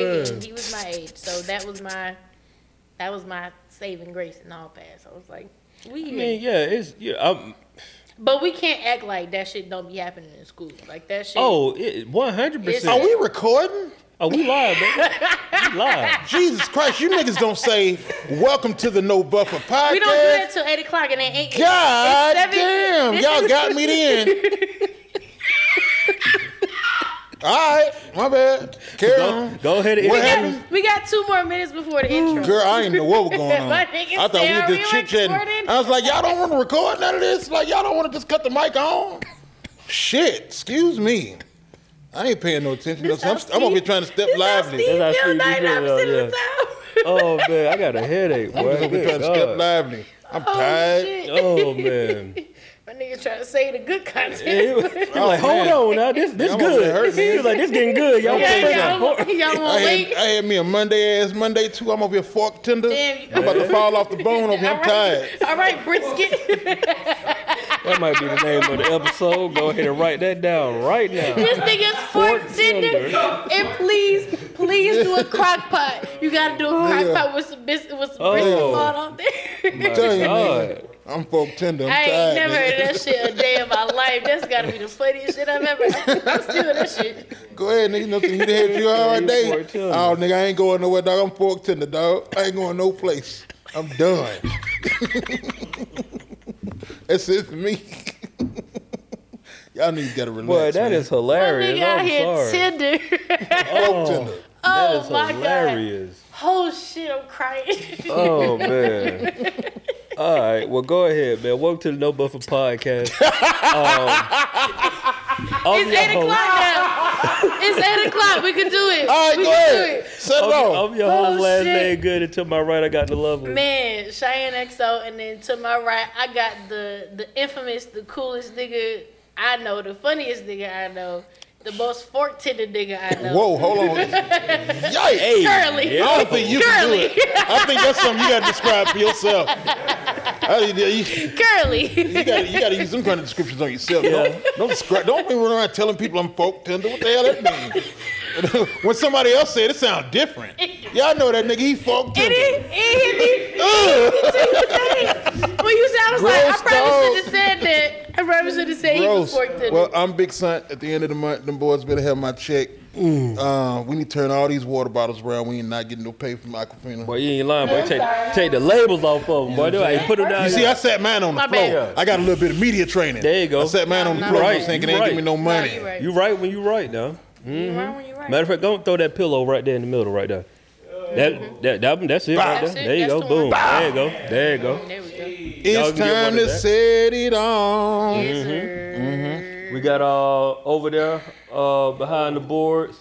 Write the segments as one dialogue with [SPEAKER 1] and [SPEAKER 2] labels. [SPEAKER 1] and he was my age, so that was my that was my saving grace and all pass. I was like, we,
[SPEAKER 2] I mean, yeah, it's yeah. I'm,
[SPEAKER 1] but we can't act like that shit don't be happening in school. Like that shit.
[SPEAKER 2] oh, it one hundred
[SPEAKER 1] It's-
[SPEAKER 2] percent.
[SPEAKER 3] Are we recording?
[SPEAKER 2] Oh, we live, baby. We live.
[SPEAKER 3] Jesus Christ, you niggas don't say welcome to the No Buffer podcast.
[SPEAKER 1] we don't do that till eight o'clock and then eight.
[SPEAKER 3] God
[SPEAKER 1] it's
[SPEAKER 3] damn,
[SPEAKER 1] seven-
[SPEAKER 3] y'all got me then. All right, my bad. Carry
[SPEAKER 2] Go,
[SPEAKER 3] on.
[SPEAKER 2] go ahead and
[SPEAKER 3] What
[SPEAKER 2] interview.
[SPEAKER 3] happened?
[SPEAKER 1] We got two more minutes before the intro.
[SPEAKER 3] Girl, I didn't know what was going on.
[SPEAKER 1] My
[SPEAKER 3] I
[SPEAKER 1] nigga
[SPEAKER 3] thought we
[SPEAKER 1] said,
[SPEAKER 3] were
[SPEAKER 1] "Are
[SPEAKER 3] just
[SPEAKER 1] we
[SPEAKER 3] chit chatting.
[SPEAKER 1] recording?"
[SPEAKER 3] I was like, y'all don't want to record none of this? Like, y'all don't want to just cut the mic on? Shit, excuse me. I ain't paying no attention.
[SPEAKER 1] This
[SPEAKER 3] I'm,
[SPEAKER 1] how
[SPEAKER 3] I'm over here
[SPEAKER 1] Steve-
[SPEAKER 3] trying to step
[SPEAKER 1] This how
[SPEAKER 3] lively.
[SPEAKER 1] Steve
[SPEAKER 2] That's how
[SPEAKER 1] feel
[SPEAKER 2] Steve be
[SPEAKER 1] 99% of
[SPEAKER 2] feeling,
[SPEAKER 1] the time.
[SPEAKER 2] Oh man, I got a headache.
[SPEAKER 3] I'm
[SPEAKER 2] boy.
[SPEAKER 3] just over here
[SPEAKER 2] Good
[SPEAKER 3] trying to step
[SPEAKER 2] God.
[SPEAKER 3] lively. I'm
[SPEAKER 1] Oh,
[SPEAKER 3] tired.
[SPEAKER 1] shit.
[SPEAKER 2] Oh man.
[SPEAKER 1] My nigga trying to say the good content.
[SPEAKER 2] Yeah, he was- he was like, hold
[SPEAKER 3] Oh, man.
[SPEAKER 2] on now, this this
[SPEAKER 3] Y'all must have
[SPEAKER 2] good.
[SPEAKER 3] hurt, man.
[SPEAKER 2] He was like, this getting good. Y'all
[SPEAKER 1] Yeah,
[SPEAKER 2] yeah,
[SPEAKER 1] y'all, want- y'all
[SPEAKER 3] I
[SPEAKER 1] want
[SPEAKER 3] had,
[SPEAKER 1] late?
[SPEAKER 3] I had me a Monday ass Monday too. I'm over here fork tender.
[SPEAKER 1] Damn, you-
[SPEAKER 3] I'm about to fall off the bone over here. I'm tired.
[SPEAKER 1] All right, brisket.
[SPEAKER 2] That might be the name of the episode. Go ahead and write that down right now.
[SPEAKER 1] this nigga's fork
[SPEAKER 2] Fork
[SPEAKER 1] tender.
[SPEAKER 2] tender.
[SPEAKER 1] And please, please do a crock pot. You gotta do a crock
[SPEAKER 3] Yeah.
[SPEAKER 1] pot with some biscuit, with some
[SPEAKER 2] Oh.
[SPEAKER 1] brisket on on there.
[SPEAKER 3] I'm telling you,
[SPEAKER 2] God.
[SPEAKER 3] nigga, I'm fork tender. I'm
[SPEAKER 1] I
[SPEAKER 3] tired.
[SPEAKER 1] ain't never
[SPEAKER 3] nigga.
[SPEAKER 1] heard that shit a day in my life. That's gotta be the funniest shit I've ever. I'm still that shit.
[SPEAKER 3] Go ahead, nigga. Nothing you had you all
[SPEAKER 2] you
[SPEAKER 3] day.
[SPEAKER 2] fork tender.
[SPEAKER 3] Oh, nigga, I ain't going nowhere, dog. I'm fork tender, dog. I ain't going no place. I'm done. That's it for me. Y'all niggas gotta relax.
[SPEAKER 2] Boy, that
[SPEAKER 3] man.
[SPEAKER 2] is
[SPEAKER 1] My
[SPEAKER 2] hilarious.
[SPEAKER 1] nigga out
[SPEAKER 2] I'm
[SPEAKER 1] here
[SPEAKER 2] sorry.
[SPEAKER 1] tender.
[SPEAKER 3] fork tender.
[SPEAKER 2] That
[SPEAKER 1] oh
[SPEAKER 2] is
[SPEAKER 1] my god.
[SPEAKER 2] hilarious.
[SPEAKER 1] Oh shit, I'm crying.
[SPEAKER 2] Oh man. All right, well go ahead, man. Welcome to the No Buffer Podcast. Um, I'm
[SPEAKER 1] It's
[SPEAKER 2] your
[SPEAKER 1] eight
[SPEAKER 2] host-
[SPEAKER 1] o'clock now. It's eight o'clock. We can do it.
[SPEAKER 3] All right,
[SPEAKER 1] we
[SPEAKER 3] go
[SPEAKER 1] can
[SPEAKER 3] ahead. Set
[SPEAKER 2] I'm,
[SPEAKER 3] it
[SPEAKER 2] your-
[SPEAKER 3] off.
[SPEAKER 2] I'm your host,
[SPEAKER 1] Oh,
[SPEAKER 2] last
[SPEAKER 1] shit.
[SPEAKER 2] name good, and to my right I got the
[SPEAKER 1] do it.
[SPEAKER 2] lovely.
[SPEAKER 1] Man, Cheyenne XO, and then to my right, I got the the infamous, the coolest nigga I know, the funniest nigga I know, the most fork titted nigga I know.
[SPEAKER 3] Whoa, hold on. Yikes.
[SPEAKER 2] Hey,
[SPEAKER 1] Shirley.
[SPEAKER 2] yeah.
[SPEAKER 3] I don't think you
[SPEAKER 1] Girly.
[SPEAKER 3] can do it. I think that's something you got to describe for yourself. I- you, you,
[SPEAKER 1] Girly.
[SPEAKER 3] got you gotta use some kind of descriptions on yourself.
[SPEAKER 2] Yeah.
[SPEAKER 3] Don't, don't, describe, don't be running around telling people I'm folk tender. What the hell that mean? when somebody else said it, it sounds different. Y'all know that nigga, he folk
[SPEAKER 1] It
[SPEAKER 3] tender.
[SPEAKER 1] is. It hit me.
[SPEAKER 3] Ugh.
[SPEAKER 1] It hit me. When you said, I was like, I
[SPEAKER 3] Gross
[SPEAKER 1] probably
[SPEAKER 3] dog.
[SPEAKER 1] should have said that. I probably should have said he was
[SPEAKER 3] Gross.
[SPEAKER 1] fork titted.
[SPEAKER 3] Well, I'm Big Son. At the end of the month, them boys better have my check. Uh, we need to turn all these water bottles around. We ain't not getting no pay from Aquafina.
[SPEAKER 2] Boy, you ain't lying, boy. Take, take the labels off of them, boy. Do I put them down?
[SPEAKER 3] You see, I sat mine on the
[SPEAKER 1] My
[SPEAKER 3] floor.
[SPEAKER 1] bad.
[SPEAKER 3] I got a little bit of media training.
[SPEAKER 2] There you go.
[SPEAKER 3] I sat mine on the
[SPEAKER 1] No,
[SPEAKER 3] floor.
[SPEAKER 1] no,
[SPEAKER 3] Right.
[SPEAKER 1] no.
[SPEAKER 3] Thinking
[SPEAKER 2] You
[SPEAKER 3] they ain't give
[SPEAKER 2] right.
[SPEAKER 3] me no
[SPEAKER 1] no,
[SPEAKER 3] money. Mm-hmm.
[SPEAKER 1] you right.
[SPEAKER 2] you right when you right now.
[SPEAKER 1] You right when you right.
[SPEAKER 2] Matter of fact, go and throw that pillow right there in the middle, right there. That, that, that that's it right
[SPEAKER 1] Mm-hmm. That's
[SPEAKER 2] there.
[SPEAKER 1] it.
[SPEAKER 2] There you
[SPEAKER 1] That's
[SPEAKER 2] go.
[SPEAKER 1] the
[SPEAKER 2] Boom.
[SPEAKER 1] one.
[SPEAKER 2] There you go. There you go.
[SPEAKER 1] There we go.
[SPEAKER 2] Y'all
[SPEAKER 3] It's
[SPEAKER 2] can get one
[SPEAKER 3] time
[SPEAKER 2] of
[SPEAKER 3] to
[SPEAKER 2] that.
[SPEAKER 3] set it on.
[SPEAKER 1] Yes, sir.
[SPEAKER 2] We got uh over there uh behind the boards.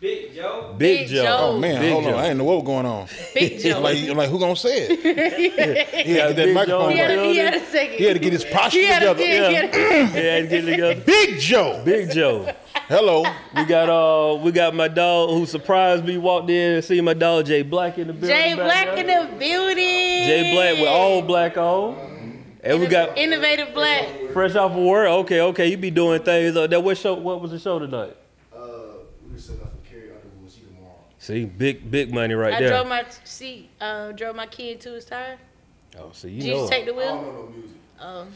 [SPEAKER 4] Big Joe.
[SPEAKER 2] Big,
[SPEAKER 1] Big
[SPEAKER 2] Joe.
[SPEAKER 1] Joe.
[SPEAKER 3] Oh man,
[SPEAKER 2] Big
[SPEAKER 3] hold on.
[SPEAKER 2] Joe.
[SPEAKER 3] I didn't know what was going on.
[SPEAKER 1] Big Joe.
[SPEAKER 3] Mm-hmm. Like, I'm like who gonna say it? He had to get that
[SPEAKER 2] Big
[SPEAKER 3] microphone
[SPEAKER 1] He had,
[SPEAKER 3] back.
[SPEAKER 1] a, he had a second.
[SPEAKER 3] He had to get his posture
[SPEAKER 1] He had a-
[SPEAKER 3] together.
[SPEAKER 1] yeah, he had a-
[SPEAKER 2] Yeah, and get it together.
[SPEAKER 3] Big Joe.
[SPEAKER 2] Big Joe.
[SPEAKER 3] Hello.
[SPEAKER 2] We got uh we got my dog who surprised me, walked in and see my dog Jay Black in the building.
[SPEAKER 1] Jay
[SPEAKER 2] back
[SPEAKER 1] Black
[SPEAKER 2] there.
[SPEAKER 1] in the building.
[SPEAKER 2] Jay Black with all black on. And we got
[SPEAKER 1] innovative black.
[SPEAKER 2] fresh off of work. Okay, okay, you be doing things. Uh, that what show what was the show tonight?
[SPEAKER 5] Uh, we were setting up for Carrie Underwood. She tomorrow.
[SPEAKER 2] See, big big money right
[SPEAKER 1] I
[SPEAKER 2] there.
[SPEAKER 1] drove my seat. Uh, drove my kid to his tire.
[SPEAKER 2] oh, see,
[SPEAKER 1] Did
[SPEAKER 2] you
[SPEAKER 1] you
[SPEAKER 2] know.
[SPEAKER 1] just take the
[SPEAKER 5] I don't
[SPEAKER 1] wheel?
[SPEAKER 5] know no music.
[SPEAKER 1] Oh,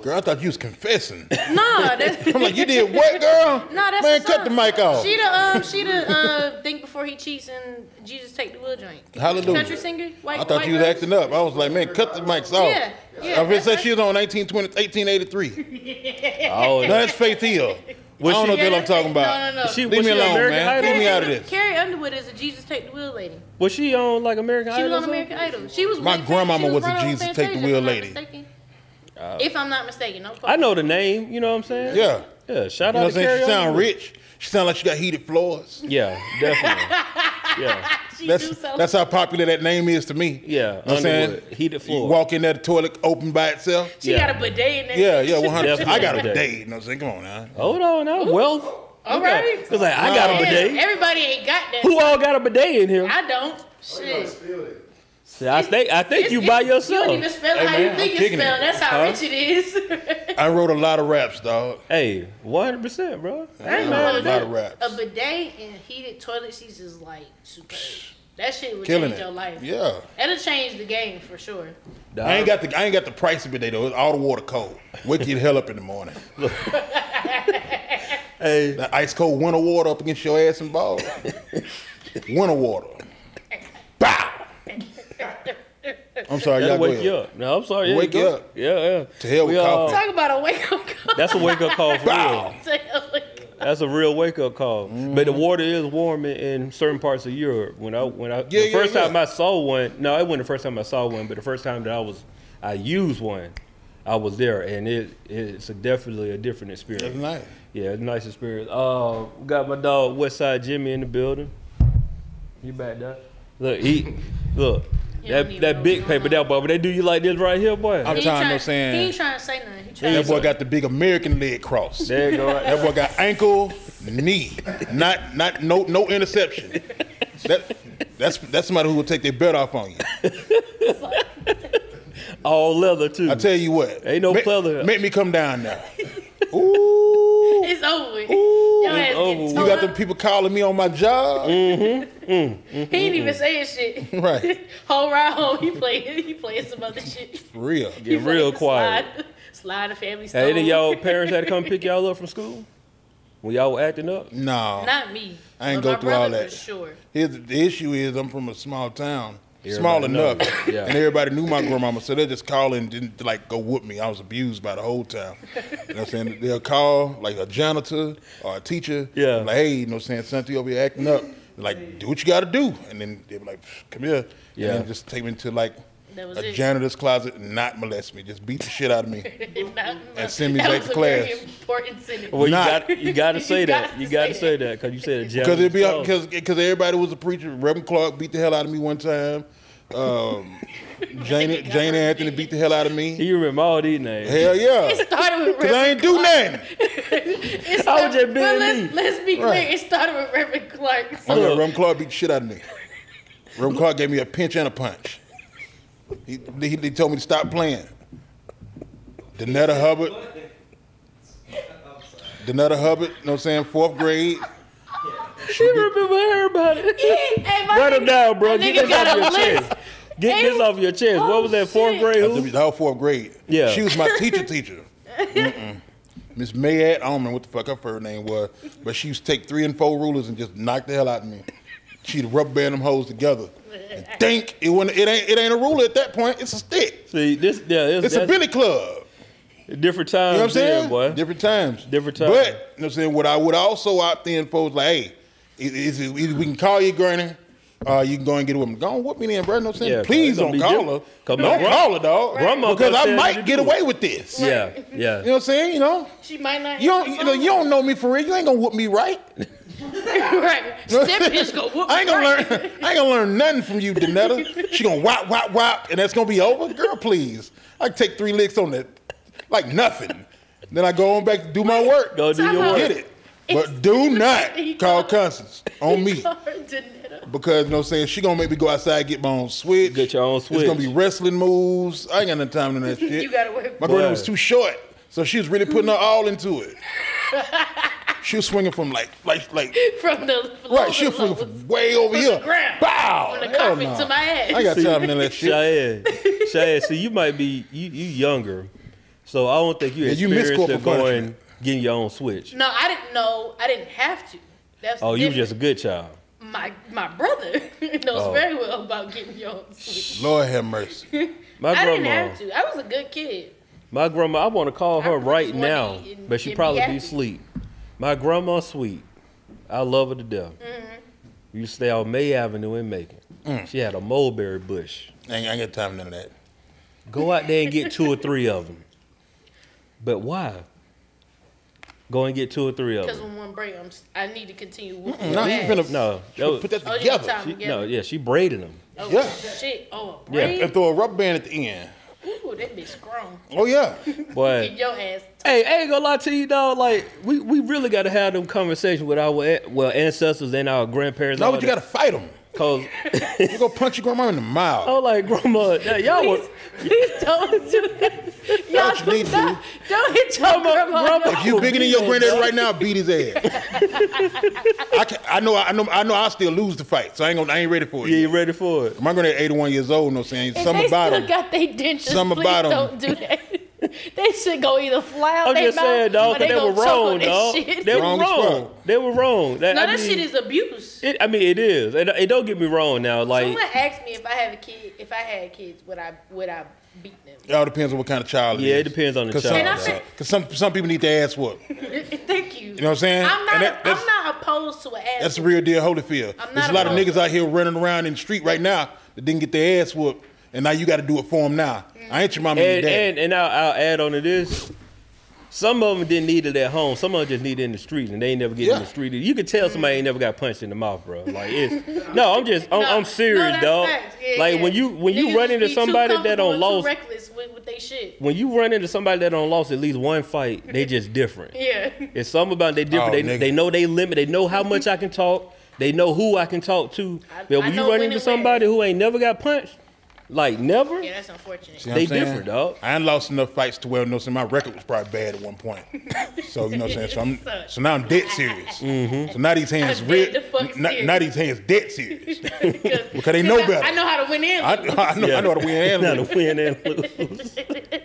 [SPEAKER 3] Girl, I thought you was confessing.
[SPEAKER 1] no, that's
[SPEAKER 3] I'm like, you did what, girl?
[SPEAKER 1] no, that's
[SPEAKER 3] man,
[SPEAKER 1] the
[SPEAKER 3] cut
[SPEAKER 1] song.
[SPEAKER 3] the mic off.
[SPEAKER 1] She the um, she the uh, think before he cheats and Jesus take the wheel joint.
[SPEAKER 3] Hallelujah.
[SPEAKER 1] Country singer. White,
[SPEAKER 3] I thought
[SPEAKER 1] white
[SPEAKER 3] you was
[SPEAKER 1] girl?
[SPEAKER 3] acting up. I was like, man, cut the mics off.
[SPEAKER 1] Yeah, yeah.
[SPEAKER 3] I was
[SPEAKER 1] that's
[SPEAKER 3] said
[SPEAKER 1] her.
[SPEAKER 3] she was on 1920, 1883.
[SPEAKER 2] Oh,
[SPEAKER 3] No, that's Faith Hill.
[SPEAKER 2] Was
[SPEAKER 3] I don't
[SPEAKER 2] she-
[SPEAKER 3] know
[SPEAKER 1] Yeah,
[SPEAKER 3] what I'm
[SPEAKER 1] that's
[SPEAKER 3] talking
[SPEAKER 1] it.
[SPEAKER 3] about.
[SPEAKER 1] No, no, no.
[SPEAKER 2] She- was
[SPEAKER 3] Leave me
[SPEAKER 2] she
[SPEAKER 3] alone,
[SPEAKER 2] American
[SPEAKER 3] man.
[SPEAKER 2] Idol?
[SPEAKER 3] Leave
[SPEAKER 1] Carrie
[SPEAKER 3] me out of
[SPEAKER 1] Underwood-
[SPEAKER 3] this.
[SPEAKER 1] Carrie Underwood is a Jesus take the wheel lady.
[SPEAKER 2] was she on like American
[SPEAKER 1] She was
[SPEAKER 2] Idol?
[SPEAKER 1] on American Idol. She was
[SPEAKER 3] My
[SPEAKER 1] with-
[SPEAKER 3] grandmama
[SPEAKER 1] she
[SPEAKER 3] was a
[SPEAKER 1] running on
[SPEAKER 3] Jesus Take the
[SPEAKER 1] Fantasia, if
[SPEAKER 3] Wheel
[SPEAKER 1] I'm not
[SPEAKER 3] lady. Uh,
[SPEAKER 1] mistaken. If I'm not mistaken, no.
[SPEAKER 2] I know the name. You know what I'm saying?
[SPEAKER 3] Yeah. You know
[SPEAKER 2] Yeah. Shout
[SPEAKER 3] what
[SPEAKER 2] out
[SPEAKER 3] I'm
[SPEAKER 2] to
[SPEAKER 3] saying? She
[SPEAKER 2] Carrie
[SPEAKER 3] sound
[SPEAKER 2] Underwood.
[SPEAKER 3] rich. She sound like she got heated floors.
[SPEAKER 2] Yeah, definitely. yeah,
[SPEAKER 1] She do
[SPEAKER 3] That's
[SPEAKER 1] so.
[SPEAKER 3] that's how popular that name is to me.
[SPEAKER 2] yeah.
[SPEAKER 3] You know what I'm saying?
[SPEAKER 2] Underwood. Heated
[SPEAKER 3] You
[SPEAKER 2] floor.
[SPEAKER 3] walk in that toilet open by itself.
[SPEAKER 1] she
[SPEAKER 2] yeah.
[SPEAKER 1] got a bidet in there.
[SPEAKER 3] Yeah, yeah, 100.
[SPEAKER 2] Definitely
[SPEAKER 3] I got a
[SPEAKER 2] bidet.
[SPEAKER 3] bidet. You know what I'm saying? Come on now.
[SPEAKER 2] Hold on, now wealth.
[SPEAKER 1] All
[SPEAKER 2] You got-
[SPEAKER 1] right.
[SPEAKER 2] It's like I got a
[SPEAKER 1] Yeah,
[SPEAKER 2] bidet.
[SPEAKER 1] Everybody ain't got that.
[SPEAKER 2] Who all got a bidet in here?
[SPEAKER 1] I don't.
[SPEAKER 5] Oh, you gotta
[SPEAKER 1] Shit.
[SPEAKER 5] spill it.
[SPEAKER 2] See, I
[SPEAKER 1] It's-
[SPEAKER 2] think I think
[SPEAKER 1] it's-
[SPEAKER 2] you
[SPEAKER 1] it's-
[SPEAKER 2] by
[SPEAKER 1] You
[SPEAKER 2] yourself.
[SPEAKER 1] don't even spell it
[SPEAKER 4] Hey,
[SPEAKER 1] how
[SPEAKER 4] man,
[SPEAKER 1] you
[SPEAKER 4] I'm
[SPEAKER 1] think it's
[SPEAKER 4] kicking it.
[SPEAKER 1] spelled. That's how
[SPEAKER 2] Huh?
[SPEAKER 1] rich it is.
[SPEAKER 3] I wrote a lot of raps, dog.
[SPEAKER 2] hey, one hundred percent,
[SPEAKER 1] I
[SPEAKER 2] bro.
[SPEAKER 1] ain't mad
[SPEAKER 3] Yeah, a
[SPEAKER 1] at
[SPEAKER 3] lot
[SPEAKER 1] that.
[SPEAKER 3] of raps.
[SPEAKER 1] A bidet and heated toilet seats is like superb. That shit would
[SPEAKER 3] Killing
[SPEAKER 1] change
[SPEAKER 3] it.
[SPEAKER 1] your life.
[SPEAKER 3] Yeah.
[SPEAKER 1] That'll change the game for sure.
[SPEAKER 3] I ain't got the I ain't got the price of it though. It's all the water cold. Wake you the hell up in the morning.
[SPEAKER 2] Hey,
[SPEAKER 3] That ice cold winter water up against your ass and balls. winter water. Bow. I'm
[SPEAKER 2] that'll
[SPEAKER 3] sorry, y'all go
[SPEAKER 2] wake
[SPEAKER 3] ahead.
[SPEAKER 2] you up. No, I'm sorry. yeah,
[SPEAKER 3] Wake
[SPEAKER 2] go-
[SPEAKER 3] you up.
[SPEAKER 2] Yeah, yeah.
[SPEAKER 3] To hell with
[SPEAKER 2] We, uh,
[SPEAKER 3] coffee.
[SPEAKER 1] Talk about a wake up call.
[SPEAKER 2] That's a wake up call for real.
[SPEAKER 3] Bow.
[SPEAKER 2] That's a real wake up call. But the water is warm in, in certain parts of Europe. When I when I
[SPEAKER 3] Yeah,
[SPEAKER 2] the
[SPEAKER 3] yeah,
[SPEAKER 2] first time
[SPEAKER 3] yeah.
[SPEAKER 2] I saw one, no, it wasn't the first time I saw one, but the first time that I was I used one, I was there, and it it's a definitely a different experience.
[SPEAKER 3] That's nice.
[SPEAKER 2] Yeah, it's a nice experience. Uh, we got my dog Westside Jimmy in the building. You back there? Look, he look
[SPEAKER 1] You don't
[SPEAKER 2] that
[SPEAKER 1] even
[SPEAKER 2] that
[SPEAKER 1] know
[SPEAKER 2] big
[SPEAKER 1] what's going
[SPEAKER 2] paper that
[SPEAKER 1] on.
[SPEAKER 2] boy, but they do you like this right here, boy.
[SPEAKER 3] I'm tired of no saying.
[SPEAKER 1] He ain't trying to say nothing. He trying
[SPEAKER 3] That boy
[SPEAKER 1] to
[SPEAKER 3] got the big American leg cross. That
[SPEAKER 2] there you go. Right there.
[SPEAKER 3] boy got ankle, knee, not not no no interception. That that's that's somebody who will take their bet off on you.
[SPEAKER 2] All leather too.
[SPEAKER 3] I tell you what,
[SPEAKER 2] Ain't no
[SPEAKER 3] ma-
[SPEAKER 2] pleather.
[SPEAKER 3] Make me come down now. Ooh,
[SPEAKER 1] It's over. with.
[SPEAKER 3] Ooh.
[SPEAKER 1] Your ass
[SPEAKER 2] over
[SPEAKER 1] getting
[SPEAKER 2] with.
[SPEAKER 3] you got them
[SPEAKER 1] told.
[SPEAKER 3] people calling me on my job,
[SPEAKER 1] He ain't even saying shit.
[SPEAKER 3] Right.
[SPEAKER 1] Whole ride home, he playing. He playing some other shit.
[SPEAKER 3] for real.
[SPEAKER 1] He
[SPEAKER 2] Get
[SPEAKER 1] playing
[SPEAKER 2] real quiet.
[SPEAKER 1] Slide, slide a family. Stone.
[SPEAKER 2] Hey, any of y'all parents had to come pick y'all up from school when y'all were acting up?
[SPEAKER 3] No,
[SPEAKER 1] Not me.
[SPEAKER 3] I
[SPEAKER 1] but
[SPEAKER 3] ain't go
[SPEAKER 1] my
[SPEAKER 3] through all
[SPEAKER 1] brother
[SPEAKER 3] that.
[SPEAKER 1] For sure.
[SPEAKER 3] Here's, the issue is I'm from a small town, small
[SPEAKER 2] Everybody know
[SPEAKER 3] enough,
[SPEAKER 2] you. Yeah.
[SPEAKER 3] and everybody knew my grandmama, so they just call and didn't like go whoop me. I was abused by the whole town. You know what I'm saying? They'll call like a janitor or a teacher.
[SPEAKER 2] Yeah.
[SPEAKER 3] Like, hey, you know what I'm saying? Santi over here acting up. Like, do what you got to do, and then they be like, come here,
[SPEAKER 2] Yeah.
[SPEAKER 3] and then just take me to like
[SPEAKER 1] That was
[SPEAKER 3] a
[SPEAKER 1] it.
[SPEAKER 3] janitor's closet and not molest me, just beat the shit out of me.
[SPEAKER 1] Not my-
[SPEAKER 3] send me
[SPEAKER 1] that
[SPEAKER 3] back
[SPEAKER 1] was
[SPEAKER 3] to
[SPEAKER 1] a very
[SPEAKER 3] class.
[SPEAKER 1] important sentence.
[SPEAKER 2] Well,
[SPEAKER 3] Nah.
[SPEAKER 2] you got you got to
[SPEAKER 1] You
[SPEAKER 2] say that.
[SPEAKER 1] got
[SPEAKER 2] You
[SPEAKER 1] to
[SPEAKER 2] got to
[SPEAKER 1] say
[SPEAKER 2] say that because you said a
[SPEAKER 3] Because
[SPEAKER 2] Because
[SPEAKER 3] it'd be because because everybody was a preacher. Reverend Clark beat the hell out of me one time. Um, Jane Jane Anthony beat the hell out of me.
[SPEAKER 2] You remember all these names?
[SPEAKER 3] Hell yeah.
[SPEAKER 1] It started with
[SPEAKER 3] Cause I
[SPEAKER 1] Reverend
[SPEAKER 3] ain't do nothing.
[SPEAKER 1] It's
[SPEAKER 2] I was
[SPEAKER 1] not-
[SPEAKER 2] just
[SPEAKER 1] but
[SPEAKER 2] being
[SPEAKER 1] let's,
[SPEAKER 2] me.
[SPEAKER 1] let's be
[SPEAKER 3] Right.
[SPEAKER 1] clear. It started with Reverend Clark.
[SPEAKER 3] I
[SPEAKER 1] So
[SPEAKER 3] mean, Reverend Clark beat the shit out of me. Reverend Clark gave me a pinch and a punch. He, he, he told me to stop playing. Danetta Hubbard. Danetta Hubbard, you know what I'm saying? Fourth grade.
[SPEAKER 2] You remember everybody.
[SPEAKER 1] hey, my
[SPEAKER 2] Write them
[SPEAKER 1] nigga-
[SPEAKER 2] down, bro.
[SPEAKER 1] my
[SPEAKER 2] Get
[SPEAKER 1] nigga
[SPEAKER 2] this off
[SPEAKER 1] got a
[SPEAKER 2] your
[SPEAKER 1] list.
[SPEAKER 2] chest. Get this
[SPEAKER 1] Hey.
[SPEAKER 2] off your chest. What was
[SPEAKER 1] Oh,
[SPEAKER 2] that fourth
[SPEAKER 1] shit.
[SPEAKER 2] grade?
[SPEAKER 3] That was
[SPEAKER 2] Who?
[SPEAKER 3] the whole fourth grade.
[SPEAKER 2] Yeah.
[SPEAKER 3] She was my teacher teacher. Mm-mm. Miss Mayad, I don't remember what the fuck her first name was, but she used to take three and four rulers and just knock the hell out of me. She'd rubber band them hoes together. And think it wouldn't, it ain't it ain't a ruler at that point. It's a stick.
[SPEAKER 2] See this? Yeah, it's,
[SPEAKER 3] It's a
[SPEAKER 2] that's
[SPEAKER 3] billy club.
[SPEAKER 2] different times.
[SPEAKER 3] You know what I'm saying?
[SPEAKER 2] then, boy.
[SPEAKER 3] Different times.
[SPEAKER 2] Different
[SPEAKER 3] But
[SPEAKER 2] times.
[SPEAKER 3] you know what I'm saying? What I would also opt in for was like, hey, it- it's- it- we can call you granny. Uh, you can go and get a woman. Go on, whoop me then, bro. No sense.
[SPEAKER 2] Yeah,
[SPEAKER 3] Please
[SPEAKER 2] it's gonna
[SPEAKER 3] don't
[SPEAKER 2] be
[SPEAKER 3] call
[SPEAKER 2] different.
[SPEAKER 3] her.
[SPEAKER 2] 'Cause my
[SPEAKER 3] Don't
[SPEAKER 2] gran-
[SPEAKER 3] call her, dog.
[SPEAKER 2] grandma
[SPEAKER 3] Because
[SPEAKER 2] gonna
[SPEAKER 3] I
[SPEAKER 2] tell you
[SPEAKER 3] might
[SPEAKER 2] to
[SPEAKER 3] get
[SPEAKER 2] do
[SPEAKER 3] away
[SPEAKER 2] it.
[SPEAKER 3] with this.
[SPEAKER 2] Yeah,
[SPEAKER 3] You know
[SPEAKER 2] yeah.
[SPEAKER 3] what I'm saying? You know,
[SPEAKER 1] She might not.
[SPEAKER 3] you don't,
[SPEAKER 1] answer
[SPEAKER 3] you know,
[SPEAKER 1] phone.
[SPEAKER 3] you don't know me for real. You ain't gonna whoop me right.
[SPEAKER 1] right. That bitch go whoop.
[SPEAKER 3] I ain't gonna
[SPEAKER 1] right.
[SPEAKER 3] learn. I ain't gonna learn nothing from you, Danetta. She gonna whop, whop, whop, and that's gonna be over. Girl, please. I can take three licks on that, like nothing. Then I go on back to do my work.
[SPEAKER 2] Go do
[SPEAKER 1] Time
[SPEAKER 2] your
[SPEAKER 1] out.
[SPEAKER 2] work.
[SPEAKER 3] Get it. But do not
[SPEAKER 1] He
[SPEAKER 3] call
[SPEAKER 1] called-
[SPEAKER 3] Constance on me.
[SPEAKER 1] Danetta.
[SPEAKER 3] Because you know what I'm saying? She gonna make me go outside, get my own switch.
[SPEAKER 2] Get your own
[SPEAKER 3] It's gonna be
[SPEAKER 2] switch.
[SPEAKER 3] wrestling moves. I ain't got no time to that shit.
[SPEAKER 1] You gotta work.
[SPEAKER 3] My grandma
[SPEAKER 2] Boy.
[SPEAKER 3] was too short, so she was really putting her all into it. she was swinging from like, like, like,
[SPEAKER 1] From the
[SPEAKER 3] right. She was swinging from way over
[SPEAKER 1] From the
[SPEAKER 3] here.
[SPEAKER 1] ground.
[SPEAKER 3] Bow.
[SPEAKER 1] From the
[SPEAKER 3] Hell
[SPEAKER 1] carpet
[SPEAKER 3] no.
[SPEAKER 1] to my ass.
[SPEAKER 3] I ain't got time for none of that shit.
[SPEAKER 2] Cheyenne, Cheyenne. See, you might be you you younger, so I don't think you
[SPEAKER 3] Yeah, you miss
[SPEAKER 2] experienced
[SPEAKER 3] corporal
[SPEAKER 2] the going
[SPEAKER 3] punishment.
[SPEAKER 2] getting your own switch.
[SPEAKER 1] No, I didn't know. I didn't have to. That's
[SPEAKER 2] Oh, you were
[SPEAKER 1] different.
[SPEAKER 2] just a good child.
[SPEAKER 1] my my brother knows
[SPEAKER 2] Oh.
[SPEAKER 1] very well about getting your own sleep.
[SPEAKER 3] Lord have mercy.
[SPEAKER 2] My
[SPEAKER 1] I didn't
[SPEAKER 2] grandma.
[SPEAKER 1] have to. I was a good kid.
[SPEAKER 2] My grandma, I want to call her
[SPEAKER 1] really
[SPEAKER 2] right
[SPEAKER 1] wanna
[SPEAKER 2] now,
[SPEAKER 1] eat and-
[SPEAKER 2] but she
[SPEAKER 1] and be
[SPEAKER 2] probably be
[SPEAKER 1] happy.
[SPEAKER 2] asleep. My grandma sweet. I love her to death.
[SPEAKER 1] Mm-hmm.
[SPEAKER 2] You stay on May Avenue in Macon.
[SPEAKER 3] Mm.
[SPEAKER 2] She had a mulberry bush.
[SPEAKER 3] I ain't, I ain't got time for none of that.
[SPEAKER 2] Go out there and get two or three of them. But why? Go and get two or three of
[SPEAKER 1] Because
[SPEAKER 2] them.
[SPEAKER 1] when one break, I'm, s- I need to continue whooping.
[SPEAKER 3] No,
[SPEAKER 1] your
[SPEAKER 3] you
[SPEAKER 1] ass.
[SPEAKER 3] finna
[SPEAKER 2] Oh. No, that was-
[SPEAKER 3] put that
[SPEAKER 1] Oh, you got
[SPEAKER 3] together
[SPEAKER 1] time.
[SPEAKER 2] She, no, yeah, she braided them.
[SPEAKER 1] Oh,
[SPEAKER 3] Yeah.
[SPEAKER 1] shit. Oh, a
[SPEAKER 2] Yeah.
[SPEAKER 1] break?
[SPEAKER 3] and throw a rubber band at the end.
[SPEAKER 1] Ooh, that bitch grown.
[SPEAKER 3] Oh yeah.
[SPEAKER 1] Get
[SPEAKER 2] But
[SPEAKER 1] your ass.
[SPEAKER 2] hey, I ain't gonna lie to you, dog. Like we, we really got to have them conversations with our well ancestors and our grandparents.
[SPEAKER 3] No,
[SPEAKER 2] all
[SPEAKER 3] but you
[SPEAKER 2] that.
[SPEAKER 3] gotta fight them.
[SPEAKER 2] Cause
[SPEAKER 3] You gonna punch your grandma in the mouth?
[SPEAKER 1] Oh,
[SPEAKER 2] I was like, grandma, that- y'all was
[SPEAKER 1] Please don't do that. Y'all
[SPEAKER 3] what you need to
[SPEAKER 1] do not, don't hit your
[SPEAKER 2] Grandma-
[SPEAKER 1] grandma.
[SPEAKER 2] grandma-
[SPEAKER 3] If you bigger than your granddaddy right now, beat his ass. I, can, I know, I know, I know. I still lose the fight, so I ain't gonna, I ain't ready for it.
[SPEAKER 2] yeah,
[SPEAKER 3] yet.
[SPEAKER 2] you ready for it.
[SPEAKER 3] My granddaddy 81 years old. No saying
[SPEAKER 1] If
[SPEAKER 3] something
[SPEAKER 1] they
[SPEAKER 3] about
[SPEAKER 1] still
[SPEAKER 3] him.
[SPEAKER 1] got their dentures,
[SPEAKER 3] Something
[SPEAKER 1] please
[SPEAKER 3] about 'em.
[SPEAKER 1] don't do that. they should go either fly out
[SPEAKER 2] I'm
[SPEAKER 1] their
[SPEAKER 2] just
[SPEAKER 1] mouth,
[SPEAKER 2] saying,
[SPEAKER 1] or
[SPEAKER 2] dog,
[SPEAKER 1] they
[SPEAKER 2] they were
[SPEAKER 1] gonna choke on
[SPEAKER 2] wrong,
[SPEAKER 1] this
[SPEAKER 2] dog.
[SPEAKER 1] shit.
[SPEAKER 2] They were
[SPEAKER 3] Wrong as
[SPEAKER 2] wrong.
[SPEAKER 3] fuck.
[SPEAKER 2] They were wrong. That,
[SPEAKER 1] no,
[SPEAKER 2] I
[SPEAKER 1] that
[SPEAKER 2] mean,
[SPEAKER 1] shit is abuse.
[SPEAKER 2] It, I mean, it is. And and don't get me wrong now. Like,
[SPEAKER 1] Someone asked me if I have a kid, if I had kids, would I would I beat them?
[SPEAKER 3] It all depends on what kind of child.
[SPEAKER 2] Yeah,
[SPEAKER 3] is.
[SPEAKER 2] it depends on the
[SPEAKER 3] Cause
[SPEAKER 2] child,
[SPEAKER 1] And I
[SPEAKER 3] Some,
[SPEAKER 1] said-
[SPEAKER 3] Cause some some people need their ass whooped.
[SPEAKER 1] Thank you. You
[SPEAKER 3] know what I'm saying?
[SPEAKER 1] I'm not.
[SPEAKER 3] And that- that's-
[SPEAKER 1] I'm not opposed to an ass.
[SPEAKER 3] That's the
[SPEAKER 1] whooping.
[SPEAKER 3] real deal, Holyfield.
[SPEAKER 1] I'm not
[SPEAKER 3] There's a lot of
[SPEAKER 1] opposed.
[SPEAKER 3] niggas out here running around in the street right now that didn't get their ass whooped, and now you got to do it for them now. I ain't your mama and, your
[SPEAKER 2] and
[SPEAKER 3] daddy.
[SPEAKER 2] and, and I'll, I'll add on to this. Some of them didn't need it at home. Some of them just need it in the street, and they ain't never get in
[SPEAKER 3] Yeah.
[SPEAKER 2] the street. You could tell somebody ain't never got punched in the mouth, bro. Like it's no, I'm just I'm,
[SPEAKER 1] No,
[SPEAKER 2] I'm serious,
[SPEAKER 1] no, that's
[SPEAKER 2] dog.
[SPEAKER 1] facts. Yeah,
[SPEAKER 2] like
[SPEAKER 1] yeah.
[SPEAKER 2] when you when
[SPEAKER 1] Niggas
[SPEAKER 2] you run
[SPEAKER 1] just
[SPEAKER 2] into
[SPEAKER 1] be too
[SPEAKER 2] somebody that
[SPEAKER 1] comfortable
[SPEAKER 2] don't
[SPEAKER 1] and too
[SPEAKER 2] lost,
[SPEAKER 1] reckless with, with they shit.
[SPEAKER 2] when you run into somebody that don't lost at least one fight, they just different.
[SPEAKER 1] Yeah.
[SPEAKER 2] It's something about they different. they,
[SPEAKER 3] Oh, nigga.
[SPEAKER 2] they know they limit. They know how much I can talk. They know who I can talk to.
[SPEAKER 1] I-
[SPEAKER 2] but
[SPEAKER 1] I
[SPEAKER 2] when
[SPEAKER 1] know
[SPEAKER 2] you run
[SPEAKER 1] when
[SPEAKER 2] into
[SPEAKER 1] and
[SPEAKER 2] somebody who ain't never got punched, like never,
[SPEAKER 1] Yeah, that's unfortunate.
[SPEAKER 3] See what
[SPEAKER 2] They
[SPEAKER 3] I'm saying?
[SPEAKER 2] different, dog.
[SPEAKER 3] I ain't lost enough fights to where no, so my record was probably bad at one point. so you know what I'm saying. So, I'm, so now I'm dead serious.
[SPEAKER 2] Mm-hmm.
[SPEAKER 3] So now these hands
[SPEAKER 1] I'm
[SPEAKER 3] real.
[SPEAKER 1] dead the fuck
[SPEAKER 3] Now,
[SPEAKER 1] serious.
[SPEAKER 3] now these hands dead serious.
[SPEAKER 1] Because
[SPEAKER 3] they know better.
[SPEAKER 1] I know how to win in.
[SPEAKER 3] I, I know. I know how to win
[SPEAKER 2] Not
[SPEAKER 3] and
[SPEAKER 2] a
[SPEAKER 3] lose.
[SPEAKER 2] win and lose.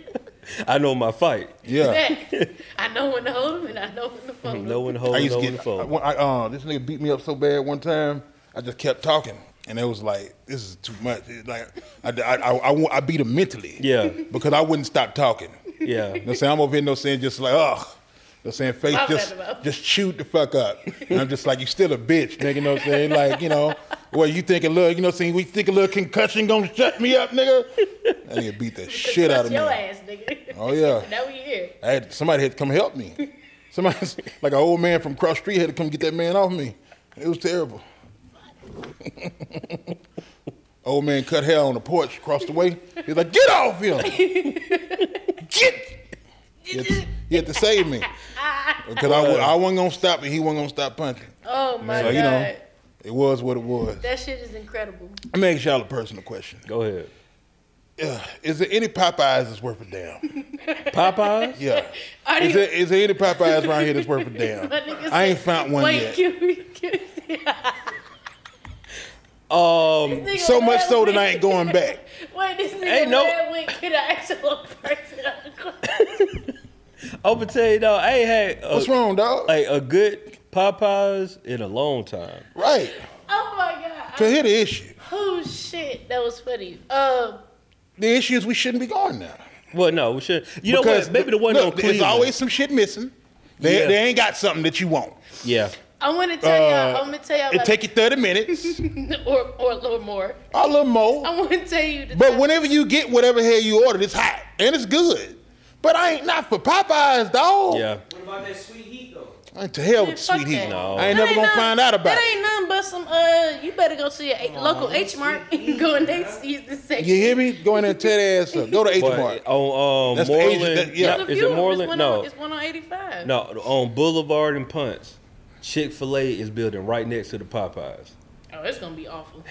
[SPEAKER 2] I know my fight.
[SPEAKER 3] Yeah.
[SPEAKER 1] Facts. I know when to hold them and I know when to fold them.
[SPEAKER 2] No one
[SPEAKER 3] I
[SPEAKER 2] hold,
[SPEAKER 3] used
[SPEAKER 2] no
[SPEAKER 3] to
[SPEAKER 2] one
[SPEAKER 3] get. I,
[SPEAKER 2] fold.
[SPEAKER 3] when I, uh, this nigga beat me up so bad one time. I just kept talking, and it was like this is too much. It, like I, I, I, I, wa- I beat him mentally.
[SPEAKER 2] Yeah.
[SPEAKER 3] Because I wouldn't stop talking.
[SPEAKER 2] Yeah.
[SPEAKER 3] You know what I'm saying? I'm over here, no saying just like, ugh. You know what I'm saying? Faith
[SPEAKER 1] Love that
[SPEAKER 3] just
[SPEAKER 1] about-
[SPEAKER 3] just chewed the fuck up. And I'm just like, you still a bitch, nigga. You know what I'm saying? Like, you know, well, you think a little, you know what I'm saying? We think a little concussion gonna shut me up, nigga. That nigga beat the shit out of
[SPEAKER 1] Touch
[SPEAKER 3] me.
[SPEAKER 1] your ass, nigga.
[SPEAKER 3] Oh, yeah.
[SPEAKER 1] now we here.
[SPEAKER 3] I had, somebody had to come help me. Somebody, like an old man from cross street had to come get that man off me. It was terrible. old man cut hair on the porch across the way. He's like, get off him! get! He had, to, he had to save me. Because I, wa- I wasn't going to stop and he wasn't going to stop punching.
[SPEAKER 1] Oh my
[SPEAKER 3] So,
[SPEAKER 1] god,
[SPEAKER 3] you know, it was what it was.
[SPEAKER 1] that shit is incredible.
[SPEAKER 3] Let me ask y'all a personal question.
[SPEAKER 2] Go ahead.
[SPEAKER 3] Ugh, Is there any Popeyes that's worth a damn?
[SPEAKER 2] Popeyes?
[SPEAKER 3] Yeah.
[SPEAKER 1] Are
[SPEAKER 3] Is
[SPEAKER 1] you-
[SPEAKER 3] there, is there any Popeyes around here that's worth a damn?
[SPEAKER 1] My nigga
[SPEAKER 3] I ain't
[SPEAKER 1] said-
[SPEAKER 3] found one
[SPEAKER 1] Wait,
[SPEAKER 3] yet.
[SPEAKER 1] Can we, can we,
[SPEAKER 2] Um,
[SPEAKER 1] nigga
[SPEAKER 3] So much
[SPEAKER 1] last
[SPEAKER 3] so that
[SPEAKER 1] week-
[SPEAKER 3] I ain't going back.
[SPEAKER 1] Wait, this nigga
[SPEAKER 2] Ain't no-
[SPEAKER 1] last week get an actual person on the clock.
[SPEAKER 2] I'm gonna tell you though, I ain't had a,
[SPEAKER 3] What's wrong, dog?
[SPEAKER 2] Oh, like a good Popeyes in a long time.
[SPEAKER 3] right.
[SPEAKER 1] Oh my god.
[SPEAKER 3] Cause here the issue.
[SPEAKER 1] Oh shit, that was funny. Um,
[SPEAKER 3] The issue is we shouldn't be going now.
[SPEAKER 2] Well, no, we should. You know
[SPEAKER 3] Because
[SPEAKER 2] what? Maybe the one
[SPEAKER 3] look,
[SPEAKER 2] on Cleveland.
[SPEAKER 3] There's always some shit missing. They,
[SPEAKER 2] Yeah.
[SPEAKER 3] they ain't got something that you want.
[SPEAKER 2] yeah.
[SPEAKER 1] I want to tell y'all.
[SPEAKER 3] Uh,
[SPEAKER 1] I'm gonna tell y'all
[SPEAKER 3] It
[SPEAKER 1] about
[SPEAKER 3] take you 30 minutes,
[SPEAKER 1] or or a little more.
[SPEAKER 3] a little more.
[SPEAKER 1] I want to tell you. The
[SPEAKER 3] But whenever you get whatever hell you ordered, it's hot and it's good. But I ain't not for Popeyes, dog.
[SPEAKER 2] Yeah.
[SPEAKER 4] What about that sweet heat though?
[SPEAKER 3] Ain't to hell
[SPEAKER 1] Man,
[SPEAKER 3] with
[SPEAKER 1] fuck
[SPEAKER 3] sweet heat.
[SPEAKER 1] that.
[SPEAKER 2] No.
[SPEAKER 3] I ain't never gonna find out about
[SPEAKER 1] That
[SPEAKER 3] it.
[SPEAKER 1] ain't nothing but some. Uh, you better go see your a- local H Mart and go in their season section.
[SPEAKER 3] You hear me? Go in there and tear their ass up. Go to H Mart.
[SPEAKER 2] But on um,
[SPEAKER 3] That's the Asian-
[SPEAKER 2] Moreland,
[SPEAKER 3] that-
[SPEAKER 2] no,
[SPEAKER 3] yeah.
[SPEAKER 1] There's a
[SPEAKER 2] is
[SPEAKER 1] few
[SPEAKER 2] it
[SPEAKER 1] of 'em. It's
[SPEAKER 2] Moreland?
[SPEAKER 1] one
[SPEAKER 2] No,
[SPEAKER 1] On, it's one on 85.
[SPEAKER 2] no, on Boulevard and Punch, Chick Fil A is building right next to the Popeyes.
[SPEAKER 1] Oh, it's gonna be awful.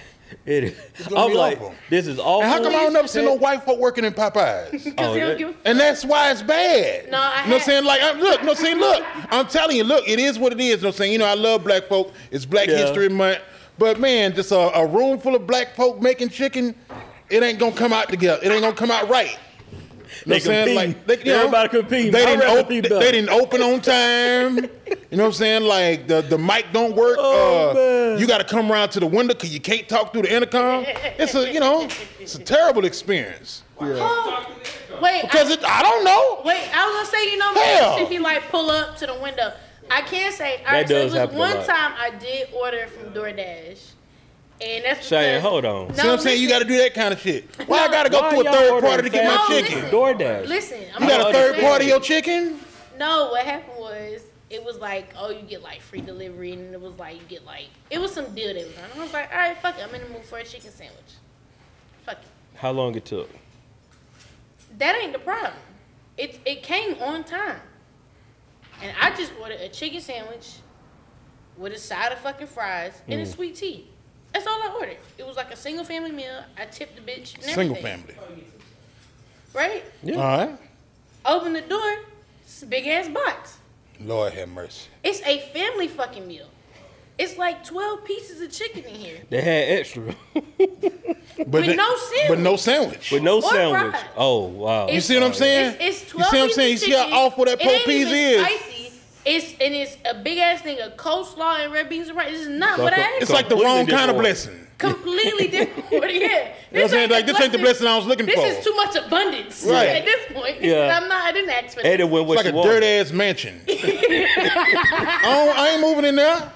[SPEAKER 2] It is.
[SPEAKER 3] gonna
[SPEAKER 2] I'm
[SPEAKER 3] be
[SPEAKER 2] like,
[SPEAKER 3] awful.
[SPEAKER 2] this is awful.
[SPEAKER 3] And how come I don't never see no white folk working in Popeyes?
[SPEAKER 1] Cause
[SPEAKER 2] Oh,
[SPEAKER 1] they don't
[SPEAKER 2] that-
[SPEAKER 1] give a f-
[SPEAKER 3] And that's why it's bad.
[SPEAKER 1] No, I
[SPEAKER 3] You know what I'm
[SPEAKER 1] had-
[SPEAKER 3] saying? Like, I'm, look, no, see, look, I'm telling you, look, it is what it is. You know what I'm saying? You know, I love black folk. It's Black
[SPEAKER 2] Yeah.
[SPEAKER 3] History Month. But man, just a, a room full of black folk making chicken, it ain't gonna come out together. It ain't gonna come out right. You
[SPEAKER 2] They
[SPEAKER 3] know what I'm saying?
[SPEAKER 2] competing.
[SPEAKER 3] Like, you know,
[SPEAKER 2] Everybody competing.
[SPEAKER 3] They
[SPEAKER 2] My
[SPEAKER 3] didn't,
[SPEAKER 2] recipe
[SPEAKER 3] op- they,
[SPEAKER 2] better.
[SPEAKER 3] they didn't open on time. you know what I'm saying? Like the, the mic don't work.
[SPEAKER 2] Oh,
[SPEAKER 3] uh,
[SPEAKER 2] man.
[SPEAKER 3] You got to come around to the window because you can't talk through the intercom. It's a you know, it's a terrible experience.
[SPEAKER 1] Oh. Wait, I-
[SPEAKER 3] Because it, I don't know.
[SPEAKER 1] Wait, I was gonna say, you know, man,
[SPEAKER 3] Hell.
[SPEAKER 1] should be like pull up to the window. I can't say. All right, so
[SPEAKER 2] does
[SPEAKER 1] it was
[SPEAKER 2] happen a
[SPEAKER 1] one
[SPEAKER 2] lot.
[SPEAKER 1] time I did order from DoorDash, and that's
[SPEAKER 2] Cheyenne,
[SPEAKER 1] because-
[SPEAKER 2] hold on.
[SPEAKER 1] No,
[SPEAKER 3] See what I'm saying? You got to
[SPEAKER 1] listen.
[SPEAKER 3] do that kind of shit. Why I got to go
[SPEAKER 2] Why
[SPEAKER 3] through a
[SPEAKER 2] y'all
[SPEAKER 3] third
[SPEAKER 2] ordering
[SPEAKER 3] party to get my
[SPEAKER 2] fast food?
[SPEAKER 3] chicken?
[SPEAKER 1] No,
[SPEAKER 2] DoorDash.
[SPEAKER 1] Listen, I'm
[SPEAKER 3] You got a
[SPEAKER 1] gonna
[SPEAKER 3] third
[SPEAKER 1] say-
[SPEAKER 3] party your chicken?
[SPEAKER 1] No, what happened was it was like, oh, you get like free delivery, and it was like you get like it was some deal they was on. I was like, all right, fuck it, I'm in the mood for a chicken sandwich. Fuck it,
[SPEAKER 2] How long it took?
[SPEAKER 1] that ain't the problem. It it came on time, and I just ordered a chicken sandwich with a side of fucking fries and a sweet tea. That's all I ordered. It was like a single family meal. I tipped the bitch. And
[SPEAKER 3] Single
[SPEAKER 1] everything,
[SPEAKER 3] family.
[SPEAKER 1] Right?
[SPEAKER 2] Yeah.
[SPEAKER 3] All right.
[SPEAKER 1] Open the door. It's a big ass box.
[SPEAKER 3] Lord have mercy.
[SPEAKER 1] It's a family fucking meal. It's like 12 pieces of chicken in here.
[SPEAKER 2] They had extra
[SPEAKER 3] But
[SPEAKER 1] With
[SPEAKER 3] they-
[SPEAKER 1] no sandwich.
[SPEAKER 3] But no sandwich.
[SPEAKER 2] with no
[SPEAKER 1] Or
[SPEAKER 2] sandwich.
[SPEAKER 1] fries.
[SPEAKER 2] Oh wow.
[SPEAKER 3] you see what I'm saying?
[SPEAKER 1] It's, it's
[SPEAKER 3] you
[SPEAKER 1] 12
[SPEAKER 3] see what I'm
[SPEAKER 1] pieces
[SPEAKER 3] saying? You
[SPEAKER 1] of
[SPEAKER 3] see how
[SPEAKER 1] chicken.
[SPEAKER 3] awful that
[SPEAKER 1] It
[SPEAKER 3] pork
[SPEAKER 1] ain't
[SPEAKER 3] peas
[SPEAKER 1] even
[SPEAKER 3] is.
[SPEAKER 1] Spicy. It's and it's a big ass thing of coleslaw and red beans and rice. This is not
[SPEAKER 2] So
[SPEAKER 1] what I
[SPEAKER 2] co-
[SPEAKER 1] asked.
[SPEAKER 3] It's like the
[SPEAKER 2] Completely
[SPEAKER 3] wrong kind of
[SPEAKER 2] different.
[SPEAKER 3] blessing.
[SPEAKER 1] completely different. yeah,
[SPEAKER 3] You know what I'm saying? Like, this ain't the blessing I was looking for.
[SPEAKER 1] This is too much abundance
[SPEAKER 3] Right.
[SPEAKER 1] at this point.
[SPEAKER 2] Yeah.
[SPEAKER 1] I'm not. I didn't ask for
[SPEAKER 2] And
[SPEAKER 1] this.
[SPEAKER 2] it went
[SPEAKER 3] It's
[SPEAKER 2] what
[SPEAKER 3] like
[SPEAKER 2] you
[SPEAKER 3] a
[SPEAKER 2] wanted.
[SPEAKER 3] dirt ass mansion. I, don't, I ain't moving in there.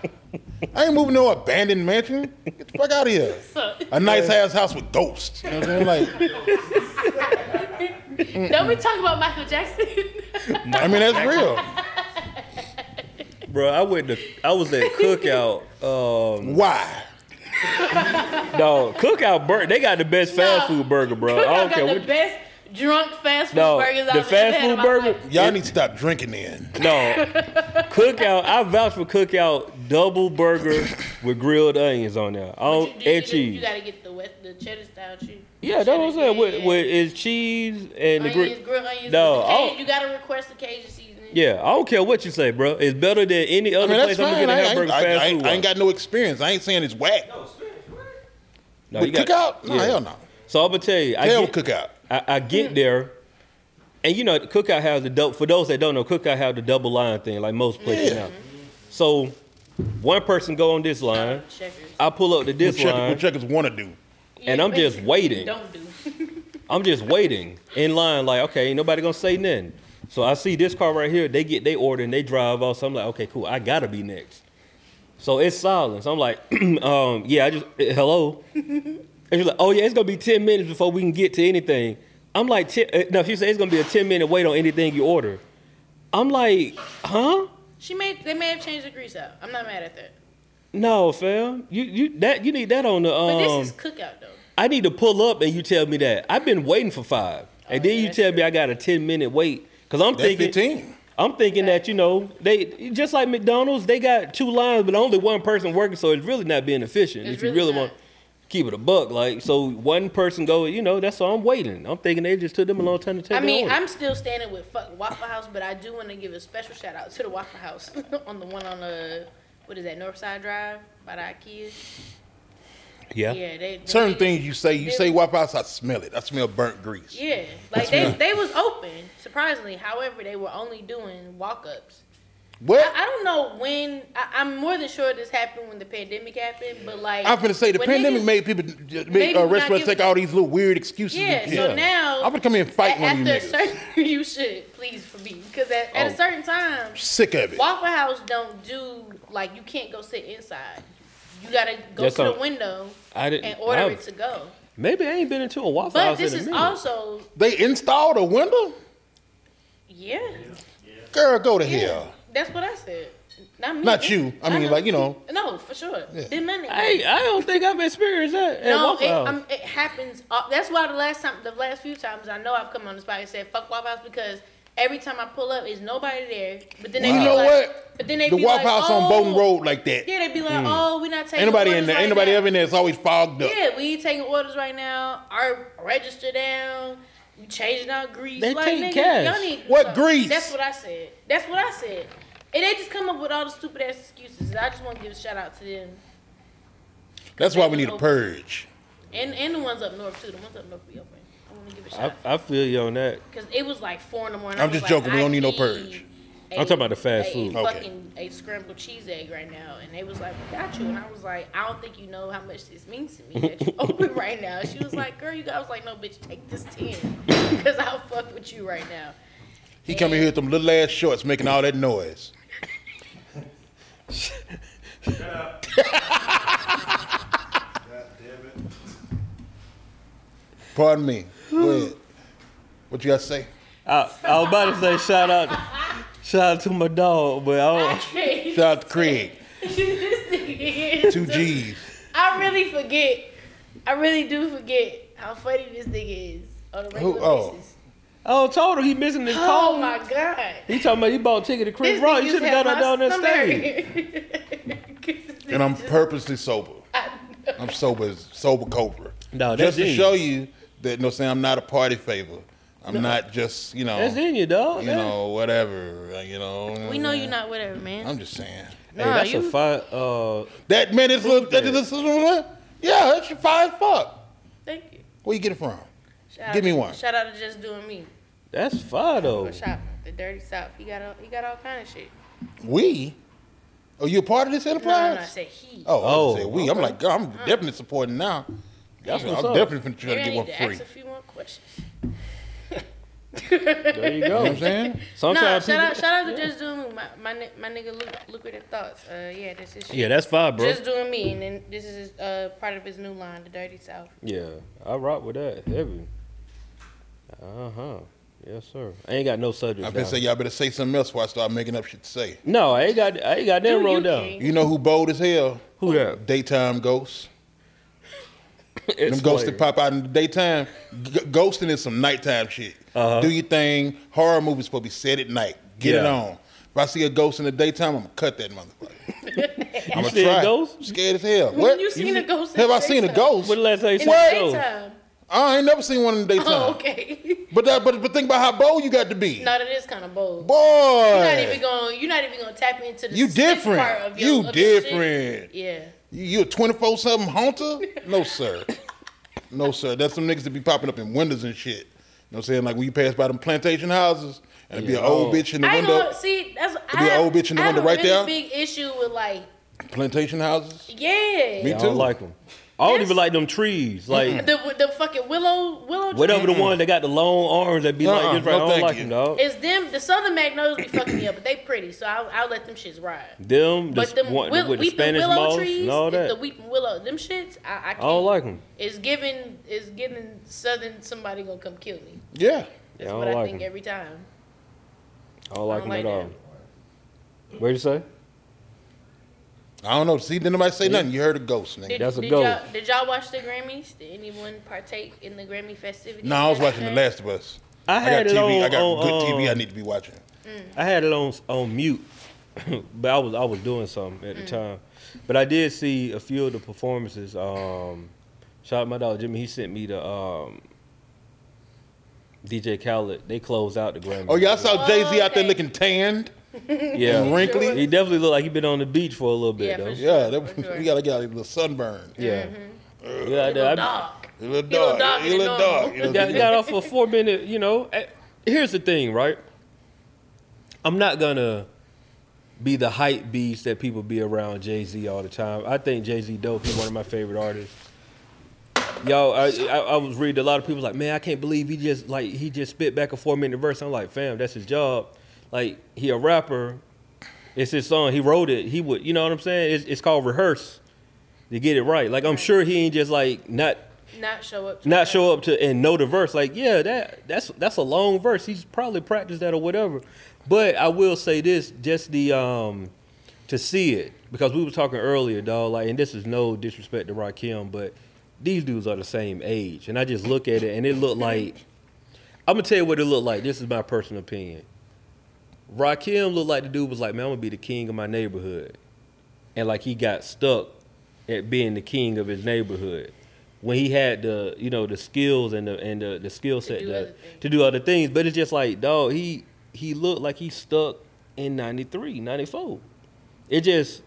[SPEAKER 3] I ain't moving to no abandoned mansion. Get the fuck out of here.
[SPEAKER 1] So,
[SPEAKER 3] A nice ass house with ghosts. You know what I'm saying? Like,
[SPEAKER 1] don't we talk about Michael Jackson?
[SPEAKER 3] I mean, that's real.
[SPEAKER 2] Bro, I went to I was at cookout. Um
[SPEAKER 3] Why?
[SPEAKER 2] no, cookout burger. They got the best fast
[SPEAKER 1] No.
[SPEAKER 2] food burger, bro.
[SPEAKER 1] Cook
[SPEAKER 2] I
[SPEAKER 1] out
[SPEAKER 2] don't
[SPEAKER 1] got
[SPEAKER 2] care
[SPEAKER 1] the
[SPEAKER 2] what
[SPEAKER 1] best drunk fast food
[SPEAKER 2] No,
[SPEAKER 1] burgers
[SPEAKER 2] the
[SPEAKER 1] I've ever
[SPEAKER 2] fast
[SPEAKER 1] had in
[SPEAKER 2] food
[SPEAKER 1] my
[SPEAKER 2] burger.
[SPEAKER 1] life.
[SPEAKER 3] Y'all need to stop drinking then.
[SPEAKER 2] No, cookout. I vouch for cookout double burger with grilled onions on there. I
[SPEAKER 1] But
[SPEAKER 2] don't,
[SPEAKER 1] you do-
[SPEAKER 2] and
[SPEAKER 1] you do-
[SPEAKER 2] cheese.
[SPEAKER 1] You gotta get the West, the cheddar style cheese.
[SPEAKER 2] Oh, E. yeah, that's what I'm
[SPEAKER 1] Cheddar,
[SPEAKER 2] saying.
[SPEAKER 1] yeah,
[SPEAKER 2] With,
[SPEAKER 1] yeah.
[SPEAKER 2] with it's cheese and the
[SPEAKER 1] onions,
[SPEAKER 2] grill.
[SPEAKER 1] grilled onions.
[SPEAKER 2] No,
[SPEAKER 1] No,
[SPEAKER 2] I'll-
[SPEAKER 1] you gotta request the Cajun seasoning.
[SPEAKER 2] Yeah, I don't care what you say, bro. It's better than any
[SPEAKER 3] I
[SPEAKER 2] other
[SPEAKER 3] mean, that's
[SPEAKER 2] place I'm gonna
[SPEAKER 3] fine.
[SPEAKER 2] get
[SPEAKER 3] I
[SPEAKER 2] a
[SPEAKER 3] ain't,
[SPEAKER 2] hamburger
[SPEAKER 3] I- I
[SPEAKER 2] fast
[SPEAKER 3] ain't-
[SPEAKER 2] food.
[SPEAKER 3] I ain't
[SPEAKER 2] at.
[SPEAKER 3] got no experience. I ain't saying it's whack.
[SPEAKER 4] Oh,
[SPEAKER 2] No,
[SPEAKER 3] but
[SPEAKER 2] you got-
[SPEAKER 3] cookout? No,
[SPEAKER 2] yeah.
[SPEAKER 3] hell no.
[SPEAKER 2] So I'm gonna tell you, I
[SPEAKER 3] Hell
[SPEAKER 2] get,
[SPEAKER 3] cookout.
[SPEAKER 2] I, I get there, and you know, cookout has the double. For those that don't know, cookout have the double line thing, like most places
[SPEAKER 3] Yeah.
[SPEAKER 2] now. So one person go on this line.
[SPEAKER 1] Checkers.
[SPEAKER 2] I pull up to
[SPEAKER 3] What
[SPEAKER 2] this
[SPEAKER 3] checkers,
[SPEAKER 2] line.
[SPEAKER 3] what checkers want to do.
[SPEAKER 2] And I'm just waiting.
[SPEAKER 1] Don't do.
[SPEAKER 2] I'm just waiting in line, like, okay, ain't nobody gonna say nothing. So I see this car right here, they get they order and they drive off. So I'm like, okay, cool, I gotta be next. So it's silence. I'm like, um, yeah, I just eh, hello. And she's like, oh yeah, it's gonna be 10 minutes before we can get to anything. I'm like, 10, eh, no, she said it's gonna be a 10 minute wait on anything you order. I'm like, huh?
[SPEAKER 1] She may. They may have changed the grease out. I'm not mad at that.
[SPEAKER 2] No, fam. You you that you need that on the
[SPEAKER 1] But
[SPEAKER 2] um
[SPEAKER 1] this is cookout though.
[SPEAKER 2] I need to pull up and you tell me that. I've been waiting for five. And
[SPEAKER 1] Oh,
[SPEAKER 2] then
[SPEAKER 1] yeah,
[SPEAKER 2] you
[SPEAKER 1] that's
[SPEAKER 2] tell me I got a 10 minute wait. Cause I'm
[SPEAKER 3] That's
[SPEAKER 2] thinking
[SPEAKER 3] 15.
[SPEAKER 2] I'm thinking that, you know, they just like McDonald's, they got two lines, but only one person working, so it's really not being efficient.
[SPEAKER 1] It's
[SPEAKER 2] if you
[SPEAKER 1] really
[SPEAKER 2] really
[SPEAKER 1] not.
[SPEAKER 2] want to keep it a buck, like so one person go, you know, that's all I'm waiting. I'm thinking they just took them a long time to take
[SPEAKER 1] I
[SPEAKER 2] their
[SPEAKER 1] mean,
[SPEAKER 2] order.
[SPEAKER 1] I'm still standing with fuck Waffle House, but I do want to give a special shout out to the Waffle House on the one on the what is that Northside Drive by the IKEA.
[SPEAKER 2] yeah.
[SPEAKER 1] Yeah, they
[SPEAKER 3] Certain
[SPEAKER 1] they-
[SPEAKER 3] things you say, you
[SPEAKER 1] they-
[SPEAKER 3] say wipe out, I smell it. I smell burnt grease.
[SPEAKER 1] Yeah, like they they was open surprisingly. However, they were only doing walk ups.
[SPEAKER 3] What?
[SPEAKER 1] I, I don't know when. I, I'm more than sure this happened when the pandemic happened, but like
[SPEAKER 3] I'm finna say the
[SPEAKER 1] when
[SPEAKER 3] pandemic
[SPEAKER 1] niggas-
[SPEAKER 3] made people,
[SPEAKER 1] Maybe
[SPEAKER 3] made
[SPEAKER 1] we
[SPEAKER 3] uh,
[SPEAKER 1] not
[SPEAKER 3] restaurants
[SPEAKER 1] giving-
[SPEAKER 3] take all these little weird excuses.
[SPEAKER 1] Yeah,
[SPEAKER 3] and
[SPEAKER 1] so
[SPEAKER 3] shit.
[SPEAKER 1] now
[SPEAKER 3] I'm gonna come here and fight
[SPEAKER 1] a-
[SPEAKER 3] one of
[SPEAKER 1] after
[SPEAKER 3] you
[SPEAKER 1] a
[SPEAKER 3] niggas.
[SPEAKER 1] certain you should please for me because at, at a
[SPEAKER 2] Oh.
[SPEAKER 1] certain time
[SPEAKER 3] Sick of it.
[SPEAKER 1] Waffle House don't do like you can't go sit inside. You gotta go
[SPEAKER 2] That's
[SPEAKER 1] to the
[SPEAKER 2] all-
[SPEAKER 1] window
[SPEAKER 2] I didn't
[SPEAKER 1] and order
[SPEAKER 2] I've-
[SPEAKER 1] it to go.
[SPEAKER 2] Maybe I ain't been into a waffle
[SPEAKER 1] But
[SPEAKER 2] house
[SPEAKER 1] this
[SPEAKER 2] in a
[SPEAKER 1] is
[SPEAKER 2] minute.
[SPEAKER 1] also
[SPEAKER 3] They installed a window?
[SPEAKER 1] yeah,
[SPEAKER 3] Girl, go to
[SPEAKER 1] yeah.
[SPEAKER 3] hell.
[SPEAKER 1] That's what I said. Not me.
[SPEAKER 3] Not you. I mean,
[SPEAKER 1] know.
[SPEAKER 3] like, you know.
[SPEAKER 1] No, for sure. Didn't mean it.
[SPEAKER 2] I I don't think I've experienced that at
[SPEAKER 1] No,
[SPEAKER 2] Waffle
[SPEAKER 1] it,
[SPEAKER 2] House.
[SPEAKER 1] um, it happens. Uh, that's why the last time, the last few times, I know I've come on this podcast and said "fuck Waffle House" because every time I pull up, is nobody there. But then they
[SPEAKER 3] You
[SPEAKER 1] be
[SPEAKER 3] know
[SPEAKER 1] like,
[SPEAKER 3] what?
[SPEAKER 1] But then they
[SPEAKER 3] The
[SPEAKER 1] be
[SPEAKER 3] Waffle
[SPEAKER 1] like,
[SPEAKER 3] House
[SPEAKER 1] oh.
[SPEAKER 3] on Bowden Road like that.
[SPEAKER 1] Yeah, they be like, "Oh, we're not taking
[SPEAKER 3] Ain't nobody in
[SPEAKER 1] orders
[SPEAKER 3] there.
[SPEAKER 1] right
[SPEAKER 3] Ain't nobody
[SPEAKER 1] now.
[SPEAKER 3] ever in there. It's always fogged up.
[SPEAKER 1] Yeah, we ain't taking orders right now. Our register down. We changing our grease.
[SPEAKER 2] They
[SPEAKER 1] like,
[SPEAKER 2] take
[SPEAKER 1] nigga,
[SPEAKER 2] cash.
[SPEAKER 1] Y'all need
[SPEAKER 3] What
[SPEAKER 1] so,
[SPEAKER 3] grease?
[SPEAKER 1] That's what I said. That's what I said. And they just come up with all the stupid ass excuses. And I just want to give a shout out to them
[SPEAKER 3] That's why we need a purge.
[SPEAKER 1] and and the ones up north too. The ones up north we open. I want to give a shout
[SPEAKER 2] I,
[SPEAKER 1] out
[SPEAKER 2] I feel you on that.
[SPEAKER 1] because it was like four in the morning.
[SPEAKER 3] I'm
[SPEAKER 1] I
[SPEAKER 3] just
[SPEAKER 1] was like,
[SPEAKER 3] joking. We don't
[SPEAKER 1] I
[SPEAKER 3] need no purge.
[SPEAKER 1] a-
[SPEAKER 2] I'm talking about the fast
[SPEAKER 1] a
[SPEAKER 2] food.
[SPEAKER 3] Okay.
[SPEAKER 1] Fucking a scrambled cheese egg right now, and they was like, "We got you," and I was like, "I don't think you know how much this means to me that you open right now." She was like, "Girl, you got." I was like, "No, bitch, take this ten, because I'll fuck with you right now."
[SPEAKER 3] He come in here with them little ass shorts making all that noise.
[SPEAKER 5] God damn it.
[SPEAKER 3] Pardon me. Go ahead. What you got to say?
[SPEAKER 2] I, I was about to say shout out shout out to my dog, but
[SPEAKER 3] Oh,
[SPEAKER 2] I don't
[SPEAKER 1] this
[SPEAKER 3] Shout out to Craig.
[SPEAKER 1] nigga is
[SPEAKER 3] Two
[SPEAKER 1] so-
[SPEAKER 3] G's.
[SPEAKER 1] I really forget. I really do forget how funny this nigga is on a regular
[SPEAKER 3] oh.
[SPEAKER 1] basis.
[SPEAKER 2] I don't told her he missing his
[SPEAKER 1] Oh
[SPEAKER 2] call.
[SPEAKER 1] my god.
[SPEAKER 2] He talking about he bought a ticket to Chris
[SPEAKER 1] This
[SPEAKER 2] Rock. You
[SPEAKER 1] nigga's
[SPEAKER 2] should have
[SPEAKER 1] had
[SPEAKER 2] got her
[SPEAKER 1] my
[SPEAKER 2] down there
[SPEAKER 1] stomach.
[SPEAKER 2] stage.
[SPEAKER 1] This
[SPEAKER 3] And I'm
[SPEAKER 1] nigga just-
[SPEAKER 3] purposely sober.
[SPEAKER 1] I
[SPEAKER 3] I'm sober as sober cobra.
[SPEAKER 2] No, that's
[SPEAKER 3] just to
[SPEAKER 2] in you.
[SPEAKER 3] show you that no, saying I'm not a party favor. I'm not just you know.
[SPEAKER 2] That's in you, dog.
[SPEAKER 3] You know, whatever. uh, You know.
[SPEAKER 1] We know you're not whatever, man.
[SPEAKER 3] I'm just saying.
[SPEAKER 2] Hey,
[SPEAKER 1] Nah,
[SPEAKER 2] that's a
[SPEAKER 1] you-
[SPEAKER 2] fine. Uh,
[SPEAKER 3] That man is look. That
[SPEAKER 2] that?
[SPEAKER 3] is yeah, that's your fine fuck.
[SPEAKER 1] Thank you.
[SPEAKER 3] Where you get it from?
[SPEAKER 1] Shout
[SPEAKER 3] Give
[SPEAKER 1] out
[SPEAKER 3] me
[SPEAKER 1] to-
[SPEAKER 3] one. Oh.
[SPEAKER 1] Shout out to just doing me.
[SPEAKER 2] that's fine though.
[SPEAKER 1] Go shopping. The dirty south. He got all, he got all kind of shit.
[SPEAKER 3] We? Oh, you a part of this
[SPEAKER 1] No, no, no. I
[SPEAKER 3] enterprise?
[SPEAKER 1] said he.
[SPEAKER 3] Oh, I was
[SPEAKER 2] Oh,
[SPEAKER 3] gonna say we. I'm like, God, I'm definitely supporting now.
[SPEAKER 2] That's
[SPEAKER 3] I'm
[SPEAKER 2] what's up.
[SPEAKER 3] definitely finna try
[SPEAKER 1] Maybe
[SPEAKER 3] to
[SPEAKER 1] I
[SPEAKER 3] get
[SPEAKER 1] need
[SPEAKER 3] one
[SPEAKER 1] to
[SPEAKER 3] free.
[SPEAKER 1] ask a few more questions.
[SPEAKER 2] There you
[SPEAKER 3] You know what
[SPEAKER 2] go.
[SPEAKER 3] I'm saying?
[SPEAKER 1] Nah,
[SPEAKER 2] Sometimes
[SPEAKER 1] shout out,
[SPEAKER 2] people-
[SPEAKER 1] shout out to just doing me. My, my, ni- my nigga, Luke, lucrative thoughts. Uh, yeah, this is shit.
[SPEAKER 2] Yeah, that's fine, bro.
[SPEAKER 1] just doing me, and then this is his, uh part of his new line, the dirty south.
[SPEAKER 2] Yeah, I rock with that heavy. Uh huh. Yes, sir. I ain't got no subjects.
[SPEAKER 3] I've been
[SPEAKER 2] down.
[SPEAKER 3] saying y'all better say something else before I start making up shit to say.
[SPEAKER 2] no, I ain't got. I ain't got
[SPEAKER 1] Do
[SPEAKER 2] that
[SPEAKER 1] you,
[SPEAKER 2] rolled down.
[SPEAKER 1] King?
[SPEAKER 3] You know who bold as hell?
[SPEAKER 2] Who that?
[SPEAKER 3] Daytime ghosts.
[SPEAKER 2] It's
[SPEAKER 3] Them ghosts that
[SPEAKER 2] hilarious.
[SPEAKER 3] pop out in the daytime. G- ghosting is some nighttime shit.
[SPEAKER 2] Uh-huh.
[SPEAKER 3] Do your thing. Horror movies supposed to be set at night. Get it
[SPEAKER 2] Yeah.
[SPEAKER 3] on. If I see a ghost in the daytime, I'm gonna cut that motherfucker. I'm gonna
[SPEAKER 2] seen a
[SPEAKER 3] try. it.
[SPEAKER 2] ghost?
[SPEAKER 3] I'm scared as hell.
[SPEAKER 1] When
[SPEAKER 3] What?
[SPEAKER 1] you seen a ghost? in
[SPEAKER 3] Have
[SPEAKER 1] the
[SPEAKER 3] I seen a
[SPEAKER 1] daytime?
[SPEAKER 3] ghost?
[SPEAKER 2] When the last time you
[SPEAKER 1] In
[SPEAKER 2] seen
[SPEAKER 1] the
[SPEAKER 2] a ghost?
[SPEAKER 1] daytime.
[SPEAKER 3] I ain't never seen one in the daytime.
[SPEAKER 1] Oh, okay.
[SPEAKER 3] But that, but but think about how bold you got to be.
[SPEAKER 1] no, that is kind of bold.
[SPEAKER 3] Boy,
[SPEAKER 1] You're not even going. You're not even going to tap into the
[SPEAKER 3] You
[SPEAKER 1] suspense
[SPEAKER 3] different.
[SPEAKER 1] Part of your,
[SPEAKER 3] You
[SPEAKER 1] of your shit.
[SPEAKER 3] different.
[SPEAKER 1] Yeah.
[SPEAKER 3] you, you a twenty four seven haunter? No sir, no sir. That's some niggas that be popping up in windows and shit. You know what I'm saying? Like when you pass by them plantation houses and it'd be
[SPEAKER 2] Yeah.
[SPEAKER 3] an old bitch in the
[SPEAKER 1] I ain't
[SPEAKER 3] window.
[SPEAKER 1] gonna see. That's I
[SPEAKER 3] be an
[SPEAKER 1] have,
[SPEAKER 3] old bitch in the
[SPEAKER 1] I have
[SPEAKER 3] window
[SPEAKER 1] a
[SPEAKER 3] right
[SPEAKER 1] really
[SPEAKER 3] there.
[SPEAKER 1] Big issue with like
[SPEAKER 3] Plantation houses.
[SPEAKER 1] yeah.
[SPEAKER 3] Me
[SPEAKER 2] I
[SPEAKER 3] too.
[SPEAKER 2] don't like them. I don't
[SPEAKER 1] That's-
[SPEAKER 2] even like them trees. Like
[SPEAKER 1] The the fucking willow willow.
[SPEAKER 2] whatever the one that got the long arms that be
[SPEAKER 3] Uh-uh,
[SPEAKER 2] like this. Right,
[SPEAKER 3] no
[SPEAKER 2] I don't
[SPEAKER 3] thank
[SPEAKER 2] like
[SPEAKER 3] you.
[SPEAKER 2] them, dog.
[SPEAKER 1] It's them. The southern magnolias be fucking me up, but they pretty, so I'll, I'll let them shits ride.
[SPEAKER 2] Them,
[SPEAKER 1] But
[SPEAKER 2] just
[SPEAKER 1] them
[SPEAKER 2] one,
[SPEAKER 1] wil-
[SPEAKER 2] with the
[SPEAKER 1] weeping
[SPEAKER 2] Spanish
[SPEAKER 1] willow
[SPEAKER 2] moss
[SPEAKER 1] trees,
[SPEAKER 2] and all
[SPEAKER 1] it's
[SPEAKER 2] that.
[SPEAKER 1] the weeping willow, them shits, I, I can't.
[SPEAKER 2] I don't like them.
[SPEAKER 1] It's giving, it's giving southern somebody gonna come kill me.
[SPEAKER 3] Yeah.
[SPEAKER 1] That's
[SPEAKER 2] Yeah, I
[SPEAKER 1] what
[SPEAKER 2] don't
[SPEAKER 1] I
[SPEAKER 2] like
[SPEAKER 1] think
[SPEAKER 2] 'em.
[SPEAKER 1] every time.
[SPEAKER 2] I don't like them
[SPEAKER 1] like
[SPEAKER 2] at all. What'd you say?
[SPEAKER 3] I don't know. See, didn't nobody say nothing. You heard a ghost, nigga.
[SPEAKER 1] Did,
[SPEAKER 2] That's a
[SPEAKER 1] did
[SPEAKER 2] go.
[SPEAKER 1] Y'all, did y'all watch the Grammys? Did anyone partake in the Grammy festivities?
[SPEAKER 3] No, I was watching The
[SPEAKER 1] yesterday?
[SPEAKER 3] Last of Us.
[SPEAKER 2] I had
[SPEAKER 3] got
[SPEAKER 2] it
[SPEAKER 3] TV.
[SPEAKER 2] on-
[SPEAKER 3] I got
[SPEAKER 2] on,
[SPEAKER 3] good TV. I
[SPEAKER 2] um,
[SPEAKER 3] need to be watching.
[SPEAKER 2] I had it on on mute, but I was I was doing something
[SPEAKER 1] Mm.
[SPEAKER 2] at the time. But I did see a few of the performances. Um, shout out my dog Jimmy. He sent me the um, DJ Khaled. They closed out the Grammy.
[SPEAKER 3] Oh yeah, I saw
[SPEAKER 1] Oh,
[SPEAKER 3] Jay Z out there
[SPEAKER 1] okay.
[SPEAKER 3] looking tanned.
[SPEAKER 2] yeah,
[SPEAKER 3] wrinkly.
[SPEAKER 2] He definitely looked like he been on the beach for a little bit
[SPEAKER 1] Yeah, for
[SPEAKER 2] though.
[SPEAKER 1] sure.
[SPEAKER 3] Yeah, that,
[SPEAKER 1] for sure.
[SPEAKER 3] we gotta get a little sunburn.
[SPEAKER 2] Yeah, yeah.
[SPEAKER 1] Little
[SPEAKER 2] I- I,
[SPEAKER 1] dog.
[SPEAKER 3] You
[SPEAKER 1] He look
[SPEAKER 3] little dog.
[SPEAKER 1] darker
[SPEAKER 3] You
[SPEAKER 1] than
[SPEAKER 3] little
[SPEAKER 1] normal.
[SPEAKER 3] dog. You little
[SPEAKER 2] got, got off a four minute. You know, Eh, here's the thing, right? I'm not gonna be the hype beast that people be around Jay Z all the time. I think Jay Z dope. He's one of my favorite artists. Yo, I, I I was reading a lot of people like, man, I can't believe he just like he just spit back a four minute verse. I'm like, fam, that's his job. Like he a rapper. It's his song. He wrote it. He would, you know what I'm saying? It's, it's called rehearse to get it right. Like I'm sure he ain't just like not
[SPEAKER 1] Not show up. To
[SPEAKER 2] not show up to and know the verse. Like, yeah, that that's that's a long verse. He's probably practiced that or whatever. But I will say this, just the um to see it, because we were talking earlier, dog, like and this is no disrespect to Rakim, but these dudes are the same age. And I just look at it and it looked like I'm gonna tell you what it looked like. This is my personal opinion. Rakim looked like the dude was like, man, I'm gonna be the king of my neighborhood. And like he got stuck at being the king of his neighborhood. When he had the, you know, the skills and the and the, the skill set
[SPEAKER 1] do
[SPEAKER 2] to,
[SPEAKER 1] other
[SPEAKER 2] to,
[SPEAKER 1] things.
[SPEAKER 2] do other things. But it's just like, dog, he he looked like he stuck in 93, 94. It just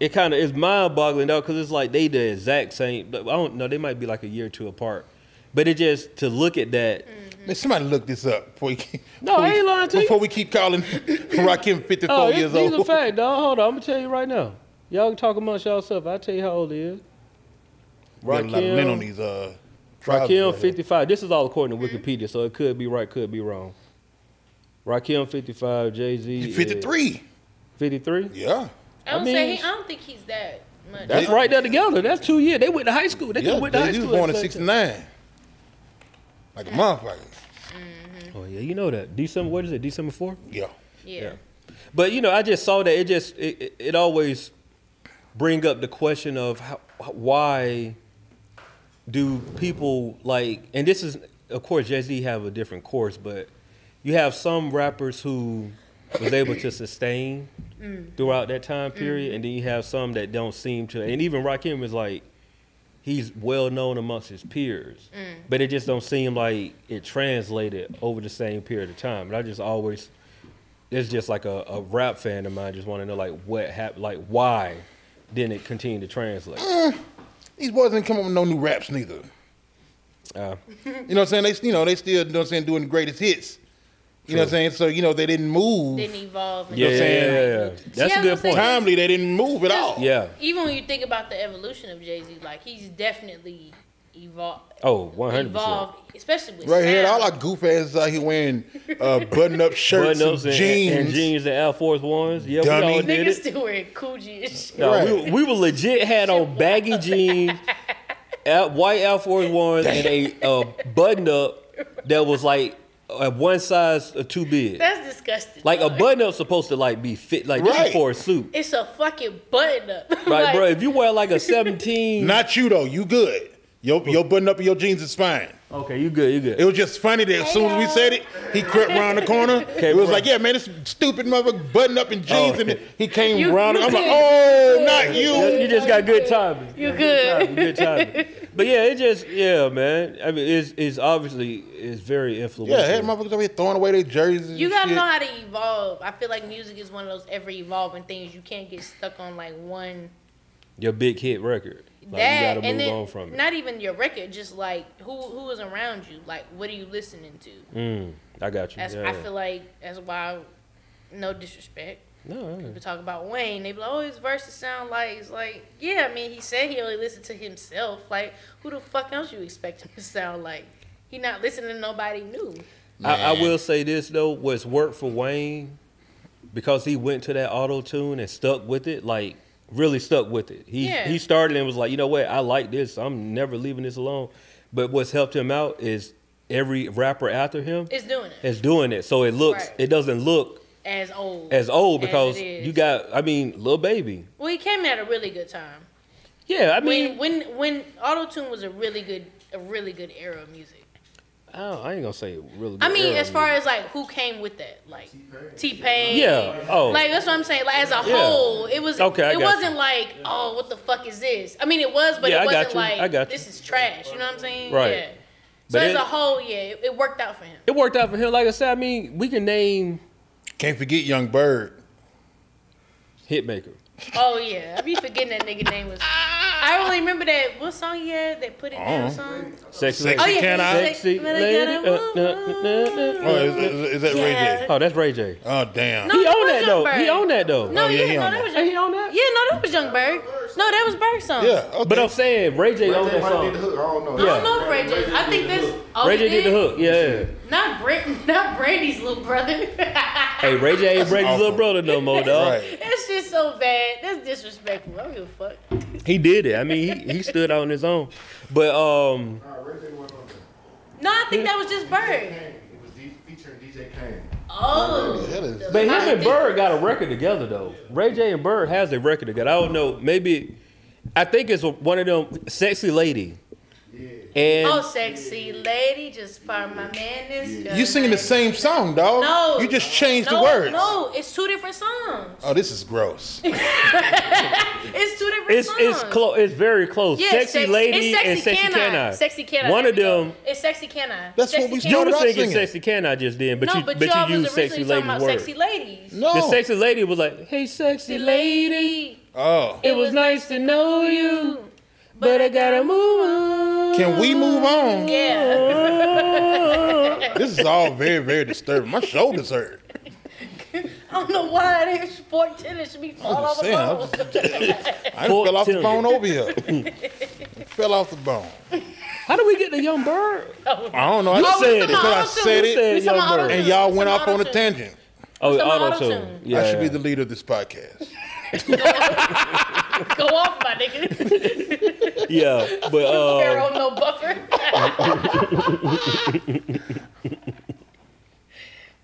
[SPEAKER 2] it kind of is mind boggling though, because it's like they the exact same. I don't know. They might be like a year or two apart, but it just to look at that.
[SPEAKER 1] Mm.
[SPEAKER 3] Man, somebody look this up before we keep,
[SPEAKER 2] No,
[SPEAKER 3] before
[SPEAKER 2] I ain't
[SPEAKER 3] we,
[SPEAKER 2] lying to you.
[SPEAKER 3] before we keep calling Rakim 54
[SPEAKER 2] Oh, it's,
[SPEAKER 3] years
[SPEAKER 2] he's a
[SPEAKER 3] old.
[SPEAKER 2] fact, dog. Hold on, I'm gonna tell you right now. Y'all can talk amongst yourself. I'll tell you how old he is.
[SPEAKER 3] We got a lot of lint on
[SPEAKER 2] Rakim,
[SPEAKER 3] these uh, trousers
[SPEAKER 2] Rakim
[SPEAKER 3] right here.
[SPEAKER 2] 55. This is all according to Wikipedia, so it could be right, could be wrong. Rakim 55, Jay Z
[SPEAKER 3] He's 53.
[SPEAKER 2] 53.
[SPEAKER 3] Yeah.
[SPEAKER 1] I don't
[SPEAKER 2] I
[SPEAKER 1] say
[SPEAKER 2] mean-
[SPEAKER 1] he, I don't think he's that much.
[SPEAKER 2] That's
[SPEAKER 3] They-
[SPEAKER 2] right there together. That's two years. They went to high school. They
[SPEAKER 3] Yeah,
[SPEAKER 2] went to high
[SPEAKER 3] they- he was
[SPEAKER 2] school.
[SPEAKER 3] born in
[SPEAKER 2] at the same time.
[SPEAKER 3] 69. Like a motherfucker.
[SPEAKER 2] Oh yeah, you know that. December. What is it? December 4th?
[SPEAKER 3] Yeah.
[SPEAKER 1] yeah.
[SPEAKER 2] Yeah. But you know, I just saw that it just it, it, it always bring up the question of how, why do people like and this is of course Jay Z have a different course, but you have some rappers who was able to sustain throughout that time period, and then you have some that don't seem to. And even Rakim is like, he's well known amongst his peers, but it just don't seem like it translated over the same period of time. And I just always, it's just like a, a rap fan of mine just want to know like what happened, like why didn't it continue to translate?
[SPEAKER 3] These boys ain't come up with no new raps neither.
[SPEAKER 2] Uh,
[SPEAKER 3] You know what I'm saying? They you know they still you know what I'm saying doing the greatest hits. You know what I'm saying? So you know they didn't move.
[SPEAKER 1] Didn't evolve. and
[SPEAKER 2] yeah,
[SPEAKER 1] shit.
[SPEAKER 2] yeah, yeah, yeah. That's
[SPEAKER 1] Yeah,
[SPEAKER 2] a
[SPEAKER 1] I'm
[SPEAKER 2] good
[SPEAKER 1] saying-
[SPEAKER 2] point.
[SPEAKER 3] Timely, they didn't move at all.
[SPEAKER 2] Yeah.
[SPEAKER 1] Even when you think about the evolution of Jay Z, like he's definitely evolved.
[SPEAKER 2] Oh, one hundred percent.
[SPEAKER 1] Evolved, especially with
[SPEAKER 3] Right here, all
[SPEAKER 1] sound.
[SPEAKER 3] our goof asses out here wearing uh, button-up shirts
[SPEAKER 2] Button-ups
[SPEAKER 3] and,
[SPEAKER 2] and,
[SPEAKER 3] jeans.
[SPEAKER 2] and jeans and Air Force Ones. Yeah, we all
[SPEAKER 3] Dummy.
[SPEAKER 2] did
[SPEAKER 1] niggas
[SPEAKER 2] it.
[SPEAKER 1] still wearing coochie and shit.
[SPEAKER 2] No,
[SPEAKER 3] Right.
[SPEAKER 2] we, we were legit had on baggy jeans, Al- white Air Force Ones, and a uh, button up that was like uh, one size uh, too big.
[SPEAKER 1] That's disgusting.
[SPEAKER 2] Like a
[SPEAKER 1] dog.
[SPEAKER 2] button up supposed to like be fit like this
[SPEAKER 3] Right.
[SPEAKER 2] is for a suit.
[SPEAKER 1] It's a fucking button up.
[SPEAKER 2] Right,
[SPEAKER 1] Like,
[SPEAKER 2] bro. If you wear like a seventeen,
[SPEAKER 3] Not you though. You good. Your your button up of your jeans is fine.
[SPEAKER 2] okay, you good, you
[SPEAKER 3] It
[SPEAKER 2] good.
[SPEAKER 3] was just funny that as soon as we said it, he crept around the corner. it was
[SPEAKER 2] bro.
[SPEAKER 3] like, yeah, man, this stupid motherfucker button up in jeans,
[SPEAKER 2] Oh.
[SPEAKER 3] and he came
[SPEAKER 1] You-
[SPEAKER 3] around. I'm like,
[SPEAKER 1] you-
[SPEAKER 3] oh, not
[SPEAKER 2] You
[SPEAKER 3] you.
[SPEAKER 2] just got good timing.
[SPEAKER 1] You good.
[SPEAKER 2] good timing. But yeah, it just yeah, man. I mean, it's it's obviously it's very influential.
[SPEAKER 3] Yeah, hey, motherfuckers over here throwing away their jerseys. And
[SPEAKER 1] You gotta
[SPEAKER 3] shit.
[SPEAKER 1] know how to evolve. I feel like music is one of those ever evolving things. You can't get stuck on like one
[SPEAKER 2] Your big hit record. Like you
[SPEAKER 1] that
[SPEAKER 2] gotta move
[SPEAKER 1] and then
[SPEAKER 2] on from it.
[SPEAKER 1] not even your record, just like who who is around you. Like what are you listening to?
[SPEAKER 2] Mm, I got you.
[SPEAKER 1] That's
[SPEAKER 2] yeah.
[SPEAKER 1] I feel like that's why no disrespect.
[SPEAKER 2] no, Oh, yeah.
[SPEAKER 1] We talk about Wayne, they be like, Oh, his verses sound like it's like yeah, I mean he said he only listened to himself. Like who the fuck else you expect him to sound like? He not listening to nobody new.
[SPEAKER 2] I, I
[SPEAKER 3] Man.
[SPEAKER 2] will say this though, what's worked for Wayne, because he went to that auto tune and stuck with it, like really stuck with it. He
[SPEAKER 1] Yeah.
[SPEAKER 2] he started and was like, you know what, I like this. I'm never leaving this alone. But what's helped him out is every rapper after him
[SPEAKER 1] Is doing it.
[SPEAKER 2] is doing it. So it looks
[SPEAKER 1] Right.
[SPEAKER 2] it doesn't look
[SPEAKER 1] As old.
[SPEAKER 2] as old
[SPEAKER 1] As it
[SPEAKER 2] because
[SPEAKER 1] is.
[SPEAKER 2] you got I mean, Lil Baby.
[SPEAKER 1] Well he came at a really good time.
[SPEAKER 2] Yeah, I
[SPEAKER 1] when
[SPEAKER 2] mean
[SPEAKER 1] when when auto tune was a really good a really good era of music.
[SPEAKER 2] I, don't- I ain't gonna say really
[SPEAKER 1] I
[SPEAKER 2] good
[SPEAKER 1] mean,
[SPEAKER 2] era
[SPEAKER 1] as far
[SPEAKER 2] music.
[SPEAKER 1] as like who came with that, like T Pain.
[SPEAKER 2] Yeah, oh.
[SPEAKER 1] Like that's what I'm saying. Like as a whole, it was
[SPEAKER 2] Okay, I
[SPEAKER 1] It
[SPEAKER 2] got
[SPEAKER 1] wasn't like oh, what the fuck is this? I mean, it was, but
[SPEAKER 2] Yeah,
[SPEAKER 1] it
[SPEAKER 2] I got
[SPEAKER 1] wasn't
[SPEAKER 2] you.
[SPEAKER 1] like
[SPEAKER 2] I got you.
[SPEAKER 1] this is trash. You know what I'm saying?
[SPEAKER 2] Right.
[SPEAKER 1] Yeah. So
[SPEAKER 2] But
[SPEAKER 1] as
[SPEAKER 2] it-
[SPEAKER 1] a whole, yeah, it, it worked out for him.
[SPEAKER 2] it worked out for him. Like I said, I mean, we can name
[SPEAKER 3] Can't forget Young Bird.
[SPEAKER 2] Hitmaker.
[SPEAKER 1] Oh yeah, I be forgetting that nigga name was. I only remember that what song he had that put it down
[SPEAKER 3] Uh-huh.
[SPEAKER 1] song.
[SPEAKER 2] Sexy,
[SPEAKER 3] Sexy
[SPEAKER 1] Oh yeah,
[SPEAKER 3] Can I?
[SPEAKER 2] Sexy lady.
[SPEAKER 1] uh,
[SPEAKER 2] uh, uh, uh, uh,
[SPEAKER 3] Oh,
[SPEAKER 2] uh.
[SPEAKER 3] is, is- is that
[SPEAKER 1] Yeah.
[SPEAKER 3] Ray J?
[SPEAKER 2] Oh, that's Ray J.
[SPEAKER 3] Oh, damn.
[SPEAKER 1] No,
[SPEAKER 2] He
[SPEAKER 1] that
[SPEAKER 2] owned
[SPEAKER 1] was
[SPEAKER 2] that though.
[SPEAKER 1] Youngberg.
[SPEAKER 2] He owned that though.
[SPEAKER 1] No,
[SPEAKER 3] Oh,
[SPEAKER 1] yeah,
[SPEAKER 3] yeah, he
[SPEAKER 1] no,
[SPEAKER 3] on
[SPEAKER 1] that
[SPEAKER 3] that.
[SPEAKER 1] was Young.
[SPEAKER 2] He on that?
[SPEAKER 1] Yeah, no, that was Young Bird. No, that was Bird song.
[SPEAKER 3] Yeah. Okay.
[SPEAKER 2] But I'm saying Ray J owned that
[SPEAKER 5] might did
[SPEAKER 2] song.
[SPEAKER 5] the hook. I don't know.
[SPEAKER 1] I don't know if Ray J. I think that's oh,
[SPEAKER 2] Ray
[SPEAKER 1] he
[SPEAKER 2] J did the hook. Yeah.
[SPEAKER 1] Not Brent, not Brandy's little brother.
[SPEAKER 2] Hey, Ray J ain't Brady's
[SPEAKER 3] awful.
[SPEAKER 2] little brother no more, dog.
[SPEAKER 3] Right.
[SPEAKER 1] That's just so bad. That's disrespectful. I don't give a fuck.
[SPEAKER 2] He did it. I mean, he, he stood out on his own. But um,
[SPEAKER 5] Nah, Ray J wasn't on there.
[SPEAKER 1] No, I think that was just Bird.
[SPEAKER 5] Kane. It was D- featuring DJ Kane.
[SPEAKER 1] Oh,
[SPEAKER 3] That is-
[SPEAKER 2] but him and Bird got a record together though. Ray J and Bird has a record together. I don't know. Maybe I think it's one of them sexy lady. And
[SPEAKER 1] Oh, sexy lady, just part of my madness.
[SPEAKER 3] You singing the same song, dog.
[SPEAKER 1] No.
[SPEAKER 3] You just changed
[SPEAKER 1] no,
[SPEAKER 3] the words.
[SPEAKER 1] No, it's two different songs.
[SPEAKER 3] Oh, this is gross.
[SPEAKER 1] It's two different
[SPEAKER 2] It's
[SPEAKER 1] songs.
[SPEAKER 2] it's close. It's very close.
[SPEAKER 1] Yeah,
[SPEAKER 2] sexy
[SPEAKER 1] sex- it's
[SPEAKER 2] lady
[SPEAKER 1] sexy
[SPEAKER 2] and sexy
[SPEAKER 1] can, I. Sexy can I.
[SPEAKER 2] One
[SPEAKER 1] There
[SPEAKER 2] of
[SPEAKER 1] we go.
[SPEAKER 2] them.
[SPEAKER 1] It's sexy can I.
[SPEAKER 3] That's what
[SPEAKER 1] Sexy
[SPEAKER 3] we
[SPEAKER 1] Can I.
[SPEAKER 2] You
[SPEAKER 3] started
[SPEAKER 2] were
[SPEAKER 3] off
[SPEAKER 2] singing
[SPEAKER 3] singing.
[SPEAKER 2] sexy can I just then, but
[SPEAKER 1] No,
[SPEAKER 2] you
[SPEAKER 1] but,
[SPEAKER 2] but,
[SPEAKER 1] y'all
[SPEAKER 2] you
[SPEAKER 1] was
[SPEAKER 2] use sexy
[SPEAKER 1] originally talking about
[SPEAKER 2] lady's word.
[SPEAKER 1] sexy ladies.
[SPEAKER 3] No.
[SPEAKER 2] The sexy lady was like, "Hey, sexy lady,
[SPEAKER 3] Oh.
[SPEAKER 2] it was nice to know you, but I gotta move on."
[SPEAKER 3] Can we move on?
[SPEAKER 1] Yeah.
[SPEAKER 3] This is all very, very disturbing. My shoulders hurt.
[SPEAKER 1] I don't know why that sport tennis should be
[SPEAKER 3] I'm
[SPEAKER 1] falling
[SPEAKER 3] just
[SPEAKER 1] off
[SPEAKER 3] saying.
[SPEAKER 1] the
[SPEAKER 3] I'm
[SPEAKER 1] boat.
[SPEAKER 3] just, I done
[SPEAKER 2] Fuck
[SPEAKER 3] fell off the
[SPEAKER 2] Tilly.
[SPEAKER 3] bone over here. fell off the bone.
[SPEAKER 2] How do we get the young bird?
[SPEAKER 3] I don't know. I
[SPEAKER 2] You
[SPEAKER 3] just
[SPEAKER 2] said it.
[SPEAKER 3] because I said it,
[SPEAKER 2] said Young Bird.
[SPEAKER 3] and y'all went off on a tangent.
[SPEAKER 2] Oh,
[SPEAKER 1] Some
[SPEAKER 2] auto
[SPEAKER 1] auto-tune.
[SPEAKER 2] tune. Yeah,
[SPEAKER 3] I should be the leader of this podcast.
[SPEAKER 1] Go off, my nigga.
[SPEAKER 2] yeah, but uh,
[SPEAKER 1] Arrow, no buffer.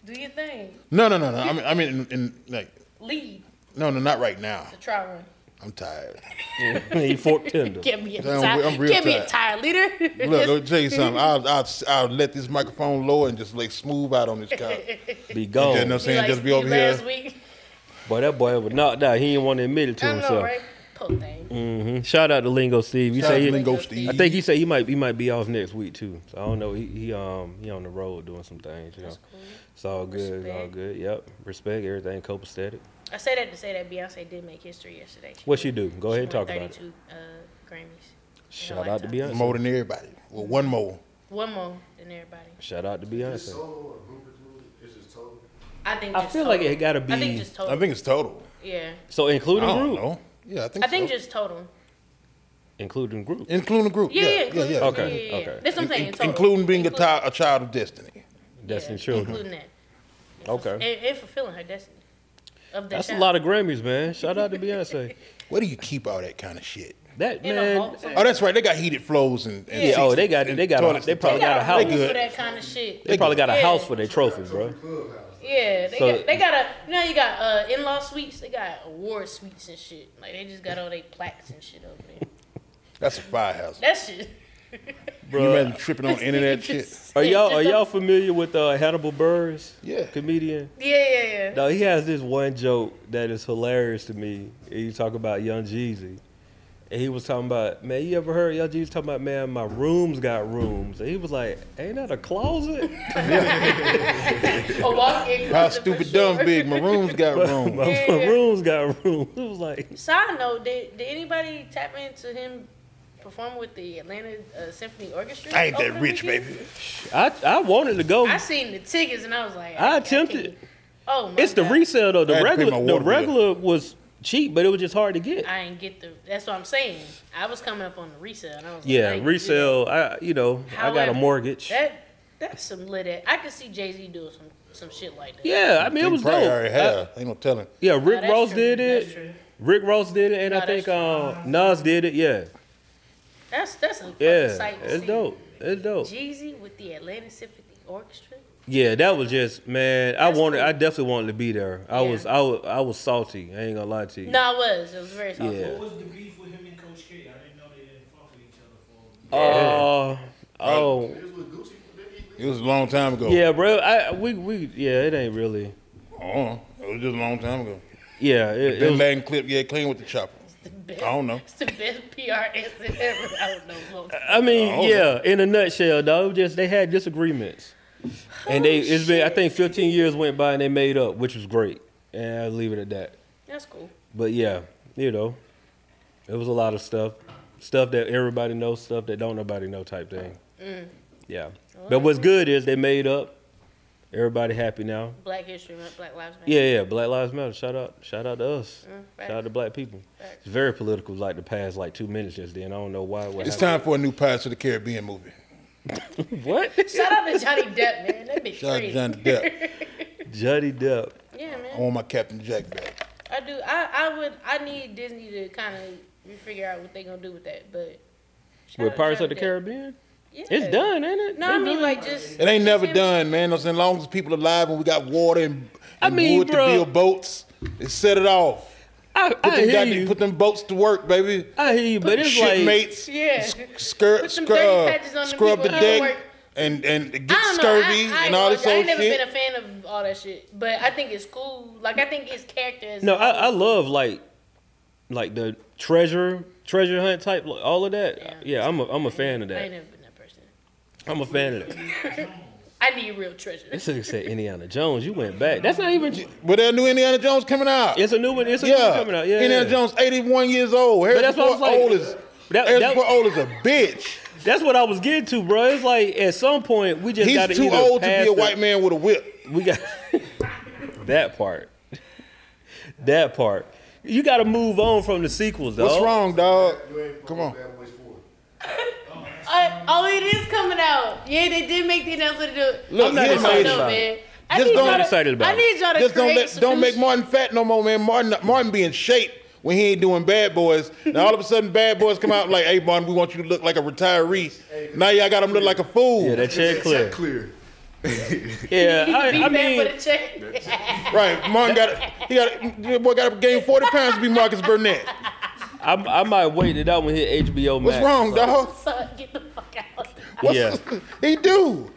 [SPEAKER 1] Do your thing.
[SPEAKER 3] No, no, no, no. I mean, I mean, in, in, like,
[SPEAKER 1] Lead
[SPEAKER 3] no, no, not right now.
[SPEAKER 1] the try run.
[SPEAKER 3] I'm tired.
[SPEAKER 2] he forked tender.
[SPEAKER 1] Can't be a
[SPEAKER 3] I'm-
[SPEAKER 1] tired.
[SPEAKER 3] I'm real
[SPEAKER 1] Can't be a
[SPEAKER 3] tired.
[SPEAKER 1] tired leader.
[SPEAKER 3] Look, let me tell you something. I'll, I'll, I'll let this microphone lower and just lay smooth out on this couch.
[SPEAKER 2] Be
[SPEAKER 3] You know what
[SPEAKER 2] gone.
[SPEAKER 3] I'm saying?
[SPEAKER 1] Like
[SPEAKER 3] just be
[SPEAKER 1] Steve
[SPEAKER 3] over here.
[SPEAKER 1] Last week.
[SPEAKER 2] Boy, that boy was knocked out. He didn't want to admit it to
[SPEAKER 1] I know,
[SPEAKER 2] himself.
[SPEAKER 1] right? Poor thing.
[SPEAKER 3] Mm.
[SPEAKER 2] hmm Shout out to Lingo Steve. You
[SPEAKER 3] Shout out
[SPEAKER 2] say
[SPEAKER 3] to
[SPEAKER 2] he,
[SPEAKER 3] Lingo
[SPEAKER 1] I
[SPEAKER 3] Steve.
[SPEAKER 2] I think he said he might he might be off next week too. So I don't know. He, he um he on the road doing some things. You know,
[SPEAKER 1] That's cool.
[SPEAKER 2] it's all good. It's all
[SPEAKER 1] Respect.
[SPEAKER 2] good. Yep. Respect everything. Copacetic.
[SPEAKER 1] I say that to say that Beyonce did make history yesterday.
[SPEAKER 2] What she do? Go
[SPEAKER 1] she
[SPEAKER 2] ahead and
[SPEAKER 1] won
[SPEAKER 2] talk about it.
[SPEAKER 1] 32, uh, Grammys.
[SPEAKER 2] Shout out to
[SPEAKER 1] lifetime.
[SPEAKER 2] Beyonce.
[SPEAKER 3] more than everybody. Well, one more.
[SPEAKER 1] One more than everybody.
[SPEAKER 2] Shout out to
[SPEAKER 5] Is
[SPEAKER 2] Beyonce.
[SPEAKER 5] it solo or group of dudes? It's just total.
[SPEAKER 1] I think.
[SPEAKER 2] I
[SPEAKER 1] Just
[SPEAKER 2] feel
[SPEAKER 1] total.
[SPEAKER 2] like it gotta
[SPEAKER 1] I think
[SPEAKER 2] be
[SPEAKER 1] just total.
[SPEAKER 3] I think it's Oh. total.
[SPEAKER 1] yeah.
[SPEAKER 2] so
[SPEAKER 3] I
[SPEAKER 2] including
[SPEAKER 3] don't
[SPEAKER 2] group,
[SPEAKER 3] know. Yeah, I think.
[SPEAKER 1] I think
[SPEAKER 3] so.
[SPEAKER 1] just total.
[SPEAKER 2] including group.
[SPEAKER 3] including group.
[SPEAKER 1] Yeah, yeah, including.
[SPEAKER 3] yeah.
[SPEAKER 2] Okay,
[SPEAKER 1] yeah, yeah, yeah.
[SPEAKER 2] okay.
[SPEAKER 1] That's what I'm saying.
[SPEAKER 3] In-
[SPEAKER 1] total.
[SPEAKER 3] including being a,
[SPEAKER 1] Including-
[SPEAKER 3] ti- a child of destiny.
[SPEAKER 2] Destiny
[SPEAKER 1] yeah,
[SPEAKER 2] Children.
[SPEAKER 1] Including that. And
[SPEAKER 2] Okay.
[SPEAKER 1] fulf- And, and fulfilling her destiny. Of that
[SPEAKER 2] That's a
[SPEAKER 1] child.
[SPEAKER 2] lot of Grammys, man. Shout out to Beyonce.
[SPEAKER 3] Where do you keep all that kind of shit?
[SPEAKER 2] That
[SPEAKER 1] In a
[SPEAKER 2] man.
[SPEAKER 1] vault
[SPEAKER 3] Oh,
[SPEAKER 1] somewhere.
[SPEAKER 3] that's right. They got heated flows and, and
[SPEAKER 2] Yeah. Oh,
[SPEAKER 3] seats
[SPEAKER 2] they got
[SPEAKER 3] and
[SPEAKER 2] they got a,
[SPEAKER 3] toilets
[SPEAKER 2] they
[SPEAKER 3] and
[SPEAKER 2] probably
[SPEAKER 1] They got a
[SPEAKER 2] house.
[SPEAKER 1] room
[SPEAKER 3] They good.
[SPEAKER 1] for that kind of shit.
[SPEAKER 2] They probably got a
[SPEAKER 1] Yeah.
[SPEAKER 2] house for their trophies, bro.
[SPEAKER 5] Clubhouse.
[SPEAKER 1] Yeah, they
[SPEAKER 2] So-
[SPEAKER 1] got, they got a you know you got uh in law suites, they got award suites and shit. Like they just got all they plaques and shit over there.
[SPEAKER 3] That's a firehouse.
[SPEAKER 1] That shit.
[SPEAKER 3] You imagine tripping on internet shit?
[SPEAKER 2] Are y'all
[SPEAKER 1] Just
[SPEAKER 2] are
[SPEAKER 1] a-
[SPEAKER 2] y'all familiar with uh, Hannibal Burris?
[SPEAKER 3] Yeah.
[SPEAKER 2] comedian.
[SPEAKER 1] Yeah, yeah, yeah.
[SPEAKER 2] No, he has this one joke that is hilarious to me. He talk about Young Jeezy, and he was talking about man. You ever heard Young Jeezy talking about man? My rooms got rooms, and he was like, "Ain't that a closet?
[SPEAKER 1] A walk-in closet
[SPEAKER 3] How
[SPEAKER 1] for
[SPEAKER 3] stupid,
[SPEAKER 1] sure.
[SPEAKER 3] dumb, big maroons got
[SPEAKER 2] my,
[SPEAKER 3] room.
[SPEAKER 2] my
[SPEAKER 1] Yeah.
[SPEAKER 2] rooms got rooms." It was like,
[SPEAKER 1] Side note: Did, did anybody tap into him performing with the Atlanta uh, Symphony Orchestra?
[SPEAKER 3] I ain't
[SPEAKER 1] over
[SPEAKER 3] that
[SPEAKER 1] the
[SPEAKER 3] rich,
[SPEAKER 1] weekend?
[SPEAKER 3] baby.
[SPEAKER 2] I I wanted to go.
[SPEAKER 1] I seen the tickets and I was like,
[SPEAKER 2] I
[SPEAKER 1] can't
[SPEAKER 2] attempted.
[SPEAKER 1] get it. Oh my
[SPEAKER 2] It's the
[SPEAKER 1] God.
[SPEAKER 2] resale though.
[SPEAKER 3] I
[SPEAKER 2] The
[SPEAKER 3] had to pay my
[SPEAKER 2] regular the
[SPEAKER 3] water bill.
[SPEAKER 2] regular was cheap, but it was just hard to get.
[SPEAKER 1] I ain't get the. That's what I'm saying. I was coming up on the resale. And I was like, I
[SPEAKER 2] Yeah,
[SPEAKER 1] ain't gonna do
[SPEAKER 2] resale. I you know
[SPEAKER 1] that.
[SPEAKER 2] I got a
[SPEAKER 1] However,
[SPEAKER 2] mortgage.
[SPEAKER 1] That that's some lit. ass- I could see Jay Z doing some some shit like that.
[SPEAKER 2] Yeah, I mean
[SPEAKER 3] They
[SPEAKER 2] it was
[SPEAKER 3] probably
[SPEAKER 2] dope.
[SPEAKER 3] already
[SPEAKER 2] I-
[SPEAKER 3] have. Ain't no telling.
[SPEAKER 2] Yeah, Rick
[SPEAKER 1] that's
[SPEAKER 2] Ross
[SPEAKER 1] true.
[SPEAKER 2] did
[SPEAKER 1] That's
[SPEAKER 2] it.
[SPEAKER 1] true.
[SPEAKER 2] Rick Ross did it, and
[SPEAKER 1] No,
[SPEAKER 2] I
[SPEAKER 1] that's
[SPEAKER 2] think
[SPEAKER 1] true.
[SPEAKER 2] uh, Nas did it. Yeah,
[SPEAKER 1] That's that's a fucking
[SPEAKER 2] yeah,
[SPEAKER 1] sight to
[SPEAKER 2] it's
[SPEAKER 1] see.
[SPEAKER 2] dope. It's dope.
[SPEAKER 1] Jeezy with the Atlanta Symphony Orchestra.
[SPEAKER 2] Yeah, that was just man. I
[SPEAKER 1] That's
[SPEAKER 2] wanted.
[SPEAKER 1] cool.
[SPEAKER 2] I definitely wanted to be there. I
[SPEAKER 1] Yeah.
[SPEAKER 2] was. I was. I was salty. I ain't gonna lie to you.
[SPEAKER 1] No, I was. It was very soft.
[SPEAKER 2] Yeah.
[SPEAKER 4] What was the beef with him and Coach K? I didn't know they didn't fuck with each other
[SPEAKER 2] Uh,
[SPEAKER 4] for.
[SPEAKER 2] oh.
[SPEAKER 5] It was with Gucci. They eat
[SPEAKER 3] It was a long time ago.
[SPEAKER 2] Yeah, bro. I we we yeah. It ain't really.
[SPEAKER 3] Oh, it was just a long time ago.
[SPEAKER 2] Yeah. It, it
[SPEAKER 3] Then
[SPEAKER 2] was,
[SPEAKER 3] Latin clip, yeah, clean with the chopper.
[SPEAKER 1] The best-
[SPEAKER 3] I don't know.
[SPEAKER 1] It's the best PR answer ever. I don't know.
[SPEAKER 2] I mean,
[SPEAKER 3] Oh.
[SPEAKER 2] yeah. In a nutshell, though, just they had disagreements, and they
[SPEAKER 1] Oh,
[SPEAKER 2] it's been. I think 15 years went by and they made up, which was great. And I leave it at that.
[SPEAKER 1] That's cool.
[SPEAKER 2] But yeah, you know, it was a lot of stuff, stuff that everybody knows, stuff that don't nobody know, type thing.
[SPEAKER 1] Mm. Oh,
[SPEAKER 2] Yeah. But what's good is they made up. Everybody happy now.
[SPEAKER 1] Black History Month, Black Lives Matter.
[SPEAKER 2] Yeah, yeah. Black Lives Matter. Shout out, shout out to us.
[SPEAKER 1] Mm, facts.
[SPEAKER 2] shout out to black people.
[SPEAKER 1] Facts.
[SPEAKER 2] It's very political. Like the past, like two minutes just then. I don't know why. What
[SPEAKER 3] It's
[SPEAKER 2] happened.
[SPEAKER 3] time for a new Pirates of the Caribbean movie.
[SPEAKER 2] What?
[SPEAKER 1] Shout out to Johnny Depp, man. That bitch
[SPEAKER 3] Shout out to
[SPEAKER 1] crazy.
[SPEAKER 3] Johnny Depp.
[SPEAKER 2] Johnny Depp.
[SPEAKER 1] Yeah, man.
[SPEAKER 3] I want my Captain Jack back.
[SPEAKER 1] I do. I, I would. I need Disney to kind of figure out what they gonna do with that. But shout
[SPEAKER 2] With
[SPEAKER 1] out
[SPEAKER 2] Pirates of the
[SPEAKER 1] Johnny Depp.
[SPEAKER 2] Caribbean.
[SPEAKER 1] Yeah.
[SPEAKER 2] It's done, ain't it?
[SPEAKER 1] No,
[SPEAKER 2] They
[SPEAKER 1] I mean
[SPEAKER 2] really-
[SPEAKER 1] like just.
[SPEAKER 3] It
[SPEAKER 1] just
[SPEAKER 3] ain't never
[SPEAKER 1] him-
[SPEAKER 3] done, man. As long as people alive and we got water and,
[SPEAKER 2] I
[SPEAKER 3] and
[SPEAKER 2] mean,
[SPEAKER 3] wood
[SPEAKER 2] bruh.
[SPEAKER 3] to build boats, it set it off.
[SPEAKER 2] I,
[SPEAKER 3] Put
[SPEAKER 2] I
[SPEAKER 3] them,
[SPEAKER 2] hear
[SPEAKER 3] goddamn-
[SPEAKER 2] you.
[SPEAKER 3] put them boats to work, baby.
[SPEAKER 2] I hear you, but it's like
[SPEAKER 3] Shipmates,
[SPEAKER 1] Yeah.
[SPEAKER 3] scur-
[SPEAKER 1] Put some
[SPEAKER 3] scur-
[SPEAKER 1] dirty
[SPEAKER 3] uh,
[SPEAKER 1] patches on them
[SPEAKER 3] scrub the
[SPEAKER 1] people that
[SPEAKER 3] deck,
[SPEAKER 1] work.
[SPEAKER 3] and and
[SPEAKER 1] I
[SPEAKER 3] get
[SPEAKER 1] don't know.
[SPEAKER 3] scurvy
[SPEAKER 1] I, I,
[SPEAKER 3] and all
[SPEAKER 1] ain't watch-
[SPEAKER 3] this
[SPEAKER 1] I
[SPEAKER 3] old
[SPEAKER 1] ain't never
[SPEAKER 3] shit.
[SPEAKER 1] been a fan of all that shit, but I think it's cool. Like I think his character is.
[SPEAKER 2] No, I, I love like like the treasure treasure hunt type like, all of that. Yeah,
[SPEAKER 1] Yeah.
[SPEAKER 2] I'm a I'm a fan of
[SPEAKER 1] I ain't
[SPEAKER 2] that.
[SPEAKER 1] never been that person.
[SPEAKER 2] I'm a fan of that.
[SPEAKER 1] I need real treasure.
[SPEAKER 2] This nigga said Indiana Jones. You went back. That's not even.
[SPEAKER 3] But that new Indiana Jones coming out.
[SPEAKER 2] It's a new one. It's a new
[SPEAKER 3] yeah,
[SPEAKER 2] one coming out. Yeah,
[SPEAKER 3] Indiana
[SPEAKER 2] yeah.
[SPEAKER 3] Jones, eighty-one years old. Harrison
[SPEAKER 2] that's what I
[SPEAKER 3] Ford
[SPEAKER 2] was like-
[SPEAKER 3] old is.
[SPEAKER 2] that-
[SPEAKER 3] Harrison
[SPEAKER 2] that-
[SPEAKER 3] Ford old is a bitch.
[SPEAKER 2] That's what I was getting to, bro. It's like at some point we just got
[SPEAKER 3] He's
[SPEAKER 2] to
[SPEAKER 3] too old to be a white
[SPEAKER 2] man.
[SPEAKER 3] man with a whip.
[SPEAKER 2] We got that part. that part. You got to move on from the sequels, though.
[SPEAKER 3] What's wrong, dog?
[SPEAKER 5] You ain't
[SPEAKER 3] Come
[SPEAKER 5] fucking
[SPEAKER 3] on.
[SPEAKER 5] with Bad Boys 4.
[SPEAKER 1] Uh, oh, it is coming out. Yeah, they did make the announcement. To do.
[SPEAKER 3] Look,
[SPEAKER 1] I'm not
[SPEAKER 3] here's my
[SPEAKER 1] excited
[SPEAKER 3] issue.
[SPEAKER 1] about it. I
[SPEAKER 3] Just
[SPEAKER 1] need
[SPEAKER 3] don't-
[SPEAKER 1] y'all to-
[SPEAKER 2] excited about
[SPEAKER 1] I
[SPEAKER 2] it.
[SPEAKER 1] need y'all to
[SPEAKER 3] Just don't
[SPEAKER 1] create
[SPEAKER 3] let,
[SPEAKER 1] some
[SPEAKER 3] don't
[SPEAKER 1] new
[SPEAKER 3] make Martin fat no more, man. Martin Martin be in shape when he ain't doing Bad Boys. Now all of a sudden, Bad Boys come out like, "Hey, Martin, we want you to look like a retiree." Now y'all got him look like a fool.
[SPEAKER 2] Yeah, that check clear.
[SPEAKER 5] Clear.
[SPEAKER 2] Yeah,
[SPEAKER 1] He
[SPEAKER 2] I,
[SPEAKER 1] beat
[SPEAKER 2] I
[SPEAKER 1] back
[SPEAKER 2] mean,
[SPEAKER 1] for the check.
[SPEAKER 3] Right, Martin got he got that boy got up gain forty pounds to be Marcus Burnett.
[SPEAKER 2] I, I might wait it out when hit HBO Max.
[SPEAKER 3] What's wrong,
[SPEAKER 2] or something.
[SPEAKER 3] dog?
[SPEAKER 1] so get the fuck out.
[SPEAKER 3] What's,
[SPEAKER 2] Yeah.
[SPEAKER 3] he do.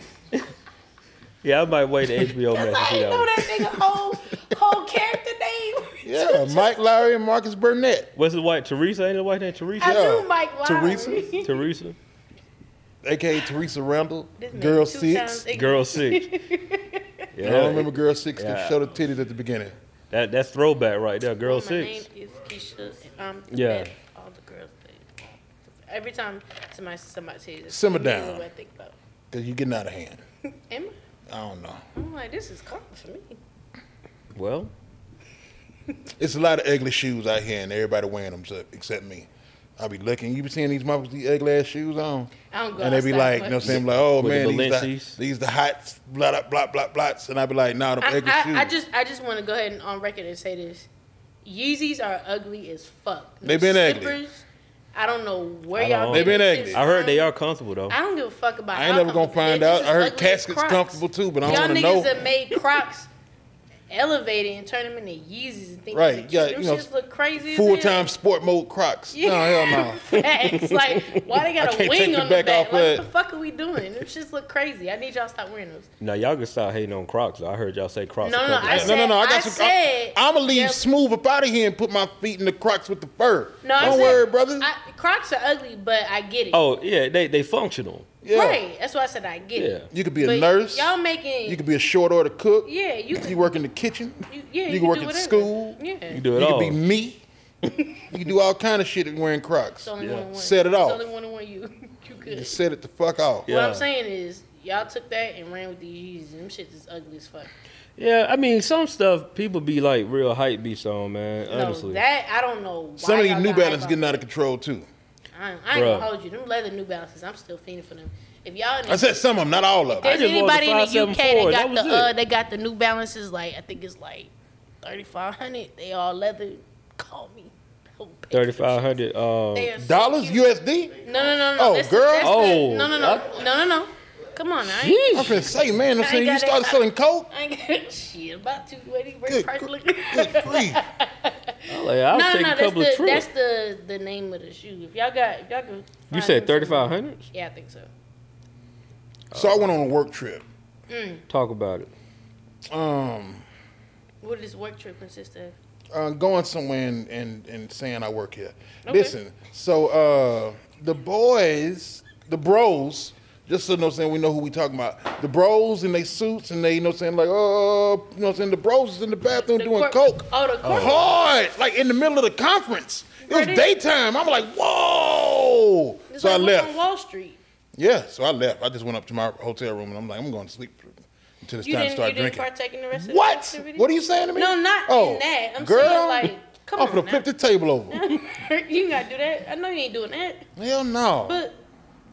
[SPEAKER 2] Yeah, I might wait to HBO Max to
[SPEAKER 1] I
[SPEAKER 2] see
[SPEAKER 1] ain't
[SPEAKER 2] that
[SPEAKER 1] know
[SPEAKER 2] one.
[SPEAKER 1] that nigga whole whole character name.
[SPEAKER 3] Yeah, Mike Lowry and Marcus Burnett.
[SPEAKER 2] What's his wife? Teresa? Ain't his wife named
[SPEAKER 1] I
[SPEAKER 2] Teresa?
[SPEAKER 3] Yeah.
[SPEAKER 1] knew Mike Lowry.
[SPEAKER 3] Teresa?
[SPEAKER 2] Teresa?
[SPEAKER 3] AKA Teresa Randall,
[SPEAKER 1] This man
[SPEAKER 3] Girl
[SPEAKER 1] two
[SPEAKER 3] Six.
[SPEAKER 1] times ignorant.
[SPEAKER 2] Girl Six.
[SPEAKER 3] I don't
[SPEAKER 2] Yeah,
[SPEAKER 3] remember Girl Six
[SPEAKER 2] Yeah.
[SPEAKER 3] that showed the titties at the beginning.
[SPEAKER 2] that, that's throwback right there. Girl
[SPEAKER 1] My
[SPEAKER 2] Six.
[SPEAKER 1] name is Keisha. and I'm the
[SPEAKER 2] Yeah.
[SPEAKER 1] best. All the girls think. Every time somebody says somebody says this,
[SPEAKER 3] Simmer
[SPEAKER 1] immediately
[SPEAKER 3] down.
[SPEAKER 1] what I think about.
[SPEAKER 3] Because you're getting out of hand.
[SPEAKER 1] Am
[SPEAKER 3] I don't know.
[SPEAKER 1] I? I'm like, this is common for me.
[SPEAKER 2] Well,
[SPEAKER 3] It's a lot of ugly shoes out here, and everybody wearing them except- except me. I'll be looking. You be seeing these motherfuckers with these ugly ass shoes on,
[SPEAKER 1] I don't go
[SPEAKER 3] and they be
[SPEAKER 1] outside
[SPEAKER 3] like,
[SPEAKER 1] much.
[SPEAKER 3] you know, what I'm saying, like, oh
[SPEAKER 2] With the
[SPEAKER 3] man, these
[SPEAKER 2] Balenci's.
[SPEAKER 3] the, these the hot blah blah blah blah blots, and I be like, nah, them
[SPEAKER 1] I,
[SPEAKER 3] ugly shoes.
[SPEAKER 1] I, I just I just want to go ahead and on record and say this: Yeezys are ugly as fuck.
[SPEAKER 3] They been ugly.
[SPEAKER 1] Slippers, I don't know where
[SPEAKER 2] I
[SPEAKER 1] y'all.
[SPEAKER 2] don't-
[SPEAKER 3] They
[SPEAKER 1] get
[SPEAKER 3] been
[SPEAKER 1] this
[SPEAKER 3] ugly.
[SPEAKER 1] from.
[SPEAKER 2] I heard they are comfortable though.
[SPEAKER 1] Um, I don't give a fuck about.
[SPEAKER 3] I ain't
[SPEAKER 1] how
[SPEAKER 3] never gonna
[SPEAKER 1] comfortable
[SPEAKER 3] find
[SPEAKER 1] they
[SPEAKER 3] out.
[SPEAKER 1] just
[SPEAKER 3] I heard
[SPEAKER 1] ugly as
[SPEAKER 3] caskets
[SPEAKER 1] Crocs.
[SPEAKER 3] comfortable too, but I
[SPEAKER 1] Y'all
[SPEAKER 3] don't
[SPEAKER 1] niggas
[SPEAKER 3] want to know.
[SPEAKER 1] that made Crocs elevated and turned them into Yeezys and things.
[SPEAKER 3] Right,
[SPEAKER 1] Right.
[SPEAKER 3] yeah,
[SPEAKER 1] Yeah. Them
[SPEAKER 3] you know,
[SPEAKER 1] shits look crazy. as hell.
[SPEAKER 3] Full time sport mode Crocs. No, hell no.
[SPEAKER 1] Facts. Like, why they
[SPEAKER 3] I
[SPEAKER 1] got a
[SPEAKER 3] can't take
[SPEAKER 1] wing
[SPEAKER 3] the
[SPEAKER 1] on the
[SPEAKER 3] back
[SPEAKER 1] back? Like,
[SPEAKER 3] off
[SPEAKER 1] what
[SPEAKER 3] of
[SPEAKER 1] the
[SPEAKER 3] it.
[SPEAKER 1] fuck are we doing? Them shits look crazy. I need y'all to stop wearing those.
[SPEAKER 2] Now y'all can stop hating on Crocs. though. I heard y'all say Crocs.
[SPEAKER 1] No,
[SPEAKER 2] are
[SPEAKER 1] no, no,
[SPEAKER 2] comfortable.
[SPEAKER 1] I
[SPEAKER 3] no, no, no. I got
[SPEAKER 1] I
[SPEAKER 3] some.
[SPEAKER 1] said-
[SPEAKER 3] I'm gonna leave
[SPEAKER 1] Yep.
[SPEAKER 3] smooth up out of here and put my feet in the Crocs with the fur.
[SPEAKER 1] No, I
[SPEAKER 3] don't
[SPEAKER 1] said-
[SPEAKER 3] worry, brother.
[SPEAKER 1] I, Crocs are ugly, but I get it.
[SPEAKER 2] oh yeah, they they functional.
[SPEAKER 3] yeah.
[SPEAKER 1] Right. That's why I said I get
[SPEAKER 2] Yeah.
[SPEAKER 1] it.
[SPEAKER 3] You could be a
[SPEAKER 1] But
[SPEAKER 3] nurse.
[SPEAKER 1] Y'all making.
[SPEAKER 3] You could be a short order cook.
[SPEAKER 1] yeah, you
[SPEAKER 3] You
[SPEAKER 1] can.
[SPEAKER 3] work in the kitchen.
[SPEAKER 1] You, yeah,
[SPEAKER 3] you
[SPEAKER 1] you,
[SPEAKER 3] can work
[SPEAKER 1] do
[SPEAKER 3] at
[SPEAKER 1] whatever.
[SPEAKER 3] school.
[SPEAKER 1] Yeah.
[SPEAKER 2] You do it
[SPEAKER 3] you
[SPEAKER 2] all.
[SPEAKER 3] could be me. you can do all kind of shit wearing Crocs.
[SPEAKER 1] It's only
[SPEAKER 2] Yeah.
[SPEAKER 1] one on one.
[SPEAKER 3] Set it off.
[SPEAKER 1] It's only one on one. You, you
[SPEAKER 3] You
[SPEAKER 1] good.
[SPEAKER 3] set it the fuck off.
[SPEAKER 2] Yeah.
[SPEAKER 1] What I'm saying is, y'all took that and ran with these Yeezys. Them shits is ugly as fuck.
[SPEAKER 2] Yeah, I mean some stuff people be like real hype beats on, man. Honestly,
[SPEAKER 1] No, that I don't know. Why
[SPEAKER 3] Some of these
[SPEAKER 1] y'all
[SPEAKER 3] New
[SPEAKER 1] got hype
[SPEAKER 3] Balance
[SPEAKER 1] off
[SPEAKER 3] getting
[SPEAKER 1] that.
[SPEAKER 3] out of control too.
[SPEAKER 1] I ain't, I ain't gonna
[SPEAKER 2] Bruh.
[SPEAKER 1] hold you. Them leather New Balances, I'm still fiending for them. If y'all,
[SPEAKER 3] I said some of them, not all of them.
[SPEAKER 1] there's
[SPEAKER 2] just wanted
[SPEAKER 1] anybody in the
[SPEAKER 2] the
[SPEAKER 1] UK that
[SPEAKER 2] 574,
[SPEAKER 1] got
[SPEAKER 2] that
[SPEAKER 1] the
[SPEAKER 2] was
[SPEAKER 1] uh,
[SPEAKER 2] it.
[SPEAKER 1] they got the New Balances, like I think it's like 3,500. They all leather. Call me. I will pay for
[SPEAKER 2] thirty
[SPEAKER 1] them
[SPEAKER 2] five hundred. Um,
[SPEAKER 1] shits. They are so
[SPEAKER 3] Dollars,
[SPEAKER 1] cute.
[SPEAKER 3] USD.
[SPEAKER 1] No, no, no, no.
[SPEAKER 3] Oh,
[SPEAKER 1] That's-
[SPEAKER 3] girl.
[SPEAKER 1] that's the-
[SPEAKER 2] Oh.
[SPEAKER 1] No, no, no, no, no, no. Come on, I ain't,
[SPEAKER 3] I'm
[SPEAKER 2] Yeesh.
[SPEAKER 3] finna say, man. I'm
[SPEAKER 1] I
[SPEAKER 3] saying
[SPEAKER 1] got
[SPEAKER 3] you
[SPEAKER 1] it.
[SPEAKER 3] started selling coke.
[SPEAKER 1] I ain't got shit about to. What he
[SPEAKER 3] Good,
[SPEAKER 1] price
[SPEAKER 3] gr-
[SPEAKER 1] look?
[SPEAKER 3] good grief.
[SPEAKER 2] I'm like, I'll
[SPEAKER 1] no,
[SPEAKER 2] take
[SPEAKER 1] no,
[SPEAKER 2] a couple
[SPEAKER 1] that's
[SPEAKER 2] of
[SPEAKER 1] the,
[SPEAKER 2] trips.
[SPEAKER 1] that's the the name of the shoe. If y'all got, if y'all can.
[SPEAKER 2] you
[SPEAKER 1] find
[SPEAKER 2] said
[SPEAKER 1] them
[SPEAKER 2] thirty
[SPEAKER 1] somewhere.
[SPEAKER 2] five hundred.
[SPEAKER 1] Yeah, I think so.
[SPEAKER 3] So I went on a work trip.
[SPEAKER 1] Mm.
[SPEAKER 2] Talk about it.
[SPEAKER 3] Um,
[SPEAKER 1] What does this work trip consist of?
[SPEAKER 3] uh, going somewhere and, and, and saying I work here.
[SPEAKER 1] Okay.
[SPEAKER 3] Listen, so uh, the boys, the bros, just so you know what I'm saying we know who we talking about. The bros in their suits and they you know what I'm saying like oh you know what I'm saying the bros is in the bathroom
[SPEAKER 1] The
[SPEAKER 3] doing
[SPEAKER 1] corp-
[SPEAKER 3] coke. Uh-huh.
[SPEAKER 1] Oh, the corporate.
[SPEAKER 3] Hard, like in the middle of the conference. It was
[SPEAKER 1] Right.
[SPEAKER 3] daytime. I'm like, whoa.
[SPEAKER 1] It's
[SPEAKER 3] so
[SPEAKER 1] like
[SPEAKER 3] I
[SPEAKER 1] what's
[SPEAKER 3] left.
[SPEAKER 1] on Wall Street.
[SPEAKER 3] Yeah, so I left. I just went up to my hotel room and I'm like, I'm going to sleep until it's
[SPEAKER 1] You
[SPEAKER 3] time to
[SPEAKER 1] didn't,
[SPEAKER 3] start
[SPEAKER 1] you didn't
[SPEAKER 3] drinking.
[SPEAKER 1] partake in the rest of the
[SPEAKER 3] What?
[SPEAKER 1] activity?
[SPEAKER 3] What are you saying to me? Oh,
[SPEAKER 1] No, not in that. I'm
[SPEAKER 3] girl,
[SPEAKER 1] saying like, come
[SPEAKER 3] I'm
[SPEAKER 1] on
[SPEAKER 3] gonna
[SPEAKER 1] now.
[SPEAKER 3] flip the table over.
[SPEAKER 1] you ain't gotta do that. I know you ain't doing that.
[SPEAKER 3] Hell no.
[SPEAKER 1] But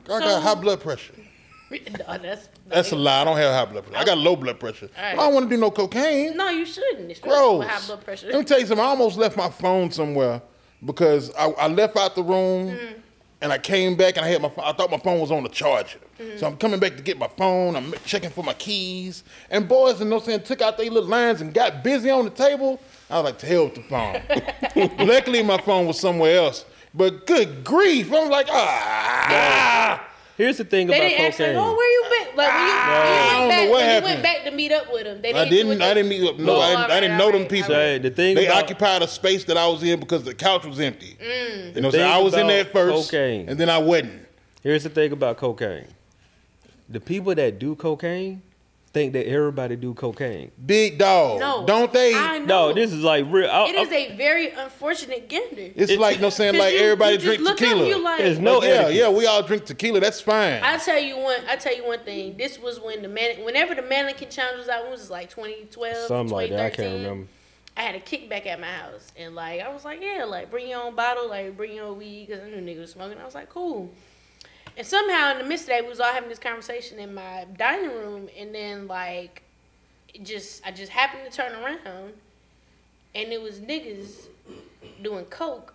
[SPEAKER 3] I
[SPEAKER 1] so-
[SPEAKER 3] got high blood pressure.
[SPEAKER 1] no, that's
[SPEAKER 3] That's a lie. I don't have high blood pressure. I got low blood pressure.
[SPEAKER 1] All right.
[SPEAKER 3] I don't want to do no cocaine.
[SPEAKER 1] No, you shouldn't. It's
[SPEAKER 3] Gross.
[SPEAKER 1] High blood pressure.
[SPEAKER 3] Let me tell you something. I almost left my phone somewhere because I, I left out the room
[SPEAKER 1] Mm.
[SPEAKER 3] and I came back and I had my phone. I thought my phone was on the charger.
[SPEAKER 1] Mm.
[SPEAKER 3] So I'm coming back to get my phone. I'm checking for my keys. And boys, and no saying, took out their little lines and got busy on the table. I was like, to hell with the phone. Luckily, my phone was somewhere else. But good grief, I'm like, ah.
[SPEAKER 2] Here's the thing
[SPEAKER 1] They
[SPEAKER 2] about
[SPEAKER 1] didn't ask like,
[SPEAKER 2] cocaine.
[SPEAKER 1] oh, where you been? Like when you,
[SPEAKER 3] I don't
[SPEAKER 1] when you, went,
[SPEAKER 3] know
[SPEAKER 1] back,
[SPEAKER 3] what
[SPEAKER 1] when you
[SPEAKER 3] happened.
[SPEAKER 1] went back to meet up with them, they
[SPEAKER 3] I
[SPEAKER 1] didn't. do
[SPEAKER 3] didn't.
[SPEAKER 1] it
[SPEAKER 3] I
[SPEAKER 1] like-
[SPEAKER 3] didn't meet up. No,
[SPEAKER 1] Oh,
[SPEAKER 3] I didn't, I
[SPEAKER 1] alright,
[SPEAKER 3] didn't know them
[SPEAKER 1] alright,
[SPEAKER 3] people.
[SPEAKER 2] alright. Say, the thing
[SPEAKER 3] they
[SPEAKER 2] about-
[SPEAKER 3] occupied a space that I was in because the couch was
[SPEAKER 1] Mm.
[SPEAKER 3] empty. You know, so
[SPEAKER 2] thing
[SPEAKER 3] I was in
[SPEAKER 2] about
[SPEAKER 3] there at first,
[SPEAKER 2] cocaine.
[SPEAKER 3] and then I wasn't.
[SPEAKER 2] Here's the thing about cocaine. The people that do cocaine think that everybody do cocaine.
[SPEAKER 3] Big dog,
[SPEAKER 1] No,
[SPEAKER 3] don't they?
[SPEAKER 1] I know.
[SPEAKER 2] No, this is like real. I,
[SPEAKER 1] It
[SPEAKER 2] I-
[SPEAKER 1] is a very unfortunate gander.
[SPEAKER 3] it's
[SPEAKER 2] it-
[SPEAKER 3] like no saying
[SPEAKER 1] 'Cause
[SPEAKER 3] like
[SPEAKER 1] you-
[SPEAKER 3] everybody
[SPEAKER 1] you just
[SPEAKER 3] drink
[SPEAKER 1] look up,
[SPEAKER 3] tequila.
[SPEAKER 1] you like-
[SPEAKER 2] There's no
[SPEAKER 3] Like, yeah,
[SPEAKER 2] etiquette.
[SPEAKER 3] yeah, we all drink tequila. That's fine.
[SPEAKER 1] I tell you one. I tell you one thing. This was when the man, whenever the mannequin challenge was out, when was it like 2012,
[SPEAKER 2] something like that. I can't
[SPEAKER 1] 2013?
[SPEAKER 2] remember.
[SPEAKER 1] I had a kickback at my house, and like I was like, yeah, like bring your own bottle, like bring your own weed, because I knew niggas was smoking. I was like, cool. And somehow in the midst of that, we was all having this conversation in my dining room, and then like, it just I just happened to turn around, and it was niggas doing coke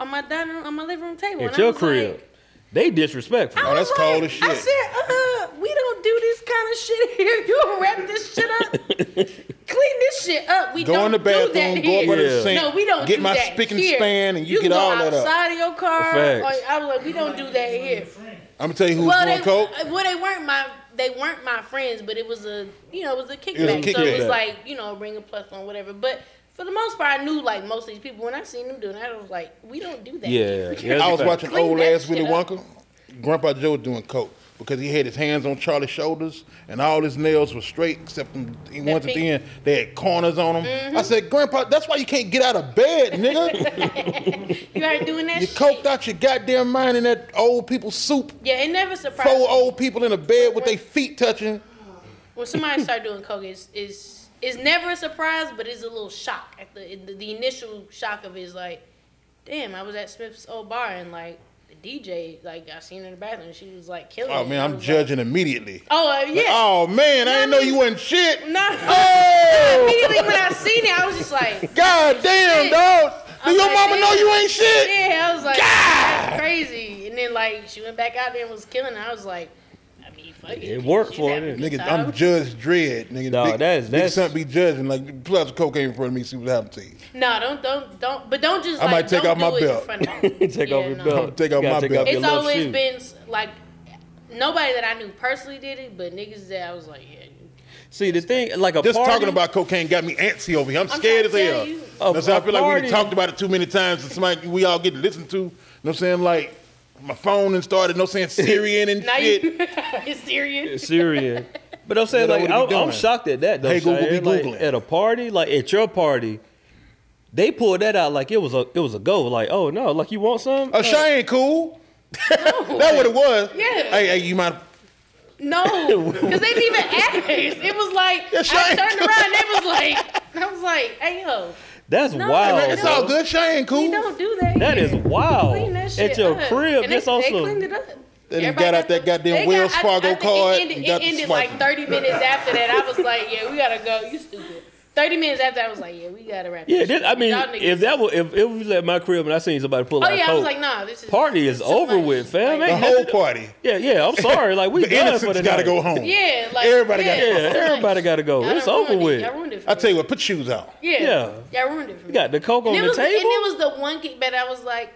[SPEAKER 1] on my dining room, on my living room table. and
[SPEAKER 2] At
[SPEAKER 1] I
[SPEAKER 2] your
[SPEAKER 1] was
[SPEAKER 2] crib,
[SPEAKER 1] like, Ah.
[SPEAKER 2] they disrespectful.
[SPEAKER 3] Oh, that's
[SPEAKER 1] was
[SPEAKER 3] cold as
[SPEAKER 1] I
[SPEAKER 3] shit.
[SPEAKER 1] said, uh, we don't do this kind of shit here. You don't wrap this shit up. Clean this shit up. We
[SPEAKER 3] Go
[SPEAKER 1] don't
[SPEAKER 3] in the
[SPEAKER 1] do that
[SPEAKER 3] bathroom, go
[SPEAKER 1] here.
[SPEAKER 3] up under
[SPEAKER 2] Yeah.
[SPEAKER 3] the sink,
[SPEAKER 1] No, we don't
[SPEAKER 3] get
[SPEAKER 1] do
[SPEAKER 3] my
[SPEAKER 1] that
[SPEAKER 3] spick and
[SPEAKER 1] here.
[SPEAKER 3] span, and you,
[SPEAKER 1] can
[SPEAKER 3] get
[SPEAKER 1] go
[SPEAKER 3] all that up.
[SPEAKER 1] outside of your car.
[SPEAKER 2] Facts.
[SPEAKER 1] Or- I was like, we don't do that here.
[SPEAKER 3] I'm gonna tell you who was
[SPEAKER 1] Well,
[SPEAKER 3] doing
[SPEAKER 1] they,
[SPEAKER 3] coke.
[SPEAKER 1] well, they weren't my they weren't my friends, but it was a you know it was a kickback.
[SPEAKER 3] was a
[SPEAKER 1] So it
[SPEAKER 3] kickback.
[SPEAKER 1] was like you know bring a plus one whatever. But for the most part, I knew like most of these people. When I seen them doing that, I was like, we don't do that.
[SPEAKER 2] Yeah,
[SPEAKER 1] here.
[SPEAKER 2] yeah.
[SPEAKER 3] I was
[SPEAKER 2] Clean
[SPEAKER 3] watching
[SPEAKER 1] that
[SPEAKER 3] old ass Willy
[SPEAKER 1] shit up.
[SPEAKER 3] Wonka. Grandpa Joe was doing coke because he had his hands on Charlie's shoulders and all his nails were straight except them the ones at
[SPEAKER 1] pink.
[SPEAKER 3] the end. They had corners on them.
[SPEAKER 1] Mm-hmm.
[SPEAKER 3] I said, Grandpa, that's why you can't get out of bed, nigga.
[SPEAKER 1] you are doing that.
[SPEAKER 3] you
[SPEAKER 1] shit.
[SPEAKER 3] coked out your goddamn mind in that old people soup.
[SPEAKER 1] Yeah, it never surprised
[SPEAKER 3] Four
[SPEAKER 1] me
[SPEAKER 3] old people in a bed with their feet touching.
[SPEAKER 1] when somebody start doing coke. Is is is never a surprise, but it's a little shock at the the, the initial shock of it is like, damn, I was at Smith's old bar and like. the DJ, like I seen her in the bathroom, she was like killing.
[SPEAKER 3] Oh
[SPEAKER 1] it.
[SPEAKER 3] man,
[SPEAKER 1] I
[SPEAKER 3] I'm
[SPEAKER 1] was
[SPEAKER 3] judging immediately.
[SPEAKER 1] Like, oh uh, yeah.
[SPEAKER 3] Like, oh man, I
[SPEAKER 1] No,
[SPEAKER 3] didn't know
[SPEAKER 1] no.
[SPEAKER 3] you wasn't shit.
[SPEAKER 1] No.
[SPEAKER 3] Oh!
[SPEAKER 1] Immediately when I seen it, I was just like,
[SPEAKER 3] God damn,
[SPEAKER 1] Shit.
[SPEAKER 3] dog. Do
[SPEAKER 1] I'm
[SPEAKER 3] your
[SPEAKER 1] like,
[SPEAKER 3] mama know
[SPEAKER 1] "Damn."
[SPEAKER 3] you ain't shit?
[SPEAKER 1] yeah, I was like,
[SPEAKER 3] God.
[SPEAKER 1] that's crazy. And then like she went back out there and was killing. It. I was like, I mean, fuck it.
[SPEAKER 2] It worked
[SPEAKER 1] She's
[SPEAKER 2] for her,
[SPEAKER 1] having a
[SPEAKER 2] didn't
[SPEAKER 1] good
[SPEAKER 3] Nigga, I'm
[SPEAKER 1] time.
[SPEAKER 3] Judge Dredd, nigga.
[SPEAKER 2] Dawg,
[SPEAKER 3] big,
[SPEAKER 2] that is-
[SPEAKER 3] big
[SPEAKER 2] that's-
[SPEAKER 3] son be judging. Like, pull out some cocaine in front of me, see what happens to you.
[SPEAKER 1] no, don't, don't, don't. But don't just.
[SPEAKER 3] I
[SPEAKER 1] like,
[SPEAKER 3] might take
[SPEAKER 1] don't
[SPEAKER 3] off my
[SPEAKER 1] do it in
[SPEAKER 3] belt.
[SPEAKER 1] front of me.
[SPEAKER 2] take
[SPEAKER 1] Yeah,
[SPEAKER 2] off your
[SPEAKER 1] no.
[SPEAKER 2] belt.
[SPEAKER 3] Take
[SPEAKER 2] You
[SPEAKER 3] off
[SPEAKER 2] gotta
[SPEAKER 3] my
[SPEAKER 2] take
[SPEAKER 3] belt.
[SPEAKER 2] off your
[SPEAKER 1] It's
[SPEAKER 2] left
[SPEAKER 1] always
[SPEAKER 2] shoe.
[SPEAKER 1] been like nobody that I knew personally did it, but niggas that I was like, yeah.
[SPEAKER 2] See the thing, like a
[SPEAKER 3] Just
[SPEAKER 2] party,
[SPEAKER 3] talking about cocaine got me antsy over here. I'm
[SPEAKER 1] trying to
[SPEAKER 3] scared as
[SPEAKER 1] tell
[SPEAKER 3] hell.
[SPEAKER 1] you.
[SPEAKER 2] A-
[SPEAKER 3] That's how I
[SPEAKER 2] a
[SPEAKER 3] feel like we
[SPEAKER 2] party-
[SPEAKER 3] done talked about it too many times. and somebody we all get listened to. You know what I'm saying? Like, my phone and started, no saying Syrian and
[SPEAKER 1] Now
[SPEAKER 3] shit.
[SPEAKER 1] you, you serious?
[SPEAKER 2] Syrian. But I'm saying
[SPEAKER 3] Yeah,
[SPEAKER 2] like
[SPEAKER 3] that what
[SPEAKER 2] I'm,
[SPEAKER 3] we
[SPEAKER 2] I'm
[SPEAKER 3] doing.
[SPEAKER 2] shocked at that though.
[SPEAKER 3] Hey, Google,
[SPEAKER 2] Shia.
[SPEAKER 3] be
[SPEAKER 2] Like,
[SPEAKER 3] Googling.
[SPEAKER 2] at a party, like at your party, they pulled that out like it was a it was a go. Like oh no, like you want some? Uh,
[SPEAKER 3] Oh, Shy ain't cool. That what it was.
[SPEAKER 1] Yeah.
[SPEAKER 3] Hey, hey, you might.
[SPEAKER 1] No, because they didn't even ask. It was like
[SPEAKER 3] That's
[SPEAKER 1] I
[SPEAKER 3] right.
[SPEAKER 1] turned around. They was like, I was like, hey yo,
[SPEAKER 2] That's
[SPEAKER 1] No,
[SPEAKER 2] wild.
[SPEAKER 3] It's
[SPEAKER 2] bro.
[SPEAKER 3] all good. Shy ain't
[SPEAKER 1] we
[SPEAKER 3] cool.
[SPEAKER 1] don't do that.
[SPEAKER 2] That
[SPEAKER 1] here.
[SPEAKER 2] is wild.
[SPEAKER 1] Clean that shit
[SPEAKER 2] At your
[SPEAKER 1] up. And
[SPEAKER 2] crib,
[SPEAKER 1] they,
[SPEAKER 2] that's
[SPEAKER 1] They
[SPEAKER 2] also
[SPEAKER 1] cleaned it up.
[SPEAKER 3] They done
[SPEAKER 1] Everybody
[SPEAKER 3] got out
[SPEAKER 1] got
[SPEAKER 3] that
[SPEAKER 1] the-
[SPEAKER 3] goddamn
[SPEAKER 1] they
[SPEAKER 3] Wells
[SPEAKER 1] I- I
[SPEAKER 3] Fargo
[SPEAKER 1] think
[SPEAKER 3] card
[SPEAKER 1] It ended,
[SPEAKER 3] and
[SPEAKER 1] it
[SPEAKER 3] got the
[SPEAKER 1] ended
[SPEAKER 3] smoking.
[SPEAKER 1] like 30 minutes after that. I was like, yeah, we gotta go. You stupid. 30 minutes after, I was like, yeah, we gotta wrap
[SPEAKER 2] Yeah,
[SPEAKER 1] this
[SPEAKER 2] this,
[SPEAKER 1] shit
[SPEAKER 2] I
[SPEAKER 1] up.
[SPEAKER 2] mean,
[SPEAKER 1] Y'all niggas-
[SPEAKER 2] if that was if it was at my crib and I seen somebody pull
[SPEAKER 1] Oh,
[SPEAKER 2] out a
[SPEAKER 1] yeah, I
[SPEAKER 2] coke,
[SPEAKER 1] was like, nah, this is.
[SPEAKER 2] party is
[SPEAKER 1] too
[SPEAKER 2] over
[SPEAKER 1] much.
[SPEAKER 2] with, fam.
[SPEAKER 1] Like,
[SPEAKER 2] Ain't
[SPEAKER 3] The
[SPEAKER 2] nothing-
[SPEAKER 3] whole party.
[SPEAKER 2] yeah, yeah, I'm sorry. Like we
[SPEAKER 3] The
[SPEAKER 2] done for the
[SPEAKER 3] innocents got
[SPEAKER 2] night.
[SPEAKER 3] to go home.
[SPEAKER 1] Yeah, like.
[SPEAKER 3] Everybody
[SPEAKER 1] yeah,
[SPEAKER 3] got-
[SPEAKER 1] it's
[SPEAKER 2] Yeah,
[SPEAKER 1] too much.
[SPEAKER 2] everybody gotta go.
[SPEAKER 1] Y'all
[SPEAKER 2] It's
[SPEAKER 1] done
[SPEAKER 2] over
[SPEAKER 1] ruined it.
[SPEAKER 2] with.
[SPEAKER 1] Y'all ruined it for
[SPEAKER 3] I
[SPEAKER 1] me.
[SPEAKER 3] tell you what, put your shoes on.
[SPEAKER 1] Yeah.
[SPEAKER 2] Yeah.
[SPEAKER 1] Y'all ruined it for me.
[SPEAKER 2] You got the coke
[SPEAKER 1] and
[SPEAKER 2] on
[SPEAKER 1] it
[SPEAKER 2] the
[SPEAKER 1] was, And
[SPEAKER 2] table.
[SPEAKER 1] it was the one kick that I was like,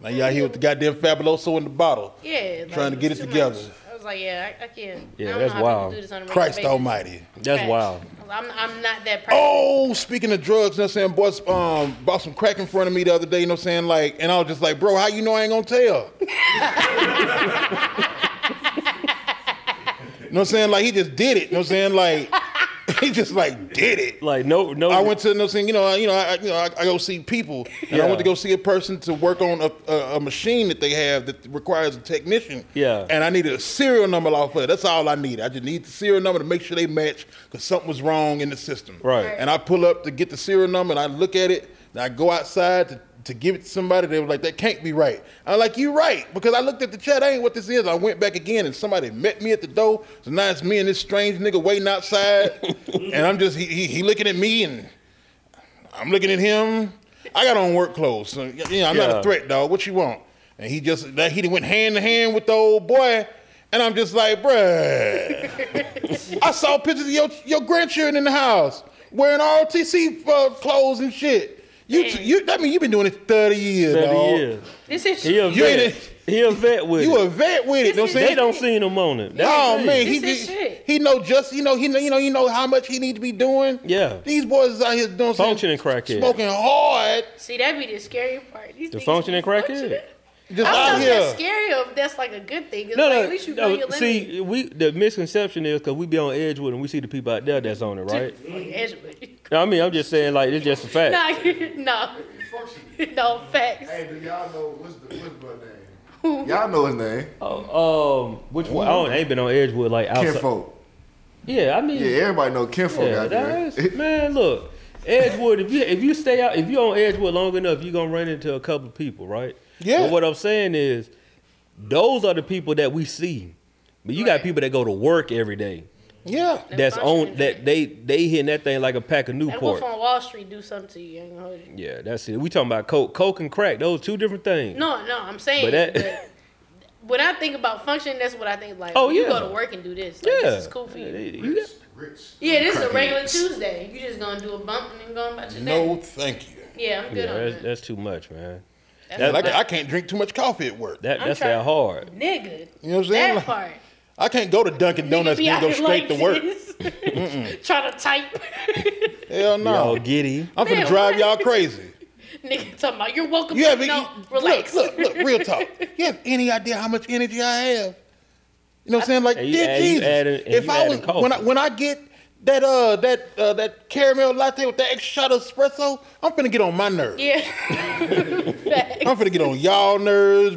[SPEAKER 3] Now y'all here with the goddamn Fabuloso in the bottle.
[SPEAKER 1] yeah. like,
[SPEAKER 3] Trying to get
[SPEAKER 1] it's
[SPEAKER 3] it
[SPEAKER 1] too
[SPEAKER 3] together.
[SPEAKER 1] much. I was like, yeah, I, I can't.
[SPEAKER 2] Yeah,
[SPEAKER 1] I don't
[SPEAKER 2] that's
[SPEAKER 1] know how
[SPEAKER 2] wild.
[SPEAKER 1] People do this on a regular
[SPEAKER 3] Christ
[SPEAKER 1] basis.
[SPEAKER 3] Almighty.
[SPEAKER 2] That's
[SPEAKER 1] Facts.
[SPEAKER 2] wild.
[SPEAKER 1] I'm, I'm not that person.
[SPEAKER 3] Oh, speaking of drugs, you know what I'm saying? Boys, um, bought some crack in front of me the other day, you know what I'm saying? Like, and I was just like, bro, how you know I ain't gonna tell? you know what I'm saying? Like, he just did it. You know what I'm saying? Like, he just like did it.
[SPEAKER 2] Like no, no.
[SPEAKER 3] I went to you know, what I'm saying, you know, I, you know, I, you know, I, I go see people, and I
[SPEAKER 2] Yeah.
[SPEAKER 3] went to go see a person to work on a, a, a machine that they have that requires a technician.
[SPEAKER 2] Yeah.
[SPEAKER 3] And I needed a serial number off of it. That's all I need. I just need the serial number to make sure they match because something was wrong in the system.
[SPEAKER 2] Right.
[SPEAKER 3] And I pull up to get the serial number, and I look at it, and I go outside to. To give it to somebody, they were like, "That can't be right." I'm like, "You right," because I looked at the chat. I ain't what this is. I went back again, and somebody met me at the door. So now it's me and this strange nigga waiting outside, and I'm just he, he, he looking at me, and I'm looking at him. I got on work clothes. So, you know, I'm not
[SPEAKER 2] Yeah.
[SPEAKER 3] a threat, dog. What you want? And he just that he went hand to hand with the old boy, and I'm just like, bruh. I saw pictures of your your grandchildren in the house wearing ROTC uh, clothes and shit. You, t-
[SPEAKER 1] Man.
[SPEAKER 3] you, I mean, you've been doing it 30 years,
[SPEAKER 2] 30
[SPEAKER 3] dog.
[SPEAKER 2] years.
[SPEAKER 1] This is
[SPEAKER 2] He a
[SPEAKER 3] You
[SPEAKER 2] vet.
[SPEAKER 3] ain't
[SPEAKER 2] He a vet with.
[SPEAKER 3] You
[SPEAKER 2] it.
[SPEAKER 3] a vet with it, you know what I'm
[SPEAKER 2] they
[SPEAKER 3] saying?
[SPEAKER 2] don't see him on it. That's the
[SPEAKER 3] Oh
[SPEAKER 2] thing.
[SPEAKER 3] man, he
[SPEAKER 1] This is
[SPEAKER 3] be-
[SPEAKER 1] shit.
[SPEAKER 3] he know just you know he know you know you know how much he need to be doing.
[SPEAKER 2] Yeah.
[SPEAKER 3] these boys is out here doing some-
[SPEAKER 2] Functioning crackhead.
[SPEAKER 3] smoking hard.
[SPEAKER 1] See, that'd be the scary part. These
[SPEAKER 2] The
[SPEAKER 1] niggas
[SPEAKER 2] functioning
[SPEAKER 1] be
[SPEAKER 2] crackhead.
[SPEAKER 1] I
[SPEAKER 3] Just out
[SPEAKER 1] don't know if that's
[SPEAKER 3] here.
[SPEAKER 1] scary or if that's like a good thing. It's
[SPEAKER 2] No,
[SPEAKER 1] like,
[SPEAKER 2] no,
[SPEAKER 1] at least you know
[SPEAKER 2] no.
[SPEAKER 1] your limit.
[SPEAKER 2] See, we the misconception is because we be on edge with and we see the people out there that's on it, right?
[SPEAKER 1] Like, Edgewood.
[SPEAKER 2] I mean, I'm just saying, like it's just a fact.
[SPEAKER 1] Nah, no,
[SPEAKER 5] Functioning.
[SPEAKER 1] no facts.
[SPEAKER 5] Hey, do y'all know what's the what's my name? Y'all know his name.
[SPEAKER 2] Oh, um, which one? I, don't, I ain't been on Edgewood like outside.
[SPEAKER 5] Kinfolk.
[SPEAKER 2] Yeah, I mean,
[SPEAKER 5] Yeah, everybody know Kinfolk
[SPEAKER 2] yeah,
[SPEAKER 5] out there.
[SPEAKER 2] that's- man, look, Edgewood. If you if you stay out, if you on Edgewood long enough, you are gonna run into a couple of people, right?
[SPEAKER 3] Yeah.
[SPEAKER 2] But what I'm saying is, those are the people that we see. But you got people that go to work every day.
[SPEAKER 3] Yeah.
[SPEAKER 1] That
[SPEAKER 2] that's
[SPEAKER 1] functioning
[SPEAKER 2] on
[SPEAKER 1] drink.
[SPEAKER 2] that they they hitting that thing like a pack of
[SPEAKER 1] That wolf
[SPEAKER 2] Newport.
[SPEAKER 1] on Wall Street do something to you. I ain't gonna hold you.
[SPEAKER 2] Yeah, that's it. We talking about coke, coke and crack. Those two different things.
[SPEAKER 1] No, no, I'm saying.
[SPEAKER 2] But that-
[SPEAKER 1] that- when I think about functioning, that's what I think. Like,
[SPEAKER 2] Oh,
[SPEAKER 1] you
[SPEAKER 2] yeah.
[SPEAKER 1] go to work and do this. Like,
[SPEAKER 2] yeah,
[SPEAKER 1] this is cool for you.
[SPEAKER 2] You got-
[SPEAKER 5] Rich.
[SPEAKER 1] Yeah, this is a regular Tuesday. You just gonna do a bump and then go on about your day.
[SPEAKER 3] No, thank you.
[SPEAKER 1] Yeah, I'm good
[SPEAKER 2] yeah,
[SPEAKER 1] on
[SPEAKER 2] that's,
[SPEAKER 1] that.
[SPEAKER 2] that's too much, man.
[SPEAKER 1] That's
[SPEAKER 2] that-
[SPEAKER 3] Like
[SPEAKER 1] fine.
[SPEAKER 3] I can't drink too much coffee at work.
[SPEAKER 2] That
[SPEAKER 1] I'm
[SPEAKER 2] that's
[SPEAKER 1] trying-
[SPEAKER 2] that hard.
[SPEAKER 1] Nigga.
[SPEAKER 3] You know what I'm saying?
[SPEAKER 1] That
[SPEAKER 3] Like-
[SPEAKER 1] part.
[SPEAKER 3] I can't go to Dunkin'
[SPEAKER 1] Nigga
[SPEAKER 3] Donuts and
[SPEAKER 1] be
[SPEAKER 3] go
[SPEAKER 1] out here
[SPEAKER 3] straight to
[SPEAKER 1] like
[SPEAKER 3] work.
[SPEAKER 1] this. Trying to type.
[SPEAKER 3] Hell no.
[SPEAKER 2] Y'all giddy.
[SPEAKER 3] I'm gonna
[SPEAKER 1] Man,
[SPEAKER 3] drive
[SPEAKER 1] what?
[SPEAKER 3] y'all crazy.
[SPEAKER 1] Nigga talking about you're welcome.
[SPEAKER 3] You
[SPEAKER 1] to-
[SPEAKER 3] have any,
[SPEAKER 1] no, relax.
[SPEAKER 3] Look, look, look, real talk. You have any idea how much energy I have? You know what I'm saying? Like,
[SPEAKER 2] And you
[SPEAKER 3] dear
[SPEAKER 2] add- you
[SPEAKER 3] Jesus,
[SPEAKER 2] add in- and
[SPEAKER 3] if
[SPEAKER 2] you
[SPEAKER 3] I
[SPEAKER 2] add
[SPEAKER 3] was
[SPEAKER 2] in coffee.
[SPEAKER 3] when I when I get that uh that uh, that caramel latte with that extra shot of espresso, I'm finna get on my nerves.
[SPEAKER 1] Yeah.
[SPEAKER 3] I'm finna get on y'all nerves,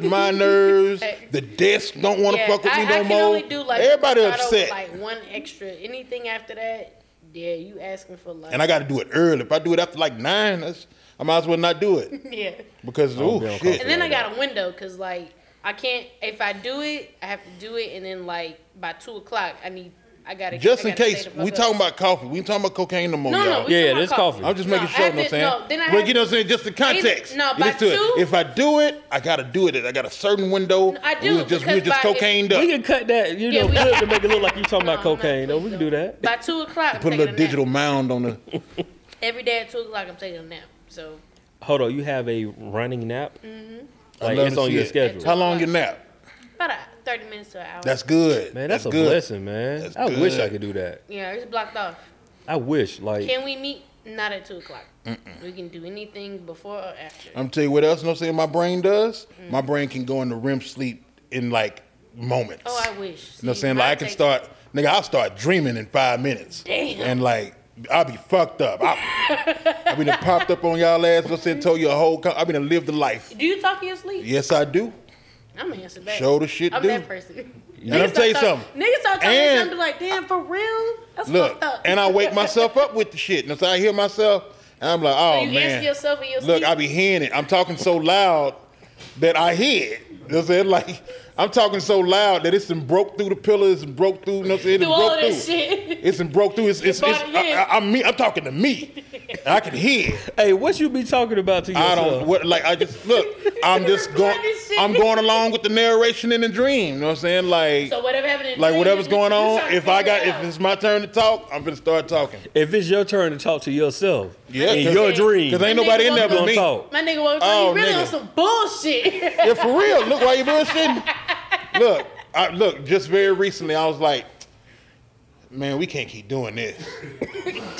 [SPEAKER 3] my nerves.
[SPEAKER 1] Facts.
[SPEAKER 3] The desk don't want to
[SPEAKER 1] yeah,
[SPEAKER 3] fuck with
[SPEAKER 1] I,
[SPEAKER 3] me no
[SPEAKER 1] I can
[SPEAKER 3] more.
[SPEAKER 1] only do like
[SPEAKER 3] Everybody
[SPEAKER 1] avocado with,
[SPEAKER 3] upset,
[SPEAKER 1] Like one extra. Anything after that, yeah, you asking for love.
[SPEAKER 3] and I got to do it early. If I do it after like nine, that's, I might as well not do it
[SPEAKER 1] yeah.
[SPEAKER 3] because
[SPEAKER 2] don't be
[SPEAKER 3] oh
[SPEAKER 2] on
[SPEAKER 3] shit.
[SPEAKER 1] And then I got a window because like I can't. If I do it, I have to do it, and then like by two o'clock, I need. I gotta.
[SPEAKER 3] Just
[SPEAKER 1] I
[SPEAKER 3] in
[SPEAKER 1] gotta stay
[SPEAKER 3] case,
[SPEAKER 1] the fuck
[SPEAKER 3] we
[SPEAKER 1] up.
[SPEAKER 3] talking about coffee. We ain't talking about cocaine no more,
[SPEAKER 1] No,
[SPEAKER 3] y'all.
[SPEAKER 1] no. we
[SPEAKER 2] Yeah,
[SPEAKER 1] talking
[SPEAKER 2] this
[SPEAKER 1] about
[SPEAKER 2] coffee.
[SPEAKER 3] I'm just making
[SPEAKER 1] No,
[SPEAKER 3] sure, you know what
[SPEAKER 1] after-
[SPEAKER 3] I'm saying?
[SPEAKER 1] No, then I
[SPEAKER 3] but
[SPEAKER 1] have-
[SPEAKER 3] you know what I'm saying? Just the context.
[SPEAKER 1] no,
[SPEAKER 3] You
[SPEAKER 1] by
[SPEAKER 3] just do it.
[SPEAKER 1] two-
[SPEAKER 3] If I do it, I gotta do it at I got a certain window.
[SPEAKER 1] I do,
[SPEAKER 3] We was just, we
[SPEAKER 1] because
[SPEAKER 3] was just
[SPEAKER 1] by-
[SPEAKER 3] cocained
[SPEAKER 2] We
[SPEAKER 3] up.
[SPEAKER 2] can cut that, you
[SPEAKER 1] Yeah,
[SPEAKER 2] know,
[SPEAKER 1] we-
[SPEAKER 2] clip to make it look like you talking
[SPEAKER 1] No,
[SPEAKER 2] about
[SPEAKER 1] no,
[SPEAKER 2] cocaine. though.
[SPEAKER 1] please
[SPEAKER 2] we can
[SPEAKER 1] don't.
[SPEAKER 2] do that.
[SPEAKER 1] By two o'clock, I'm
[SPEAKER 3] Put a
[SPEAKER 1] taking
[SPEAKER 3] little digital
[SPEAKER 1] Nap.
[SPEAKER 3] mound on the.
[SPEAKER 1] Every day at two o'clock, I'm taking a nap. So
[SPEAKER 2] Hold on, you have a running nap.
[SPEAKER 1] Mm-hmm.
[SPEAKER 3] I
[SPEAKER 2] Like
[SPEAKER 3] love
[SPEAKER 2] it's
[SPEAKER 3] to
[SPEAKER 2] on
[SPEAKER 3] see
[SPEAKER 2] your
[SPEAKER 3] it.
[SPEAKER 2] schedule.
[SPEAKER 3] How long your nap?
[SPEAKER 1] about a, thirty minutes to an hour.
[SPEAKER 3] That's good.
[SPEAKER 2] Man, that's, a
[SPEAKER 3] good.
[SPEAKER 2] blessing, man.
[SPEAKER 3] That's
[SPEAKER 2] I wish I
[SPEAKER 3] good.
[SPEAKER 2] could do that.
[SPEAKER 1] yeah, it's blocked off.
[SPEAKER 2] I wish, like,
[SPEAKER 1] Can we meet? Not at two o'clock. We can do anything before or after.
[SPEAKER 3] I'm tell you what else. You know what I'm saying? My brain does. My brain can go into REM sleep in like moments.
[SPEAKER 1] oh, I wish.
[SPEAKER 3] You know what I'm
[SPEAKER 1] See,
[SPEAKER 3] saying? Like I
[SPEAKER 1] mine
[SPEAKER 3] can
[SPEAKER 1] take-
[SPEAKER 3] start, nigga, I'll start dreaming in five minutes.
[SPEAKER 1] Damn.
[SPEAKER 3] And like, I'll be fucked up. I, I mean, it popped up on y'all ass. I said, told you a whole, co- I mean, I lived the life.
[SPEAKER 1] Do you talk in your sleep?
[SPEAKER 3] Yes, I do.
[SPEAKER 1] I'm gonna answer that.
[SPEAKER 3] Show the shit,
[SPEAKER 1] I'm
[SPEAKER 3] dude.
[SPEAKER 1] that person.
[SPEAKER 3] And I'm
[SPEAKER 1] Niggas
[SPEAKER 3] tell you
[SPEAKER 1] start talk-
[SPEAKER 3] something.
[SPEAKER 1] Niggas start talking
[SPEAKER 3] And-
[SPEAKER 1] and, something be like, damn, for real? That's
[SPEAKER 3] Look,
[SPEAKER 1] fucked up.
[SPEAKER 3] and I wake myself up with the shit. And so I hear myself, and I'm like, oh
[SPEAKER 1] So you
[SPEAKER 3] man.
[SPEAKER 1] answer yourself in your
[SPEAKER 3] Look,
[SPEAKER 1] sleep?
[SPEAKER 3] I be hearing it. I'm talking so loud that I hear it. You know what I'm saying? Like, I'm talking so loud that it's done broke through the pillars and broke through, you know what I'm saying? It
[SPEAKER 1] do
[SPEAKER 3] done
[SPEAKER 1] all
[SPEAKER 3] broke
[SPEAKER 1] of that
[SPEAKER 3] through.
[SPEAKER 1] shit.
[SPEAKER 3] It's and broke through. It's it's,
[SPEAKER 1] Your
[SPEAKER 3] it's
[SPEAKER 1] body
[SPEAKER 3] I,
[SPEAKER 1] is.
[SPEAKER 3] I, am me. I'm talking to me. I can hear. it.
[SPEAKER 2] hey, what you be talking about to yourself?
[SPEAKER 3] I don't what like I just look. I'm just going. I'm going along with the narration in the dream. You know what I'm saying? Like
[SPEAKER 1] So whatever happened in the
[SPEAKER 3] like
[SPEAKER 1] dream,
[SPEAKER 3] whatever's
[SPEAKER 1] you-
[SPEAKER 3] going
[SPEAKER 1] you
[SPEAKER 3] on.
[SPEAKER 1] trying to
[SPEAKER 3] If I
[SPEAKER 1] figure
[SPEAKER 3] got
[SPEAKER 1] it
[SPEAKER 3] if
[SPEAKER 1] out.
[SPEAKER 3] it's my turn to talk, I'm gonna start talking.
[SPEAKER 2] If it's your turn to talk to yourself
[SPEAKER 3] Yeah,
[SPEAKER 2] in
[SPEAKER 3] 'cause-
[SPEAKER 2] your dream,
[SPEAKER 3] Cause ain't
[SPEAKER 1] That
[SPEAKER 3] nobody
[SPEAKER 1] nigga
[SPEAKER 3] in there
[SPEAKER 1] woke
[SPEAKER 3] but
[SPEAKER 2] gonna
[SPEAKER 3] me.
[SPEAKER 2] talk.
[SPEAKER 1] My nigga woke up,
[SPEAKER 3] Oh,
[SPEAKER 1] you really
[SPEAKER 3] nigga.
[SPEAKER 1] on some bullshit. Oh,
[SPEAKER 3] Yeah, for real. Look, why you bullshitting? look, I, look. Just very recently, I was like, man, we can't keep doing this.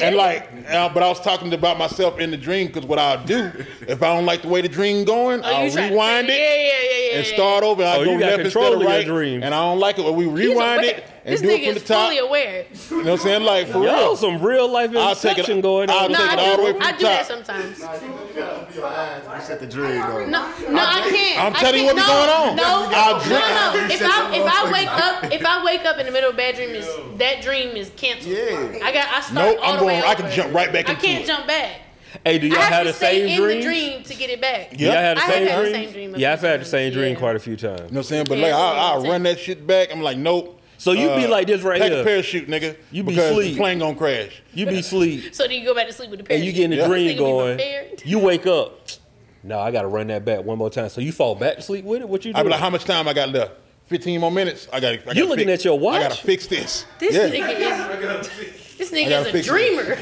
[SPEAKER 3] and like, uh, but I was talking about myself in the dream because what I'll do if I don't like the way the dream going,
[SPEAKER 1] Oh,
[SPEAKER 3] I'll
[SPEAKER 1] you trying to
[SPEAKER 3] rewind
[SPEAKER 1] say-
[SPEAKER 3] it.
[SPEAKER 1] Yeah, yeah, yeah, yeah.
[SPEAKER 3] And
[SPEAKER 1] yeah.
[SPEAKER 3] start over. I
[SPEAKER 2] Oh,
[SPEAKER 3] go
[SPEAKER 2] you got
[SPEAKER 3] left
[SPEAKER 2] control
[SPEAKER 3] instead of
[SPEAKER 2] of your
[SPEAKER 3] right,
[SPEAKER 2] dream.
[SPEAKER 3] and I don't like it. Well, we
[SPEAKER 1] He's
[SPEAKER 3] rewind
[SPEAKER 1] aware.
[SPEAKER 3] it and
[SPEAKER 1] this
[SPEAKER 3] do
[SPEAKER 1] nigga
[SPEAKER 3] it from the
[SPEAKER 1] is
[SPEAKER 3] top.
[SPEAKER 1] fully aware.
[SPEAKER 3] You know what I'm saying? Like
[SPEAKER 2] y'all
[SPEAKER 3] for real.
[SPEAKER 2] some real life
[SPEAKER 3] I'll take it-
[SPEAKER 2] inception going
[SPEAKER 3] I'll
[SPEAKER 2] on.
[SPEAKER 1] No,
[SPEAKER 3] take
[SPEAKER 1] I
[SPEAKER 3] it all the way
[SPEAKER 1] do.
[SPEAKER 3] from
[SPEAKER 1] I
[SPEAKER 3] the
[SPEAKER 1] do that
[SPEAKER 3] top.
[SPEAKER 1] sometimes.
[SPEAKER 5] Nah, you gotta open your eyes and set the dream though.
[SPEAKER 1] No, no, I can't.
[SPEAKER 3] I'm
[SPEAKER 1] I
[SPEAKER 3] telling you
[SPEAKER 1] can't-
[SPEAKER 3] what's
[SPEAKER 1] no,
[SPEAKER 3] going on.
[SPEAKER 1] No,
[SPEAKER 3] I'll
[SPEAKER 1] no,
[SPEAKER 3] drink.
[SPEAKER 1] no. If I if I wake up if I wake up in the middle of a bad dream, is that dream is canceled?
[SPEAKER 5] Yeah.
[SPEAKER 1] I got. I start
[SPEAKER 3] Nope,
[SPEAKER 1] all
[SPEAKER 3] I'm
[SPEAKER 1] the way
[SPEAKER 3] going- I can
[SPEAKER 1] over.
[SPEAKER 3] jump right back
[SPEAKER 1] I
[SPEAKER 3] into
[SPEAKER 1] can't
[SPEAKER 3] it.
[SPEAKER 1] jump back.
[SPEAKER 2] Hey, do y'all
[SPEAKER 1] I have
[SPEAKER 2] have
[SPEAKER 1] to
[SPEAKER 2] the same
[SPEAKER 1] stay in
[SPEAKER 2] dreams?
[SPEAKER 1] the dream to get it back.
[SPEAKER 3] Yeah.
[SPEAKER 2] Y'all had the
[SPEAKER 1] I have
[SPEAKER 2] same
[SPEAKER 1] had the
[SPEAKER 2] dream.
[SPEAKER 1] same dream a
[SPEAKER 2] yeah,
[SPEAKER 1] few
[SPEAKER 2] I've had the
[SPEAKER 1] times,
[SPEAKER 2] same dream
[SPEAKER 1] yeah.
[SPEAKER 2] quite a few times.
[SPEAKER 3] You know what I'm saying? But
[SPEAKER 1] Yeah,
[SPEAKER 3] like,
[SPEAKER 1] it's a
[SPEAKER 3] I,
[SPEAKER 1] long
[SPEAKER 3] I'll
[SPEAKER 1] time.
[SPEAKER 3] run that shit back. I'm like, nope.
[SPEAKER 2] So you be like this right
[SPEAKER 3] pack
[SPEAKER 2] here.
[SPEAKER 3] a parachute, nigga.
[SPEAKER 2] You be
[SPEAKER 3] because
[SPEAKER 2] asleep.
[SPEAKER 3] the plane gonna crash.
[SPEAKER 2] You be sleep
[SPEAKER 1] So do you go back to sleep with the
[SPEAKER 2] and
[SPEAKER 1] parents?
[SPEAKER 2] you get in the
[SPEAKER 3] Yeah.
[SPEAKER 1] This
[SPEAKER 2] dream
[SPEAKER 1] nigga be
[SPEAKER 2] going.
[SPEAKER 1] prepared.
[SPEAKER 2] You wake up. No, I gotta run that back one more time. So you fall back to sleep with it. What you
[SPEAKER 3] I'll
[SPEAKER 2] do?
[SPEAKER 3] be like, how much time I got left? 15 more minutes. I got. I gotta
[SPEAKER 2] You looking
[SPEAKER 3] fix-
[SPEAKER 2] at your watch?
[SPEAKER 3] I gotta fix this.
[SPEAKER 1] This
[SPEAKER 3] yeah.
[SPEAKER 1] nigga is this
[SPEAKER 3] I
[SPEAKER 1] nigga
[SPEAKER 3] gotta
[SPEAKER 1] is a
[SPEAKER 3] fix it.
[SPEAKER 1] dreamer.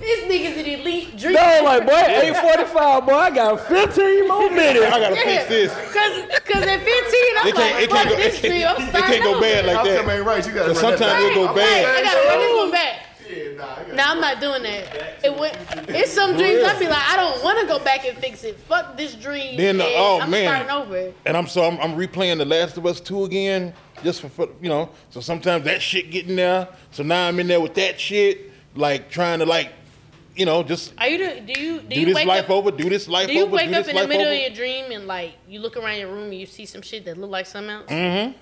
[SPEAKER 1] this nigga's an elite dreamer.
[SPEAKER 2] no, like boy, eight forty-five, boy. I got fifteen more minutes.
[SPEAKER 3] I gotta
[SPEAKER 1] Yeah.
[SPEAKER 3] fix this.
[SPEAKER 1] Cause, cause at 15, I'm
[SPEAKER 3] It
[SPEAKER 1] like,
[SPEAKER 3] can't. It can't
[SPEAKER 1] fuck
[SPEAKER 3] go.
[SPEAKER 1] this
[SPEAKER 3] It
[SPEAKER 1] dream. I'm
[SPEAKER 3] can't, it
[SPEAKER 1] starting
[SPEAKER 3] can't go
[SPEAKER 1] over.
[SPEAKER 3] bad like
[SPEAKER 5] Outcome
[SPEAKER 3] that.
[SPEAKER 5] ain't right. You
[SPEAKER 3] But
[SPEAKER 5] gotta run that
[SPEAKER 3] sometimes
[SPEAKER 5] back.
[SPEAKER 3] it'll go
[SPEAKER 5] I'm
[SPEAKER 3] bad.
[SPEAKER 5] like,
[SPEAKER 1] I gotta run this one back.
[SPEAKER 5] Yeah, nah, I gotta-
[SPEAKER 1] Now I'm not doing that. It went, it's some dreams I be like, I don't want to go back and fix it. Fuck this dream.
[SPEAKER 3] Then the-
[SPEAKER 1] and
[SPEAKER 3] oh,
[SPEAKER 1] I'm
[SPEAKER 3] man.
[SPEAKER 1] starting over.
[SPEAKER 3] And I'm so I'm, I'm replaying The Last of Us 2 again, just for, for you know. So sometimes that shit getting there. So now I'm in there with that shit, like trying to like, you know, just
[SPEAKER 1] Are you do, do you do,
[SPEAKER 3] do
[SPEAKER 1] you
[SPEAKER 3] this
[SPEAKER 1] wake
[SPEAKER 3] life
[SPEAKER 1] up?
[SPEAKER 3] over, do this life
[SPEAKER 1] do you
[SPEAKER 3] over,
[SPEAKER 1] wake
[SPEAKER 3] do
[SPEAKER 1] up
[SPEAKER 3] this
[SPEAKER 1] in
[SPEAKER 3] life
[SPEAKER 1] the middle
[SPEAKER 3] over.
[SPEAKER 1] of your dream and like you look around your room and you see some shit that look like something else? Mm-hmm.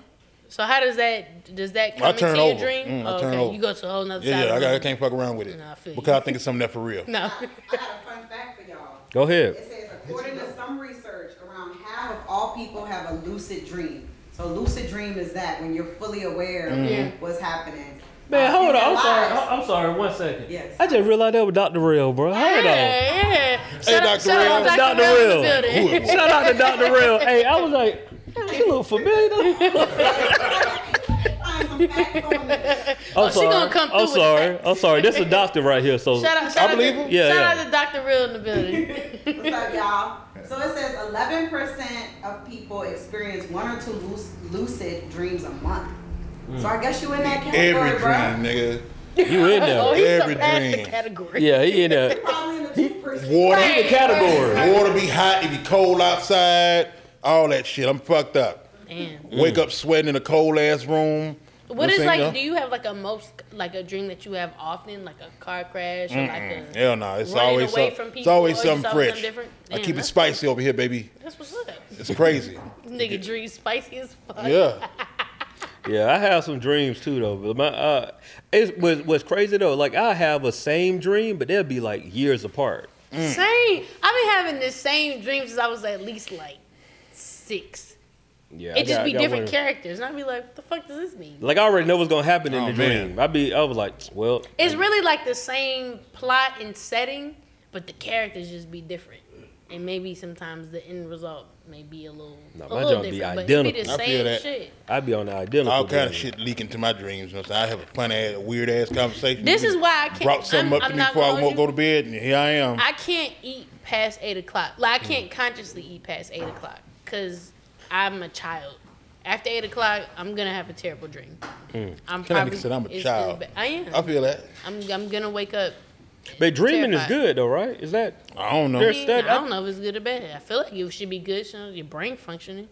[SPEAKER 1] So how does that does that come
[SPEAKER 3] turn
[SPEAKER 1] into your
[SPEAKER 3] over.
[SPEAKER 1] dream?
[SPEAKER 3] Mm, I
[SPEAKER 1] Oh,
[SPEAKER 3] turn
[SPEAKER 1] okay,
[SPEAKER 3] over.
[SPEAKER 1] you go to a whole nother
[SPEAKER 3] yeah,
[SPEAKER 1] side.
[SPEAKER 3] yeah,
[SPEAKER 1] of
[SPEAKER 3] I,
[SPEAKER 1] the
[SPEAKER 3] got, I
[SPEAKER 1] room.
[SPEAKER 3] can't fuck around with it
[SPEAKER 1] Nah, I feel you.
[SPEAKER 3] because I think it's something that for real.
[SPEAKER 1] No,
[SPEAKER 6] I got a fun fact for y'all.
[SPEAKER 2] Go ahead.
[SPEAKER 6] It says, according to some research, around half of all people have a lucid dream. So lucid dream is that when you're fully aware
[SPEAKER 3] Mm-hmm.
[SPEAKER 6] of what's happening.
[SPEAKER 2] Man,
[SPEAKER 6] Uh,
[SPEAKER 2] hold on.
[SPEAKER 6] in your
[SPEAKER 2] I'm sorry.
[SPEAKER 6] lives.
[SPEAKER 2] I'm sorry. One second.
[SPEAKER 6] Yes.
[SPEAKER 2] I just realized that was Dr. Real, bro. Hold on.
[SPEAKER 1] Yeah, yeah. Shout out-
[SPEAKER 3] Dr.
[SPEAKER 1] shout out
[SPEAKER 3] Real.
[SPEAKER 1] Dr. Real
[SPEAKER 2] Dr.
[SPEAKER 1] in the
[SPEAKER 2] Real.
[SPEAKER 1] building.
[SPEAKER 3] Who it was.
[SPEAKER 2] Shout out to Dr. Real. Hey, I was like, she look familiar.
[SPEAKER 1] Oh,
[SPEAKER 2] though.
[SPEAKER 6] Find some facts on this.
[SPEAKER 2] I'm
[SPEAKER 1] Oh, she
[SPEAKER 2] sorry.
[SPEAKER 1] gonna come
[SPEAKER 2] I'm
[SPEAKER 1] through with
[SPEAKER 2] sorry.
[SPEAKER 1] facts.
[SPEAKER 2] I'm sorry. This a doctor right here. So
[SPEAKER 1] Shout out, shout
[SPEAKER 3] I believe
[SPEAKER 1] out
[SPEAKER 3] him.
[SPEAKER 1] to,
[SPEAKER 2] Yeah,
[SPEAKER 1] shout
[SPEAKER 2] yeah.
[SPEAKER 1] out to Dr. Real in the building.
[SPEAKER 6] What's up, y'all? So it says eleven percent of people experience one or two luc- lucid dreams a month. So I guess you in that category,
[SPEAKER 3] Mm. Every
[SPEAKER 6] bro.
[SPEAKER 3] dream, nigga.
[SPEAKER 2] You in
[SPEAKER 1] Oh,
[SPEAKER 2] there?
[SPEAKER 1] he
[SPEAKER 3] Every
[SPEAKER 1] surpassed the
[SPEAKER 3] dream.
[SPEAKER 1] category.
[SPEAKER 2] Yeah, he in there.
[SPEAKER 6] Probably in the two percent.
[SPEAKER 3] Water,
[SPEAKER 2] He in the category.
[SPEAKER 3] water be hot. It be cold outside. All that shit. I'm fucked up.
[SPEAKER 1] Damn.
[SPEAKER 3] Wake up sweating in a cold ass room.
[SPEAKER 1] What
[SPEAKER 3] This
[SPEAKER 1] is
[SPEAKER 3] ain't
[SPEAKER 1] like?
[SPEAKER 3] no-
[SPEAKER 1] Do you have like a most like a dream that you have often, like a car crash or like a?
[SPEAKER 3] Hell no, it's
[SPEAKER 1] running
[SPEAKER 3] always
[SPEAKER 1] away
[SPEAKER 3] some-
[SPEAKER 1] from
[SPEAKER 3] it's
[SPEAKER 1] people
[SPEAKER 3] always
[SPEAKER 1] or you
[SPEAKER 3] something
[SPEAKER 1] saw something
[SPEAKER 3] fresh.
[SPEAKER 1] different?
[SPEAKER 3] I
[SPEAKER 1] Damn,
[SPEAKER 3] keep it
[SPEAKER 1] that's-
[SPEAKER 3] spicy over here, baby.
[SPEAKER 1] That's what's up.
[SPEAKER 3] It's crazy.
[SPEAKER 1] Nigga dream spicy as fuck.
[SPEAKER 3] yeah.
[SPEAKER 2] Yeah, I have some dreams too though. But my uh, it was what's crazy though. Like I have a same dream, but they'll be like years apart.
[SPEAKER 3] Mm.
[SPEAKER 1] Same. I've been having the same dreams since I was at least like six.
[SPEAKER 2] Yeah, I
[SPEAKER 1] It just
[SPEAKER 2] got-
[SPEAKER 1] be
[SPEAKER 2] got
[SPEAKER 1] different
[SPEAKER 2] one-
[SPEAKER 1] characters, and I'd be like, "What the fuck does this mean?"
[SPEAKER 2] Like I already know what's gonna happen in
[SPEAKER 3] Oh,
[SPEAKER 2] the
[SPEAKER 3] man.
[SPEAKER 2] dream. I be I was like, well,
[SPEAKER 1] It's really like the same plot and setting, but the characters just be different. And maybe sometimes the end result may be a little,
[SPEAKER 2] Nah,
[SPEAKER 1] a
[SPEAKER 2] my
[SPEAKER 1] little
[SPEAKER 2] joint be
[SPEAKER 1] different, but it be the
[SPEAKER 2] identical.
[SPEAKER 1] same
[SPEAKER 3] I feel that.
[SPEAKER 1] shit.
[SPEAKER 2] I be on the identical.
[SPEAKER 3] All kind of
[SPEAKER 2] dream.
[SPEAKER 3] shit leak into my dreams. You know what I'm saying? I have a funny, ass, weird ass conversation.
[SPEAKER 1] This
[SPEAKER 3] You
[SPEAKER 1] is why I can't-
[SPEAKER 3] Brought
[SPEAKER 1] I'm-
[SPEAKER 3] something up to
[SPEAKER 1] I'm
[SPEAKER 3] me
[SPEAKER 1] not
[SPEAKER 3] before I
[SPEAKER 1] gonna
[SPEAKER 3] won't go
[SPEAKER 1] hold
[SPEAKER 3] to bed, and here I am.
[SPEAKER 1] I can't eat past eight o'clock. Like
[SPEAKER 3] Mm.
[SPEAKER 1] I can't consciously eat past eight o'clock because I'm a child. After eight o'clock, I'm gonna have a terrible dream.
[SPEAKER 3] Mm.
[SPEAKER 1] I'm
[SPEAKER 3] Can I be said I'm a
[SPEAKER 1] it's- it's
[SPEAKER 3] child?
[SPEAKER 1] ba- I am.
[SPEAKER 3] I feel that.
[SPEAKER 1] I'm, I'm gonna wake up.
[SPEAKER 2] But dreaming
[SPEAKER 1] Terrified.
[SPEAKER 2] is good though, right? Is that
[SPEAKER 3] I don't know.
[SPEAKER 2] There's-
[SPEAKER 1] I
[SPEAKER 2] that-
[SPEAKER 1] don't know if it's good or bad. I feel like it should be good. So your brain functioning,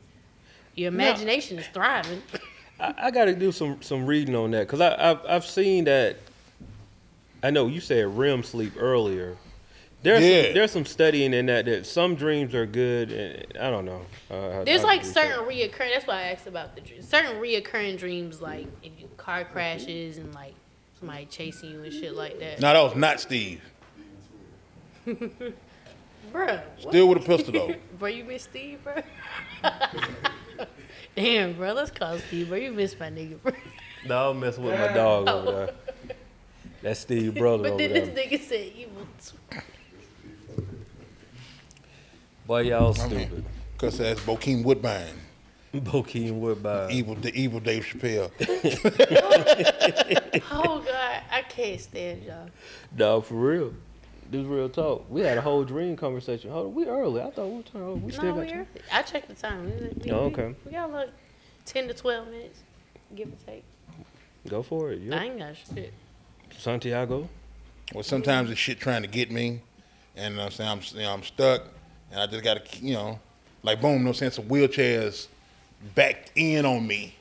[SPEAKER 1] your imagination is thriving.
[SPEAKER 2] I, I got to do some some reading on that because I've I've seen that. I know you said REM sleep earlier. There's
[SPEAKER 3] Yeah.
[SPEAKER 2] some, there's some studying in that that some dreams are good and I don't know. Uh, how-
[SPEAKER 1] There's
[SPEAKER 2] how
[SPEAKER 1] like
[SPEAKER 2] to research.
[SPEAKER 1] certain reoccurring. That's why I asked about the dreams. Certain reoccurring dreams, like if you car crashes and like somebody chasing you and shit like that.
[SPEAKER 3] No, that was not Steve.
[SPEAKER 1] Bruh, what?
[SPEAKER 3] Still with a pistol though.
[SPEAKER 1] Bro, you miss Steve, bro. Damn, bro, let's call Steve, bro. You miss my nigga, bro.
[SPEAKER 2] No, I'm messing with my dog over there. That's Steve's brother
[SPEAKER 1] But
[SPEAKER 2] over
[SPEAKER 1] then
[SPEAKER 2] there.
[SPEAKER 1] this nigga said evil. tw-
[SPEAKER 2] Boy, y'all stupid.
[SPEAKER 3] Cause that's Bokeem Woodbine,
[SPEAKER 2] Bokeem Woodbine.
[SPEAKER 3] evil, the evil Dave Chappelle.
[SPEAKER 1] Oh God, I can't stand y'all.
[SPEAKER 2] No, for real. This is real talk. We had a whole dream conversation. Hold on, we early. I thought we were trying. We
[SPEAKER 1] No,
[SPEAKER 2] still got
[SPEAKER 1] we're.
[SPEAKER 2] time.
[SPEAKER 1] I checked the time. We-
[SPEAKER 2] Oh,
[SPEAKER 1] we-
[SPEAKER 2] okay.
[SPEAKER 1] We got like ten to twelve minutes, give or take.
[SPEAKER 2] Go for it.
[SPEAKER 1] I
[SPEAKER 2] Yeah.
[SPEAKER 1] ain't got shit.
[SPEAKER 2] Santiago.
[SPEAKER 3] Well, sometimes it's shit trying to get me, and you know what I'm saying I'm, you know, I'm stuck, and I just gotta, you know, like boom, no sense of wheelchairs backed in on me.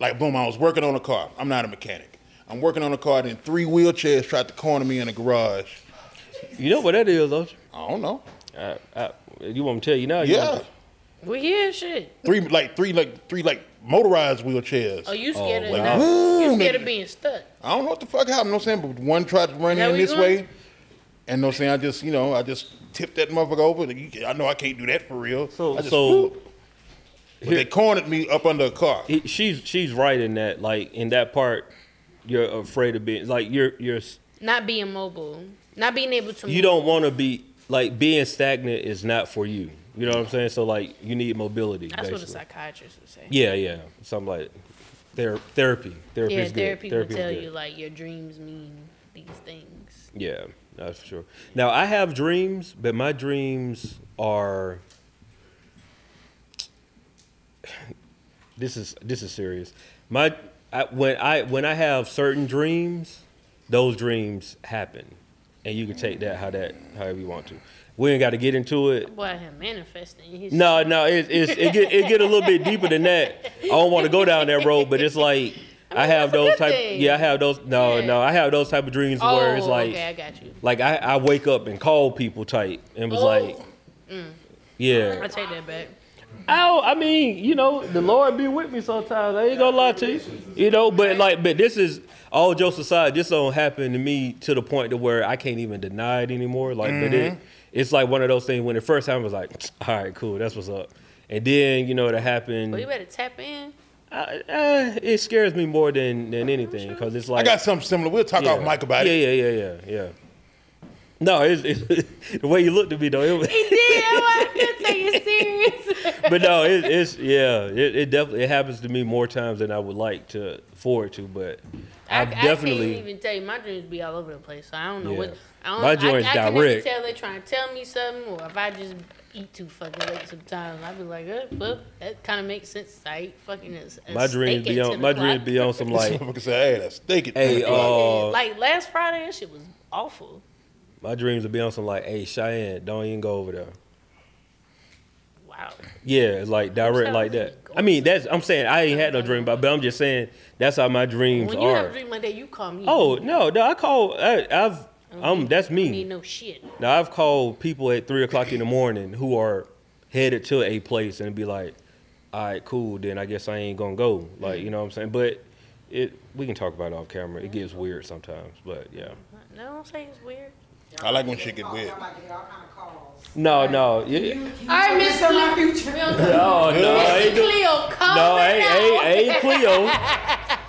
[SPEAKER 3] Like boom, I was working on a car. I'm not a mechanic. I'm working on a car, then three wheelchairs tried to corner me in a garage.
[SPEAKER 2] You know what that is, don't you?
[SPEAKER 3] I don't know.
[SPEAKER 2] I, I, you want me to tell you now? You
[SPEAKER 3] Yeah,
[SPEAKER 2] want me-
[SPEAKER 1] We here, shit.
[SPEAKER 3] three like three like three like motorized wheelchairs.
[SPEAKER 1] Oh, you scared of?
[SPEAKER 2] Oh,
[SPEAKER 1] not-
[SPEAKER 2] wow.
[SPEAKER 1] You
[SPEAKER 3] Ooh,
[SPEAKER 1] scared of
[SPEAKER 3] nigga.
[SPEAKER 1] being stuck?
[SPEAKER 3] I don't know what the fuck happened. No I'm saying, but one tried to run
[SPEAKER 1] Now
[SPEAKER 3] in
[SPEAKER 1] we
[SPEAKER 3] this
[SPEAKER 1] going-
[SPEAKER 3] way, and no saying I just you know I just tipped that motherfucker over. Like, you- I know I can't do that for real.
[SPEAKER 2] So-
[SPEAKER 3] I just,
[SPEAKER 2] so-
[SPEAKER 3] whoop. But they cornered me up under a car.
[SPEAKER 2] He, she's she's right in that. Like in that part, you're afraid of being like you're you're s-
[SPEAKER 1] Not being mobile. Not being able to.
[SPEAKER 2] you don't want to be like being stagnant is not for you. You know what I'm saying? So like you need mobility.
[SPEAKER 1] That's what a
[SPEAKER 2] basically.
[SPEAKER 1] psychiatrist would say.
[SPEAKER 2] Yeah, yeah. Something like ther- therapy. Therapy
[SPEAKER 1] yeah,
[SPEAKER 2] is good.
[SPEAKER 1] therapy will
[SPEAKER 2] Therapy is
[SPEAKER 1] tell
[SPEAKER 2] good.
[SPEAKER 1] you like your dreams mean these things.
[SPEAKER 2] Yeah, that's for sure. Now I have dreams, but my dreams are. This is this is serious. My I, when I when I have certain dreams, those dreams happen, and you can take that how that however you want to. We ain't got to get into it.
[SPEAKER 1] Boy, him manifesting. His
[SPEAKER 2] No, no, it, it's it get it get a little bit deeper than that. I don't want to go down that road, but it's like I, have
[SPEAKER 1] that's a
[SPEAKER 2] those
[SPEAKER 1] good
[SPEAKER 2] type.
[SPEAKER 1] thing.
[SPEAKER 2] Yeah, I have those. No,
[SPEAKER 1] Yeah.
[SPEAKER 2] no, I have those type of dreams
[SPEAKER 1] Oh,
[SPEAKER 2] where it's like
[SPEAKER 1] okay, I got you.
[SPEAKER 2] like I, I wake up and call people type and was
[SPEAKER 1] Oh.
[SPEAKER 2] like,
[SPEAKER 1] I
[SPEAKER 2] yeah.
[SPEAKER 1] take that back.
[SPEAKER 2] Oh, I mean, you know, the Lord be with me sometimes. I ain't gonna lie to you, you know. But like, but this is all jokes aside. This don't happen to me to the point to where I can't even deny it anymore. Like, but
[SPEAKER 3] Mm-hmm.
[SPEAKER 2] it, it's like one of those things when it first happened, I was like, all right, cool, that's what's up. And then you know that happened.
[SPEAKER 1] Well, you better tap in.
[SPEAKER 2] I- eh, it scares me more than than anything because it's like
[SPEAKER 3] I got something similar. We'll talk
[SPEAKER 2] yeah.
[SPEAKER 3] off mic about
[SPEAKER 2] yeah,
[SPEAKER 3] it.
[SPEAKER 2] Yeah, yeah, yeah, yeah. No, it's, it's the way you looked at me though. It, was-
[SPEAKER 1] Damn, I could take you serious.
[SPEAKER 2] but no, it, it's yeah, it, it definitely it happens to me more times than I would like to forward to, but
[SPEAKER 1] I,
[SPEAKER 2] I,
[SPEAKER 1] I
[SPEAKER 2] definitely
[SPEAKER 1] can't even tell you. My dreams be all over the place, so I don't know
[SPEAKER 2] Yeah.
[SPEAKER 1] what. I don't,
[SPEAKER 2] My
[SPEAKER 1] I,
[SPEAKER 2] joints
[SPEAKER 1] I can
[SPEAKER 2] direct.
[SPEAKER 1] tell they trying to tell me something, or if I just eat too fucking late sometimes. I'd be like, eh, well, that kind of makes sense. I eat fucking as,
[SPEAKER 2] My dreams be on. My dreams be on some like.
[SPEAKER 3] Motherfucker said, hey, that's steak. It.
[SPEAKER 2] hey, uh,
[SPEAKER 1] like last Friday, that shit was awful.
[SPEAKER 2] my dreams would be on some like. Hey, Cheyenne, don't even go over there.
[SPEAKER 1] Wow.
[SPEAKER 2] Yeah, it's like direct
[SPEAKER 1] Sounds
[SPEAKER 2] like that.
[SPEAKER 1] like
[SPEAKER 2] I mean, that's. I'm saying I ain't had no dream, but but I'm just saying that's how my dreams
[SPEAKER 1] When you have
[SPEAKER 2] are.
[SPEAKER 1] a dream like that, you call me.
[SPEAKER 2] Oh no, no, I call. I, I've.
[SPEAKER 1] Oh,
[SPEAKER 2] Um, that's
[SPEAKER 1] You
[SPEAKER 2] me.
[SPEAKER 1] need no shit.
[SPEAKER 2] Now I've called people at three o'clock in the morning who are headed to a place and be like, "All right, cool. Then I guess I ain't gonna go." Like you know what I'm saying? But it we can talk about it off camera. It gets weird sometimes, but yeah.
[SPEAKER 1] No, don't say it's weird.
[SPEAKER 3] I like when shit get weird.
[SPEAKER 6] I'm about to get all kind of calls.
[SPEAKER 2] No, no,
[SPEAKER 6] You,
[SPEAKER 2] yeah.
[SPEAKER 6] you
[SPEAKER 7] I
[SPEAKER 6] took
[SPEAKER 7] miss
[SPEAKER 6] this on my
[SPEAKER 7] Cleo.
[SPEAKER 6] future.
[SPEAKER 2] Oh, no, no, ain't no,
[SPEAKER 7] Cleo, come
[SPEAKER 2] no,
[SPEAKER 7] no,
[SPEAKER 2] ain't, ain't, ain't Cleo,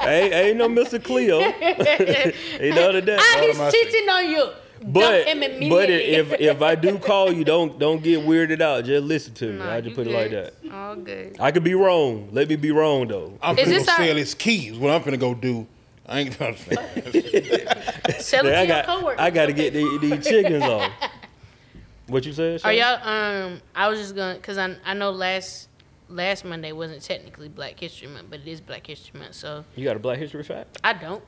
[SPEAKER 2] ain't, ain't no Mr. Cleo, ain't none of that.
[SPEAKER 1] Ah, he's
[SPEAKER 3] Automatic.
[SPEAKER 1] cheating on you.
[SPEAKER 2] But
[SPEAKER 1] Dump him
[SPEAKER 2] but
[SPEAKER 1] immediately.
[SPEAKER 2] if if I do call you, don't don't get weirded out. Just listen to me.
[SPEAKER 1] Nah,
[SPEAKER 2] I just
[SPEAKER 1] you
[SPEAKER 2] put it like that.
[SPEAKER 1] good. All good.
[SPEAKER 2] I could be wrong. Let me be wrong though.
[SPEAKER 3] I'm
[SPEAKER 1] Is
[SPEAKER 3] finna go
[SPEAKER 1] this our-
[SPEAKER 3] sell his keys. What I'm finna go do. I ain't gonna
[SPEAKER 1] Sell it
[SPEAKER 2] Man,
[SPEAKER 1] to
[SPEAKER 2] I
[SPEAKER 1] your
[SPEAKER 2] got
[SPEAKER 1] coworkers.
[SPEAKER 2] I got to get the- these chickens off. What you said?
[SPEAKER 1] Are
[SPEAKER 2] Shay?
[SPEAKER 1] y'all? Um, I was just gonna, cause I I know last last Monday wasn't technically Black History Month, but it is Black History Month, so
[SPEAKER 2] You got a Black History fact?
[SPEAKER 1] I don't.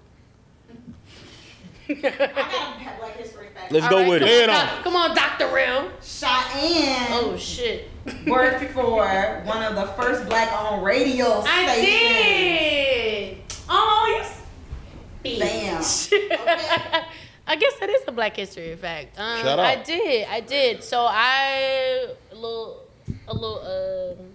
[SPEAKER 6] I got a Black History fact.
[SPEAKER 2] Let's
[SPEAKER 1] All
[SPEAKER 2] go
[SPEAKER 1] right,
[SPEAKER 2] with
[SPEAKER 1] come
[SPEAKER 2] it.
[SPEAKER 3] Head
[SPEAKER 1] On,
[SPEAKER 3] on.
[SPEAKER 1] Doc- come on, Doctor Real.
[SPEAKER 6] Cheyenne
[SPEAKER 1] Oh shit.
[SPEAKER 6] worked for one of the first black-owned radio stations.
[SPEAKER 1] did. Oh, you.
[SPEAKER 6] Bam.
[SPEAKER 1] I guess that is a Black History fact. Um,
[SPEAKER 3] Shout out.
[SPEAKER 1] I did, I did. So I a little, a little, um,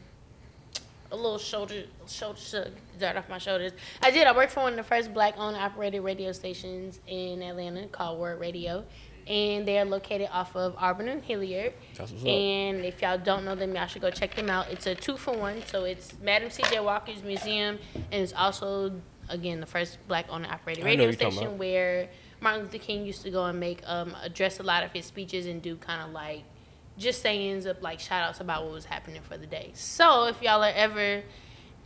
[SPEAKER 1] a little shoulder, shoulder shook, dirt off my shoulders. I did. I worked for one of the first black-owned operated radio stations in Atlanta called Word Radio, and they are located off of Auburn and Hilliard.
[SPEAKER 2] That's what's up.
[SPEAKER 1] And if y'all don't know them, y'all should go check them out. It's a two for one. So it's Madam C.J. Walker's museum, and it's also again the first black-owned operated
[SPEAKER 2] I know
[SPEAKER 1] radio
[SPEAKER 2] what you're talking
[SPEAKER 1] station
[SPEAKER 2] about.
[SPEAKER 1] where Martin Luther King used to go and make um, address a lot of his speeches and do kind of like just sayings of like shout outs about what was happening for the day. So if y'all are ever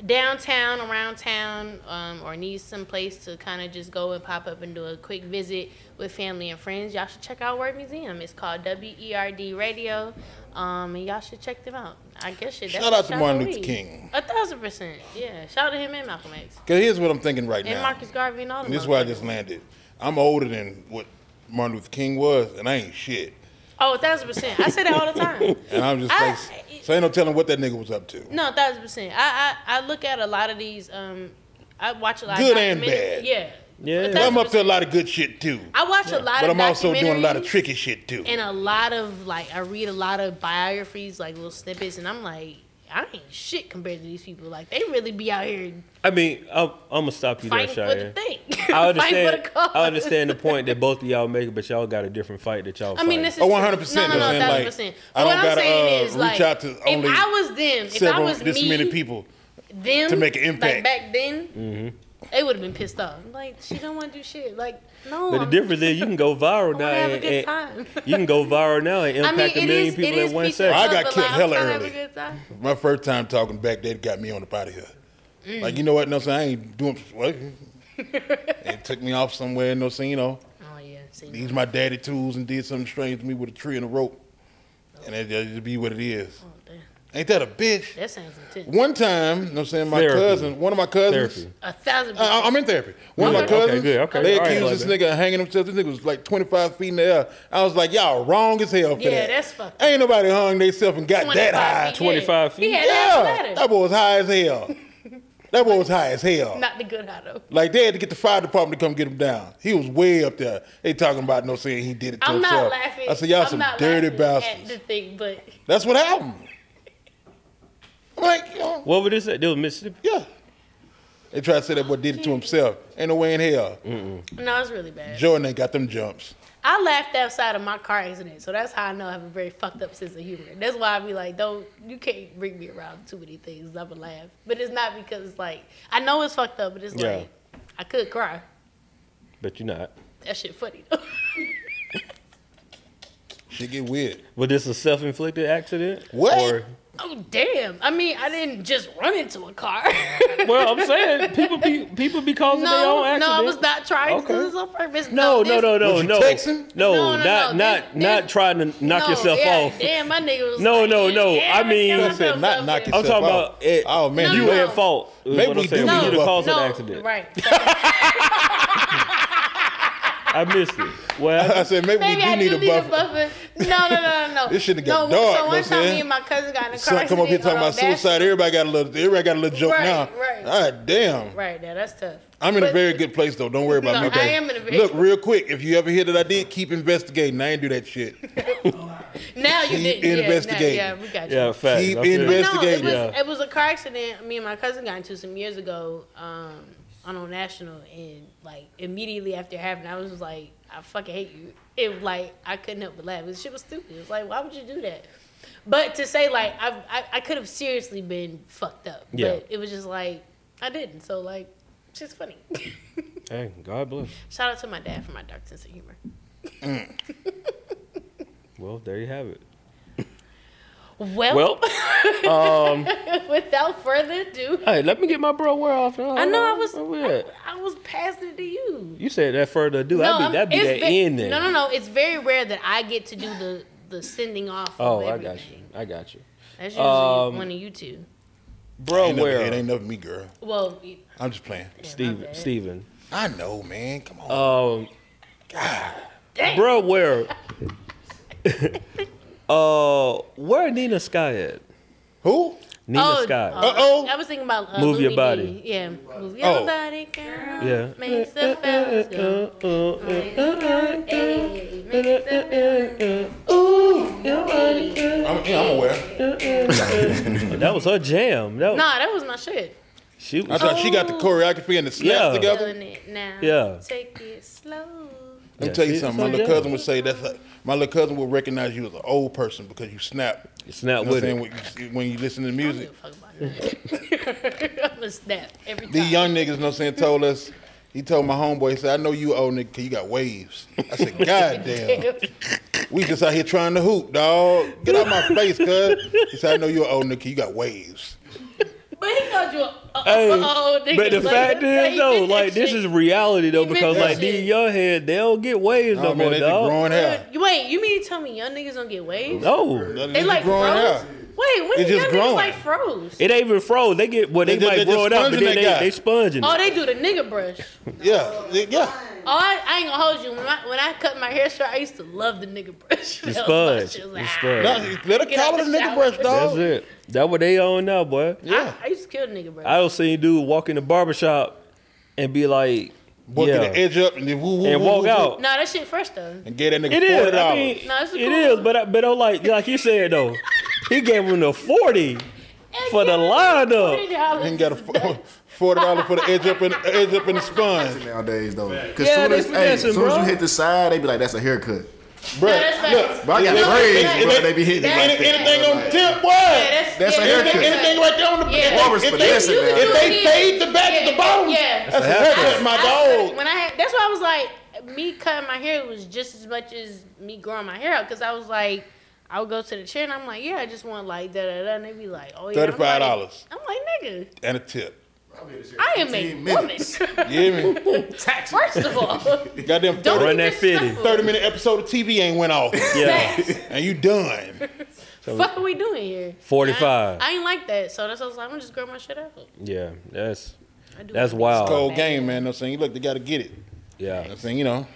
[SPEAKER 1] downtown, around town, um, or need some place to kind of just go and pop up and do a quick visit with family and friends, y'all should check out Word Museum. It's called W E R D Radio, um, and y'all should check them out. I guess shit. that's
[SPEAKER 3] Shout
[SPEAKER 1] a
[SPEAKER 3] out to Martin Luther
[SPEAKER 1] we.
[SPEAKER 3] King.
[SPEAKER 1] A thousand percent, yeah. Shout out to him and Malcolm X
[SPEAKER 3] Cause here's what I'm thinking right
[SPEAKER 1] and
[SPEAKER 3] now.
[SPEAKER 1] Marcus Garvey and all them.
[SPEAKER 3] And this is where I
[SPEAKER 1] motherfuckers.
[SPEAKER 3] just landed. I'm older than what Martin Luther King was, and I ain't shit.
[SPEAKER 1] Oh, a thousand percent. I say that all the time.
[SPEAKER 3] And I'm just
[SPEAKER 1] I-
[SPEAKER 3] like, so ain't no telling what that nigga was up to.
[SPEAKER 1] No, a thousand percent. I, I I look at a lot of these. Um, I watch a lot.
[SPEAKER 3] Good
[SPEAKER 1] of
[SPEAKER 3] and
[SPEAKER 1] documentaries.
[SPEAKER 3] bad.
[SPEAKER 1] Yeah.
[SPEAKER 2] Yeah.
[SPEAKER 1] A
[SPEAKER 2] But
[SPEAKER 3] But I'm
[SPEAKER 1] thousand
[SPEAKER 3] up to a
[SPEAKER 1] percent.
[SPEAKER 3] lot of good shit too.
[SPEAKER 1] I watch a lot
[SPEAKER 3] But
[SPEAKER 1] of.
[SPEAKER 3] I'm also doing a lot of
[SPEAKER 1] documentaries
[SPEAKER 3] tricky shit too.
[SPEAKER 1] And uh, a lot of like, I read a lot of biographies, like little snippets, and I'm like, I ain't shit compared to these people. Like they really be out here
[SPEAKER 2] I mean, I'm, I'm gonna stop you there,
[SPEAKER 1] fighting for the
[SPEAKER 2] Cheyenne.
[SPEAKER 1] thing.
[SPEAKER 2] I
[SPEAKER 1] fighting
[SPEAKER 2] understand.
[SPEAKER 1] for the cause.
[SPEAKER 2] I understand the point that both of y'all make, but y'all got a different fight that y'all.
[SPEAKER 1] I mean,
[SPEAKER 2] fighting.
[SPEAKER 1] this is
[SPEAKER 3] Oh, 100%,
[SPEAKER 1] No, no,
[SPEAKER 3] though,
[SPEAKER 1] no,
[SPEAKER 3] and,
[SPEAKER 1] thousand
[SPEAKER 3] like,
[SPEAKER 1] percent.
[SPEAKER 3] I
[SPEAKER 1] what
[SPEAKER 3] don't
[SPEAKER 1] I'm
[SPEAKER 3] gotta,
[SPEAKER 1] saying
[SPEAKER 3] uh,
[SPEAKER 1] is,
[SPEAKER 3] reach
[SPEAKER 1] like,
[SPEAKER 3] out to only
[SPEAKER 1] if I was them, if I
[SPEAKER 3] Several,
[SPEAKER 1] was
[SPEAKER 3] this
[SPEAKER 1] me,
[SPEAKER 3] many people.
[SPEAKER 1] them
[SPEAKER 3] to make an impact.
[SPEAKER 1] Like
[SPEAKER 3] Mm-hmm.
[SPEAKER 1] back then, they would have been pissed off. Like she don't want to do shit. Like no.
[SPEAKER 2] but the
[SPEAKER 1] I'm-
[SPEAKER 2] difference is you can go
[SPEAKER 1] I
[SPEAKER 2] viral
[SPEAKER 1] wanna
[SPEAKER 2] now,
[SPEAKER 1] have a
[SPEAKER 2] and,
[SPEAKER 3] eh,
[SPEAKER 1] good
[SPEAKER 2] and-
[SPEAKER 1] time.
[SPEAKER 2] you can go viral now and
[SPEAKER 1] I
[SPEAKER 2] impact
[SPEAKER 1] mean, it
[SPEAKER 2] a million
[SPEAKER 1] is. It
[SPEAKER 2] people
[SPEAKER 1] is
[SPEAKER 2] at one
[SPEAKER 1] piece of
[SPEAKER 2] second.
[SPEAKER 3] I
[SPEAKER 1] love,
[SPEAKER 3] got
[SPEAKER 1] but,
[SPEAKER 3] killed
[SPEAKER 1] like, I'm
[SPEAKER 3] hella
[SPEAKER 1] trying to have a
[SPEAKER 3] early.
[SPEAKER 1] good time.
[SPEAKER 3] My first time talking back, that got me on up out of here.
[SPEAKER 1] Mm.
[SPEAKER 3] Like you know what? No, so I ain't doing. What? it took me off somewhere. No, so you know,
[SPEAKER 1] Oh yeah. See,
[SPEAKER 3] used my daddy tools and did something strange to me with a tree and a rope, and it it just be what it is.
[SPEAKER 1] oh, damn.
[SPEAKER 3] Ain't that a bitch?
[SPEAKER 1] that sounds intense.
[SPEAKER 3] One time, you know what I'm saying? My
[SPEAKER 2] Therapy.
[SPEAKER 3] cousin, one of my cousins.
[SPEAKER 2] Therapy.
[SPEAKER 1] A thousand.
[SPEAKER 3] I,
[SPEAKER 1] percent.
[SPEAKER 3] Uh, I'm in therapy. One of my
[SPEAKER 2] Okay, okay,
[SPEAKER 3] cousins,
[SPEAKER 2] good, okay.
[SPEAKER 3] they
[SPEAKER 2] All right,
[SPEAKER 3] accused
[SPEAKER 2] like
[SPEAKER 3] this
[SPEAKER 2] that.
[SPEAKER 3] nigga of hanging himself. This nigga was like 25 feet in the air. I was like, y'all wrong as hell for
[SPEAKER 1] Yeah,
[SPEAKER 3] that.
[SPEAKER 1] that's fucked
[SPEAKER 3] Ain't nobody hung themselves and got that
[SPEAKER 1] 25
[SPEAKER 3] high.
[SPEAKER 1] feet,
[SPEAKER 2] 25
[SPEAKER 1] Yeah,
[SPEAKER 2] feet.
[SPEAKER 1] yeah that's
[SPEAKER 3] yeah,
[SPEAKER 1] better.
[SPEAKER 3] that boy was high as hell. that boy was high as hell.
[SPEAKER 1] Not the good high though.
[SPEAKER 3] Like they had to get the fire department to come get him down. He was way up there. They talking about no saying he did it to
[SPEAKER 1] I'm
[SPEAKER 3] himself.
[SPEAKER 1] not laughing.
[SPEAKER 3] I said, y'all
[SPEAKER 1] I'm
[SPEAKER 3] some
[SPEAKER 1] not laughing
[SPEAKER 3] dirty bastards.
[SPEAKER 1] At the thing, but
[SPEAKER 3] That's what happened. I'm like, you know,
[SPEAKER 2] What would this? It was Mississippi.
[SPEAKER 3] yeah. They tried to say that boy did it to himself. Ain't no way in hell.
[SPEAKER 1] no, it's really bad.
[SPEAKER 3] Jordan ain't got them jumps.
[SPEAKER 1] I laughed outside of my car accident, so that's how I know I have a very fucked up sense of humor. That's why I be like, don't you can't bring me around too many things. I'ma laugh, but it's not because it's like I know it's fucked up, but it's
[SPEAKER 2] Yeah.
[SPEAKER 1] like I could cry.
[SPEAKER 2] But you're not.
[SPEAKER 1] That shit funny though.
[SPEAKER 3] Shit get weird.
[SPEAKER 2] Was this a self-inflicted accident?
[SPEAKER 3] What?
[SPEAKER 2] Or
[SPEAKER 1] Oh damn! I mean, I didn't just run into a car.
[SPEAKER 2] Well, I'm saying people be people be causing their own
[SPEAKER 1] no,
[SPEAKER 2] accidents.
[SPEAKER 1] no, I was not trying
[SPEAKER 2] Okay.
[SPEAKER 1] to do this on purpose.
[SPEAKER 2] No, no,
[SPEAKER 1] this-
[SPEAKER 2] no, no,
[SPEAKER 3] Was you
[SPEAKER 2] no,
[SPEAKER 3] texting?
[SPEAKER 2] no,
[SPEAKER 1] No, no,
[SPEAKER 2] not
[SPEAKER 1] no,
[SPEAKER 2] not
[SPEAKER 1] this-
[SPEAKER 2] not
[SPEAKER 1] this-
[SPEAKER 2] trying to knock
[SPEAKER 1] no,
[SPEAKER 2] yourself
[SPEAKER 1] yeah,
[SPEAKER 2] off.
[SPEAKER 1] Damn, my nigga was.
[SPEAKER 2] No,
[SPEAKER 1] like,
[SPEAKER 2] no, no,
[SPEAKER 1] yeah,
[SPEAKER 2] I mean-
[SPEAKER 1] kill
[SPEAKER 2] I
[SPEAKER 3] I
[SPEAKER 1] myself,
[SPEAKER 3] said not
[SPEAKER 1] kill
[SPEAKER 3] knock
[SPEAKER 2] I'm
[SPEAKER 3] yourself
[SPEAKER 2] talking
[SPEAKER 3] out.
[SPEAKER 2] about it-
[SPEAKER 3] oh man,
[SPEAKER 1] No,
[SPEAKER 2] You
[SPEAKER 3] you
[SPEAKER 1] no.
[SPEAKER 2] at fault. is
[SPEAKER 3] Maybe
[SPEAKER 2] what I'm
[SPEAKER 3] we
[SPEAKER 2] saying.
[SPEAKER 3] do
[SPEAKER 2] you
[SPEAKER 3] need
[SPEAKER 2] the
[SPEAKER 3] to-
[SPEAKER 2] cause of the
[SPEAKER 1] no,
[SPEAKER 2] accident.
[SPEAKER 1] Right.
[SPEAKER 2] I missed it. Well,
[SPEAKER 3] I said maybe,
[SPEAKER 1] Maybe
[SPEAKER 3] we do
[SPEAKER 1] I
[SPEAKER 3] need
[SPEAKER 1] do
[SPEAKER 3] a
[SPEAKER 1] need
[SPEAKER 3] buffer.
[SPEAKER 1] a buffer. No, no, no, no, no.
[SPEAKER 3] This should've
[SPEAKER 1] no,
[SPEAKER 3] got dark,
[SPEAKER 1] So
[SPEAKER 3] know
[SPEAKER 1] one
[SPEAKER 3] what I'm
[SPEAKER 1] time,
[SPEAKER 3] saying?
[SPEAKER 1] me and my cousin got in a car
[SPEAKER 3] Son, come up here
[SPEAKER 1] accident
[SPEAKER 3] talking
[SPEAKER 1] on
[SPEAKER 3] about
[SPEAKER 1] Audacity.
[SPEAKER 3] suicide. Everybody got a little. Everybody got a little joke
[SPEAKER 1] Right,
[SPEAKER 3] now.
[SPEAKER 1] right.
[SPEAKER 3] All right, damn.
[SPEAKER 1] Right now, that's tough.
[SPEAKER 3] I'm in a
[SPEAKER 1] But-
[SPEAKER 3] very good place though. Don't worry about
[SPEAKER 1] No,
[SPEAKER 3] me.
[SPEAKER 1] I
[SPEAKER 3] babe.
[SPEAKER 1] am in a very-
[SPEAKER 3] Look, real quick. If you ever hear that I did, keep investigating. I ain't do that shit.
[SPEAKER 1] Now you
[SPEAKER 3] Keep
[SPEAKER 1] didn't yeah, now-
[SPEAKER 3] investigating.
[SPEAKER 1] Yeah, we got you.
[SPEAKER 2] yeah, facts.
[SPEAKER 3] Keep
[SPEAKER 2] I feel you.
[SPEAKER 3] invest-
[SPEAKER 1] No, it
[SPEAKER 3] Investigate,
[SPEAKER 1] was,
[SPEAKER 2] yeah.
[SPEAKER 1] it was a car accident. Me and my cousin got into some years ago um, on Old National, and like immediately after it happened, I was just like, I fucking hate you. It was like I couldn't help but laugh. This shit was stupid. It was like, why would you do that? But to say like I've, I I could have seriously been fucked up,
[SPEAKER 2] Yeah.
[SPEAKER 1] but it was just like I didn't. So like, it's just funny.
[SPEAKER 2] Hey, God bless.
[SPEAKER 1] Shout out to my dad for my dark sense of humor.
[SPEAKER 2] Well, there you have it.
[SPEAKER 1] Well,
[SPEAKER 2] Well,
[SPEAKER 1] without further ado,
[SPEAKER 2] hey, let me get my bro wear off.
[SPEAKER 1] I know I was
[SPEAKER 2] Weird.
[SPEAKER 1] I, I was passing it to you.
[SPEAKER 2] You said that further ado.
[SPEAKER 1] No,
[SPEAKER 2] I
[SPEAKER 1] I'm-
[SPEAKER 2] be that be
[SPEAKER 1] it's
[SPEAKER 2] that
[SPEAKER 1] ve-
[SPEAKER 2] end then.
[SPEAKER 1] No, no, no. It's very rare that I get to do the the sending off.
[SPEAKER 2] Oh,
[SPEAKER 1] of
[SPEAKER 2] I
[SPEAKER 1] everything.
[SPEAKER 2] got you. I got you.
[SPEAKER 1] That's usually
[SPEAKER 2] Um,
[SPEAKER 1] one of you two.
[SPEAKER 2] Bro,
[SPEAKER 3] ain't nothing, it
[SPEAKER 2] where
[SPEAKER 3] ain't nothing me, girl.
[SPEAKER 1] Well, y-
[SPEAKER 3] I'm just playing.
[SPEAKER 2] Steven?
[SPEAKER 1] bad.
[SPEAKER 2] Steven.
[SPEAKER 3] I know, man. Come on.
[SPEAKER 2] Um,
[SPEAKER 1] dang.
[SPEAKER 2] bro, where? uh, where Nina Sky at?
[SPEAKER 3] Who?
[SPEAKER 2] Nina
[SPEAKER 1] oh,
[SPEAKER 2] Sky.
[SPEAKER 1] oh,
[SPEAKER 3] Uh-oh.
[SPEAKER 1] I was thinking about uh,
[SPEAKER 2] Move your
[SPEAKER 1] Louis D.
[SPEAKER 2] body.
[SPEAKER 1] Yeah, move your
[SPEAKER 3] Oh.
[SPEAKER 1] body, girl.
[SPEAKER 2] Yeah. Uh,
[SPEAKER 1] Makes the fellas go. Hey, makes the fellas
[SPEAKER 3] I'm, yeah, I'm aware.
[SPEAKER 2] That was her jam. That was,
[SPEAKER 1] Nah, that was my shit.
[SPEAKER 2] She
[SPEAKER 3] I
[SPEAKER 2] was,
[SPEAKER 3] thought she got
[SPEAKER 1] Oh.
[SPEAKER 3] the choreography and the snaps
[SPEAKER 2] Yeah.
[SPEAKER 3] together.
[SPEAKER 1] Feeling it now.
[SPEAKER 2] Yeah.
[SPEAKER 1] Take it slow.
[SPEAKER 3] Let me
[SPEAKER 2] Yeah,
[SPEAKER 3] tell you
[SPEAKER 2] she-
[SPEAKER 3] something. My
[SPEAKER 2] she
[SPEAKER 3] little
[SPEAKER 2] does.
[SPEAKER 3] cousin would say that's like, my little cousin would recognize you as an old person because you snap.
[SPEAKER 2] it's not
[SPEAKER 3] You know what
[SPEAKER 2] with
[SPEAKER 3] I'm saying?
[SPEAKER 2] it.
[SPEAKER 3] When you, when you listen to
[SPEAKER 1] I don't give
[SPEAKER 3] music,
[SPEAKER 1] a fuck about that. I'm gonna snap every time.
[SPEAKER 3] these young niggas, know what I'm saying, told us. He told my homeboy, he said, "I know you old nigga, 'cause you got waves." I said, "God damn." We just out here trying to hoop, dog. Get out my face, cuz. He said, I know you're an old nigga. You got waves.
[SPEAKER 1] But he called you a, a,
[SPEAKER 2] Hey,
[SPEAKER 1] a, a, Oh, nigga.
[SPEAKER 2] but the
[SPEAKER 1] Like,
[SPEAKER 2] fact
[SPEAKER 1] like,
[SPEAKER 2] is though,
[SPEAKER 1] he did
[SPEAKER 2] like
[SPEAKER 1] that
[SPEAKER 2] this
[SPEAKER 1] shit.
[SPEAKER 2] is reality though,
[SPEAKER 1] He
[SPEAKER 2] because
[SPEAKER 1] did that
[SPEAKER 2] like these
[SPEAKER 1] shit.
[SPEAKER 2] young heads, they don't get waves
[SPEAKER 3] No,
[SPEAKER 2] no
[SPEAKER 3] man,
[SPEAKER 2] more,
[SPEAKER 3] they just
[SPEAKER 2] dog.
[SPEAKER 3] growing hair.
[SPEAKER 1] You- Wait, you mean you tell me young niggas don't get waves?
[SPEAKER 2] No,
[SPEAKER 3] They
[SPEAKER 1] They
[SPEAKER 3] just
[SPEAKER 1] like
[SPEAKER 3] growing
[SPEAKER 1] froze?
[SPEAKER 3] hair.
[SPEAKER 1] Wait, when
[SPEAKER 3] It's
[SPEAKER 1] do
[SPEAKER 3] just
[SPEAKER 1] young niggas
[SPEAKER 3] growing.
[SPEAKER 1] like froze?
[SPEAKER 2] it ain't even froze. They get well, they,
[SPEAKER 3] They just-
[SPEAKER 2] might
[SPEAKER 3] they
[SPEAKER 2] grow it
[SPEAKER 3] just
[SPEAKER 2] up, but
[SPEAKER 3] sponging
[SPEAKER 2] then
[SPEAKER 3] that
[SPEAKER 2] they,
[SPEAKER 3] guy.
[SPEAKER 2] they sponging.
[SPEAKER 1] Oh,
[SPEAKER 2] it.
[SPEAKER 1] they do the nigga brush.
[SPEAKER 3] Yeah, they- yeah.
[SPEAKER 1] Oh, I, I ain't gonna hold you. When I, when I cut my hair short, I used to love the nigga brush.
[SPEAKER 2] You
[SPEAKER 1] That was my
[SPEAKER 2] sponge.
[SPEAKER 1] shit.
[SPEAKER 2] You
[SPEAKER 1] Like, ah.
[SPEAKER 2] sponge.
[SPEAKER 3] No, let her
[SPEAKER 1] Get
[SPEAKER 3] call
[SPEAKER 1] out
[SPEAKER 3] it a
[SPEAKER 1] the
[SPEAKER 3] nigga
[SPEAKER 1] shower.
[SPEAKER 3] brush,
[SPEAKER 2] That's
[SPEAKER 3] dog.
[SPEAKER 2] it. That what they on now, boy.
[SPEAKER 3] Yeah.
[SPEAKER 1] I, I used to kill nigga brush.
[SPEAKER 2] I don't see a dude walk in the barbershop and be like,
[SPEAKER 3] Boy,
[SPEAKER 2] yeah,
[SPEAKER 3] get the edge up and then woo, woo,
[SPEAKER 2] and
[SPEAKER 3] woo,
[SPEAKER 2] walk
[SPEAKER 3] woo,
[SPEAKER 2] out.
[SPEAKER 1] no, that shit fresh though.
[SPEAKER 3] And get that nigga
[SPEAKER 2] It
[SPEAKER 3] $40.
[SPEAKER 2] is. I mean,
[SPEAKER 1] No, it's a
[SPEAKER 2] it
[SPEAKER 1] cool
[SPEAKER 2] is.
[SPEAKER 1] one.
[SPEAKER 2] But I, but I'm like, like you said though, he gave him the forty for the lineup.
[SPEAKER 1] $40
[SPEAKER 3] and got a
[SPEAKER 1] is nuts.
[SPEAKER 3] fo- forty dollar for the edge up and edge up in the sponge,
[SPEAKER 5] nowadays though. Cause
[SPEAKER 2] Yeah,
[SPEAKER 5] soon
[SPEAKER 2] they
[SPEAKER 5] as, hey,
[SPEAKER 2] finessing,
[SPEAKER 5] soon as
[SPEAKER 2] bro.
[SPEAKER 5] you hit the side, they be like, "That's a haircut."
[SPEAKER 3] bro.
[SPEAKER 1] that's facts.
[SPEAKER 3] Look,
[SPEAKER 5] Bro, I got
[SPEAKER 3] if-
[SPEAKER 5] braids,
[SPEAKER 3] if- if
[SPEAKER 5] bro,
[SPEAKER 3] it-
[SPEAKER 5] they be hitting
[SPEAKER 3] if
[SPEAKER 5] it like
[SPEAKER 3] any-
[SPEAKER 5] that.
[SPEAKER 3] anything on
[SPEAKER 5] Like-
[SPEAKER 3] tip, boy.
[SPEAKER 1] Yeah, that's,
[SPEAKER 5] That's
[SPEAKER 1] yeah,
[SPEAKER 5] a
[SPEAKER 1] that's-
[SPEAKER 5] haircut.
[SPEAKER 3] anything right there on the
[SPEAKER 1] Yeah.
[SPEAKER 5] Barbers
[SPEAKER 3] if,
[SPEAKER 5] finessing
[SPEAKER 3] they,
[SPEAKER 5] now.
[SPEAKER 3] if they
[SPEAKER 1] You can do
[SPEAKER 3] fade the back
[SPEAKER 1] yeah,
[SPEAKER 3] at the bottom,
[SPEAKER 1] yeah.
[SPEAKER 3] that's a haircut, my
[SPEAKER 1] I-
[SPEAKER 3] dog.
[SPEAKER 1] When I had, that's why I was like, me cutting my hair was just as much as me growing my hair out because I was like, I would go to the chair and I'm like, yeah, I just want like da da da, and they be like, oh yeah, I'm like-
[SPEAKER 3] $35.
[SPEAKER 1] I'm like, nigga,
[SPEAKER 3] And a tip.
[SPEAKER 1] I am a woman. First
[SPEAKER 3] You hear me?
[SPEAKER 1] of all,
[SPEAKER 3] Goddamn
[SPEAKER 1] don't
[SPEAKER 3] 30,
[SPEAKER 2] Run
[SPEAKER 1] be
[SPEAKER 2] that 50.
[SPEAKER 1] disrespectful.
[SPEAKER 3] 30 minute episode of TV ain't went off,
[SPEAKER 2] Yeah,
[SPEAKER 3] and you done.
[SPEAKER 1] Fuck, are we doing here?
[SPEAKER 2] 45.
[SPEAKER 1] I, I ain't like that, so that's what I was like. I'm gonna just grow my shit out.
[SPEAKER 2] yeah, that's
[SPEAKER 1] I do
[SPEAKER 2] That's
[SPEAKER 1] it.
[SPEAKER 2] wild.
[SPEAKER 3] cold game, Oh, man. I'm saying, look, they got to get it.
[SPEAKER 2] yeah.
[SPEAKER 3] I'm saying, you know,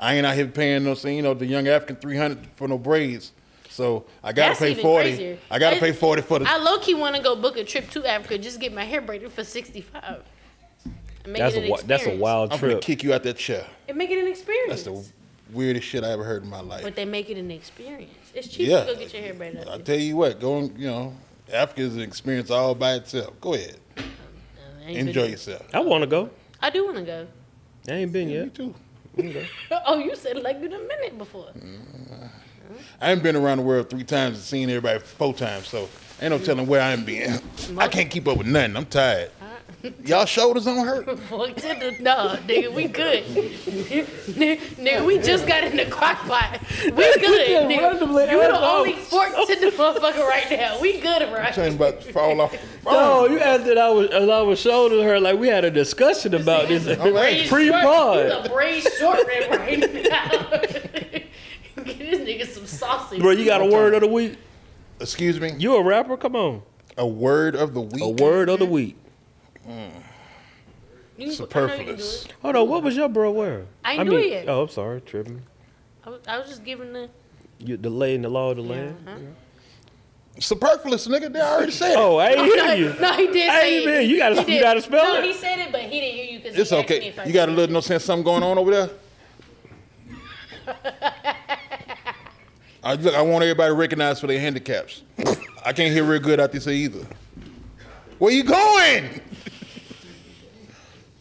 [SPEAKER 3] I ain't out here paying no saying, you know, the young African 300 for no braids. So I gotta
[SPEAKER 1] That's
[SPEAKER 3] pay
[SPEAKER 1] even
[SPEAKER 3] 40.
[SPEAKER 1] crazier.
[SPEAKER 3] I gotta
[SPEAKER 1] I-
[SPEAKER 3] pay 40 for the.
[SPEAKER 1] I low key want to go book a trip to Africa just get my hair braided for sixty five.
[SPEAKER 2] That's a wi- that's a wild
[SPEAKER 3] I'm gonna
[SPEAKER 2] trip.
[SPEAKER 3] kick you out that chair.
[SPEAKER 1] And make it an experience.
[SPEAKER 3] That's the weirdest shit I ever heard in my life.
[SPEAKER 1] but they make it an experience. It's cheap
[SPEAKER 3] Yeah.
[SPEAKER 1] to go get your hair braided.
[SPEAKER 3] I
[SPEAKER 1] Up.
[SPEAKER 3] tell you what, going, you know, Africa is an experience all by itself. Go ahead,
[SPEAKER 1] I ain't
[SPEAKER 3] enjoy
[SPEAKER 1] been-
[SPEAKER 3] yourself.
[SPEAKER 2] I want to go.
[SPEAKER 1] I do want to go.
[SPEAKER 2] I ain't been
[SPEAKER 3] Me
[SPEAKER 2] yet.
[SPEAKER 3] too.
[SPEAKER 1] oh, you said like you done been it before.
[SPEAKER 3] I ain't been around the world three times and seen everybody four times, so ain't no telling where I'm being. I can't keep up with nothing. I'm tired.
[SPEAKER 1] I-
[SPEAKER 3] Y'all shoulders don't hurt.
[SPEAKER 1] Fuck to the no, nigga, we good. nigga, we just got in the crock pot. We good. nigga.
[SPEAKER 8] randomly
[SPEAKER 1] You
[SPEAKER 8] asked
[SPEAKER 1] the only
[SPEAKER 8] out.
[SPEAKER 1] fork to the motherfucker right now. We good, right?
[SPEAKER 3] Something about to fall off.
[SPEAKER 8] No, you asked that I was, as I was showing her, like we had a discussion about this.
[SPEAKER 3] Alright.
[SPEAKER 8] Pre-pod.
[SPEAKER 1] He's a braised short rib right now. Get this nigga some sausage.
[SPEAKER 2] Bro, you got a word of the week?
[SPEAKER 3] Excuse me.
[SPEAKER 2] You a rapper? Come on.
[SPEAKER 3] A word of the week.
[SPEAKER 2] A word of the week.
[SPEAKER 1] You- I know you can do it.
[SPEAKER 3] Superfluous.
[SPEAKER 2] Hold on, what was your bro wearing?
[SPEAKER 1] I ain't do it yet.
[SPEAKER 2] Oh, I'm sorry, tripping.
[SPEAKER 1] I was, I was just giving the.
[SPEAKER 2] You delaying the law of the land.
[SPEAKER 1] huh?
[SPEAKER 3] Superfluous, nigga. They already said it.
[SPEAKER 2] Oh, I ain't
[SPEAKER 1] No,
[SPEAKER 2] hear you.
[SPEAKER 1] no, he did
[SPEAKER 2] I
[SPEAKER 1] say
[SPEAKER 2] ain't
[SPEAKER 1] it.
[SPEAKER 2] been- you gotta-
[SPEAKER 1] He
[SPEAKER 2] you
[SPEAKER 1] did.
[SPEAKER 2] gotta spell
[SPEAKER 1] no,
[SPEAKER 2] it.
[SPEAKER 1] he said it, but he didn't hear you because
[SPEAKER 3] It's
[SPEAKER 1] he asked me
[SPEAKER 3] okay.
[SPEAKER 1] if I
[SPEAKER 3] You got a
[SPEAKER 1] did.
[SPEAKER 3] little no sense something going on over there? I, look, I want everybody recognized for their handicaps. I can't hear real good out this either. Where you going?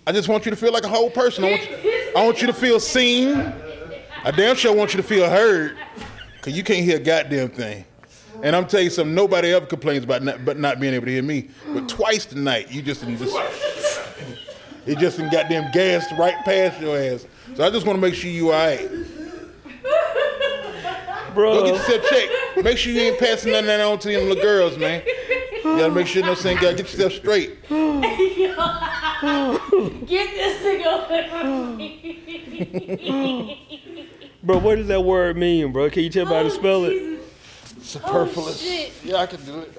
[SPEAKER 3] I just want you to feel like a whole person. I want you, I want you to feel seen. I damn sure want you to feel heard. Cause you can't hear a goddamn thing. And I'm telling you something, nobody ever complains about not, but not being able to hear me. But twice tonight, you just, just it just done goddamn gassed right past your ass. So I just want to make sure you all right. Go
[SPEAKER 2] Bro,
[SPEAKER 3] get yourself checked. Make sure you ain't passing none of that on to them little girls, man. You gotta make sure no saying gotta get yourself straight.
[SPEAKER 1] Get this nigga
[SPEAKER 3] Oh.
[SPEAKER 1] away from me.
[SPEAKER 2] bro, what does that word mean, bro? Can you tell
[SPEAKER 1] Oh,
[SPEAKER 2] me how to spell it?
[SPEAKER 3] Superfluous.
[SPEAKER 1] shit.
[SPEAKER 3] yeah, I can do it.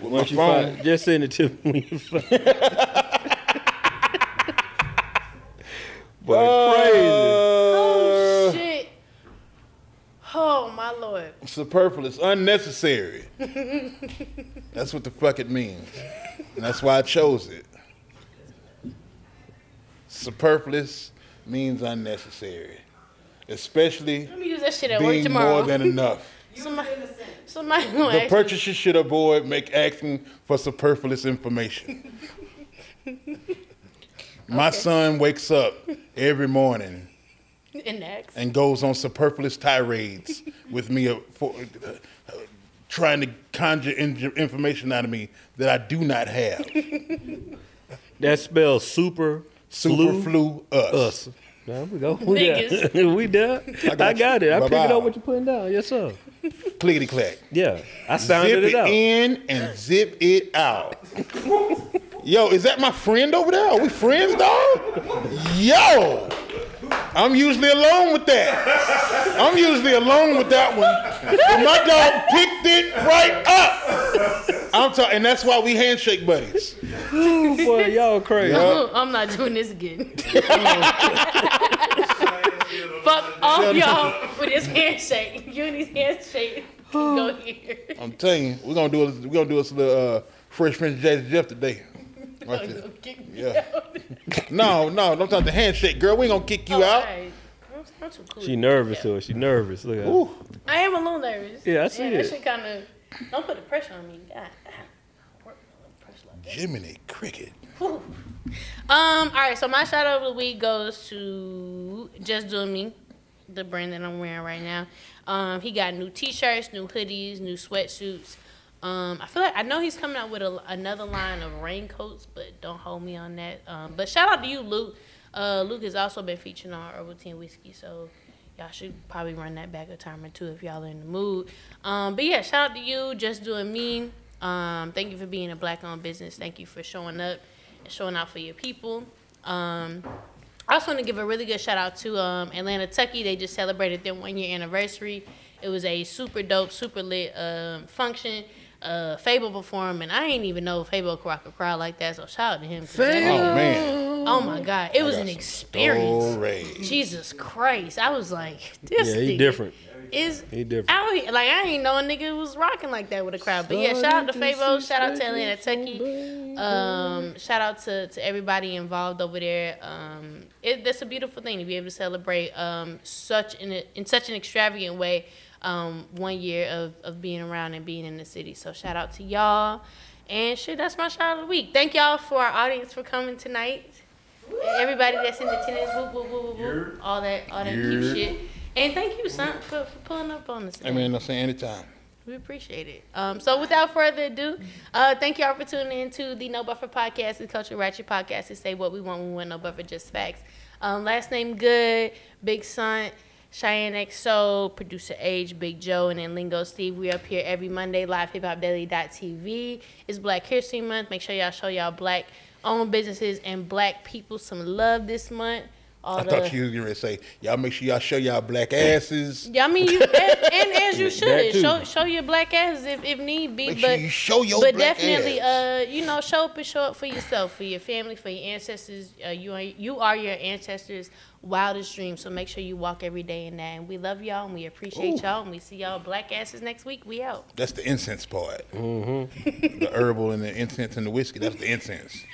[SPEAKER 3] With my
[SPEAKER 2] Once you
[SPEAKER 3] phone.
[SPEAKER 2] find- just send it to me. when you find- Boy, crazy.
[SPEAKER 3] Uh,
[SPEAKER 1] Shit. Oh my lord.
[SPEAKER 3] superfluous, unnecessary. that's what the fuck it means. And that's why I chose it. Superfluous means unnecessary. Especially
[SPEAKER 1] Let me use that shit at work
[SPEAKER 3] being
[SPEAKER 1] tomorrow.
[SPEAKER 3] more than enough.
[SPEAKER 1] somebody, somebody gonna ask
[SPEAKER 3] The
[SPEAKER 1] me.
[SPEAKER 3] purchaser should avoid make asking for superfluous information. My son wakes up every morning
[SPEAKER 1] and ask.
[SPEAKER 3] and goes on superfluous tirades with me uh, for, uh, uh, trying to conjure in- information out of me that I do not have.
[SPEAKER 2] That spells super flu-
[SPEAKER 3] Superflu us.
[SPEAKER 2] us. There we go. We
[SPEAKER 1] Niggas.
[SPEAKER 2] there. we there. I
[SPEAKER 3] got
[SPEAKER 2] got,
[SPEAKER 3] you.
[SPEAKER 2] it. I picked it
[SPEAKER 3] Bye-bye.
[SPEAKER 2] up what you're putting down. Yes, sir.
[SPEAKER 3] Clickety clack.
[SPEAKER 2] Yeah, I
[SPEAKER 3] Zip
[SPEAKER 2] sounded
[SPEAKER 3] it
[SPEAKER 2] it out.
[SPEAKER 3] in and zip it out. Yo, is that my friend over there? Are we friends, dog? Yo, I'm usually alone with that. I'm usually alone with that one. But my dog picked it right up. I'm talking, and that's why we handshake buddies.
[SPEAKER 2] Boy, y'all crazy.
[SPEAKER 3] uh,
[SPEAKER 1] I'm not doing this again. Fuck all y'all with this handshake. You and these handshake can go here.
[SPEAKER 3] I'm telling you, we're gonna do us, we're gonna do us a little uh, Fresh Prince Jazzy Jeff today. Watch this.
[SPEAKER 1] Go kick me
[SPEAKER 3] Yeah. No, no, don't talk the handshake, girl. We ain't gonna kick you
[SPEAKER 1] Oh,
[SPEAKER 3] out.
[SPEAKER 1] alright. I'm- I'm too cool.
[SPEAKER 2] She nervous though. She nervous. Look at her.
[SPEAKER 3] Ooh.
[SPEAKER 1] I am a little nervous.
[SPEAKER 2] Yeah, I see
[SPEAKER 1] That
[SPEAKER 2] it.
[SPEAKER 1] shit kind of don't put the pressure on me. God, I work a little pressure like that.
[SPEAKER 3] Jiminy Cricket.
[SPEAKER 1] Whew. Um. All right. So my shout out of the week goes to Just Doing Me, the brand that I'm wearing right now. Um. He got new T-shirts, new hoodies, new sweatsuits. Um. I feel like I know he's coming out with a, another line of raincoats, but don't hold me on that. Um. But shout out to you, Luke. Uh. Luke has also been featured on Ovaltine whiskey, so y'all should probably run that back a time or two if y'all are in the mood. Um, but yeah, shout out to you, just doing me. Um, thank you for being a black owned business. Thank you for showing up and showing out for your people. Um, I also want to give a really good shout out to um, Atlanta Tucky. They just celebrated their one year anniversary. It was a super dope, super lit um, function. Uh, Fable performed, and I didn't even know Fable could rock a crowd like that. So shout out to him. for that.
[SPEAKER 3] Oh man.
[SPEAKER 1] Oh my God, it was an experience.
[SPEAKER 3] Oh, Alright.
[SPEAKER 1] Jesus Christ. I was like, this
[SPEAKER 2] Yeah, he
[SPEAKER 1] nigga
[SPEAKER 2] different.
[SPEAKER 1] is
[SPEAKER 2] He different.
[SPEAKER 1] out here. Like I ain't know a nigga was rocking like that with a crowd. But yeah, shout out to Fabo, shout out to Atlanta Tucky. Um, shout out to, to everybody involved over there. Um it, that's a beautiful thing to be able to celebrate um such in in such an extravagant way um one year of, of being around and being in the city. So shout out to y'all. And shit, that's my shout out of the week. Thank y'all for our audience for coming tonight. And everybody that's in attendance, whoop, whoop, whoop, whoop, whoop, all that, all that cute
[SPEAKER 3] Yeah.
[SPEAKER 1] shit. And thank you, son, for, for pulling up on us.
[SPEAKER 3] Hey man, I'm saying anytime.
[SPEAKER 1] We appreciate it. Um, so without further ado, uh, thank y'all for tuning in to the No Buffer Podcast, the Culture Ratchet Podcast to say what we want, we want no buffer, just facts. Um, last name good, Big Son, Cheyenne XO, producer Age, Big Joe, and then Lingo Steve. We up here every Monday, live hiphopdaily.tv. It's Black History Month. Make sure y'all show y'all black owned businesses and black people some love this month. All
[SPEAKER 3] I
[SPEAKER 1] the,
[SPEAKER 3] thought you was gonna say y'all make sure y'all show y'all black asses.
[SPEAKER 1] yeah, I mean, you, and, and as you should
[SPEAKER 2] too.
[SPEAKER 1] show show your black ass if, if need be,
[SPEAKER 3] Make
[SPEAKER 1] but
[SPEAKER 3] sure you show your
[SPEAKER 1] but
[SPEAKER 3] black
[SPEAKER 1] definitely,
[SPEAKER 3] ass.
[SPEAKER 1] uh, you know, show up and show up for yourself, for your family, for your ancestors. Uh, you are you are your ancestors' wildest dreams, so make sure you walk every day in that. And we love y'all, and we appreciate y'all, and we see y'all black asses next week. We out.
[SPEAKER 3] That's the incense part. The herbal and the incense and the whiskey. That's the incense.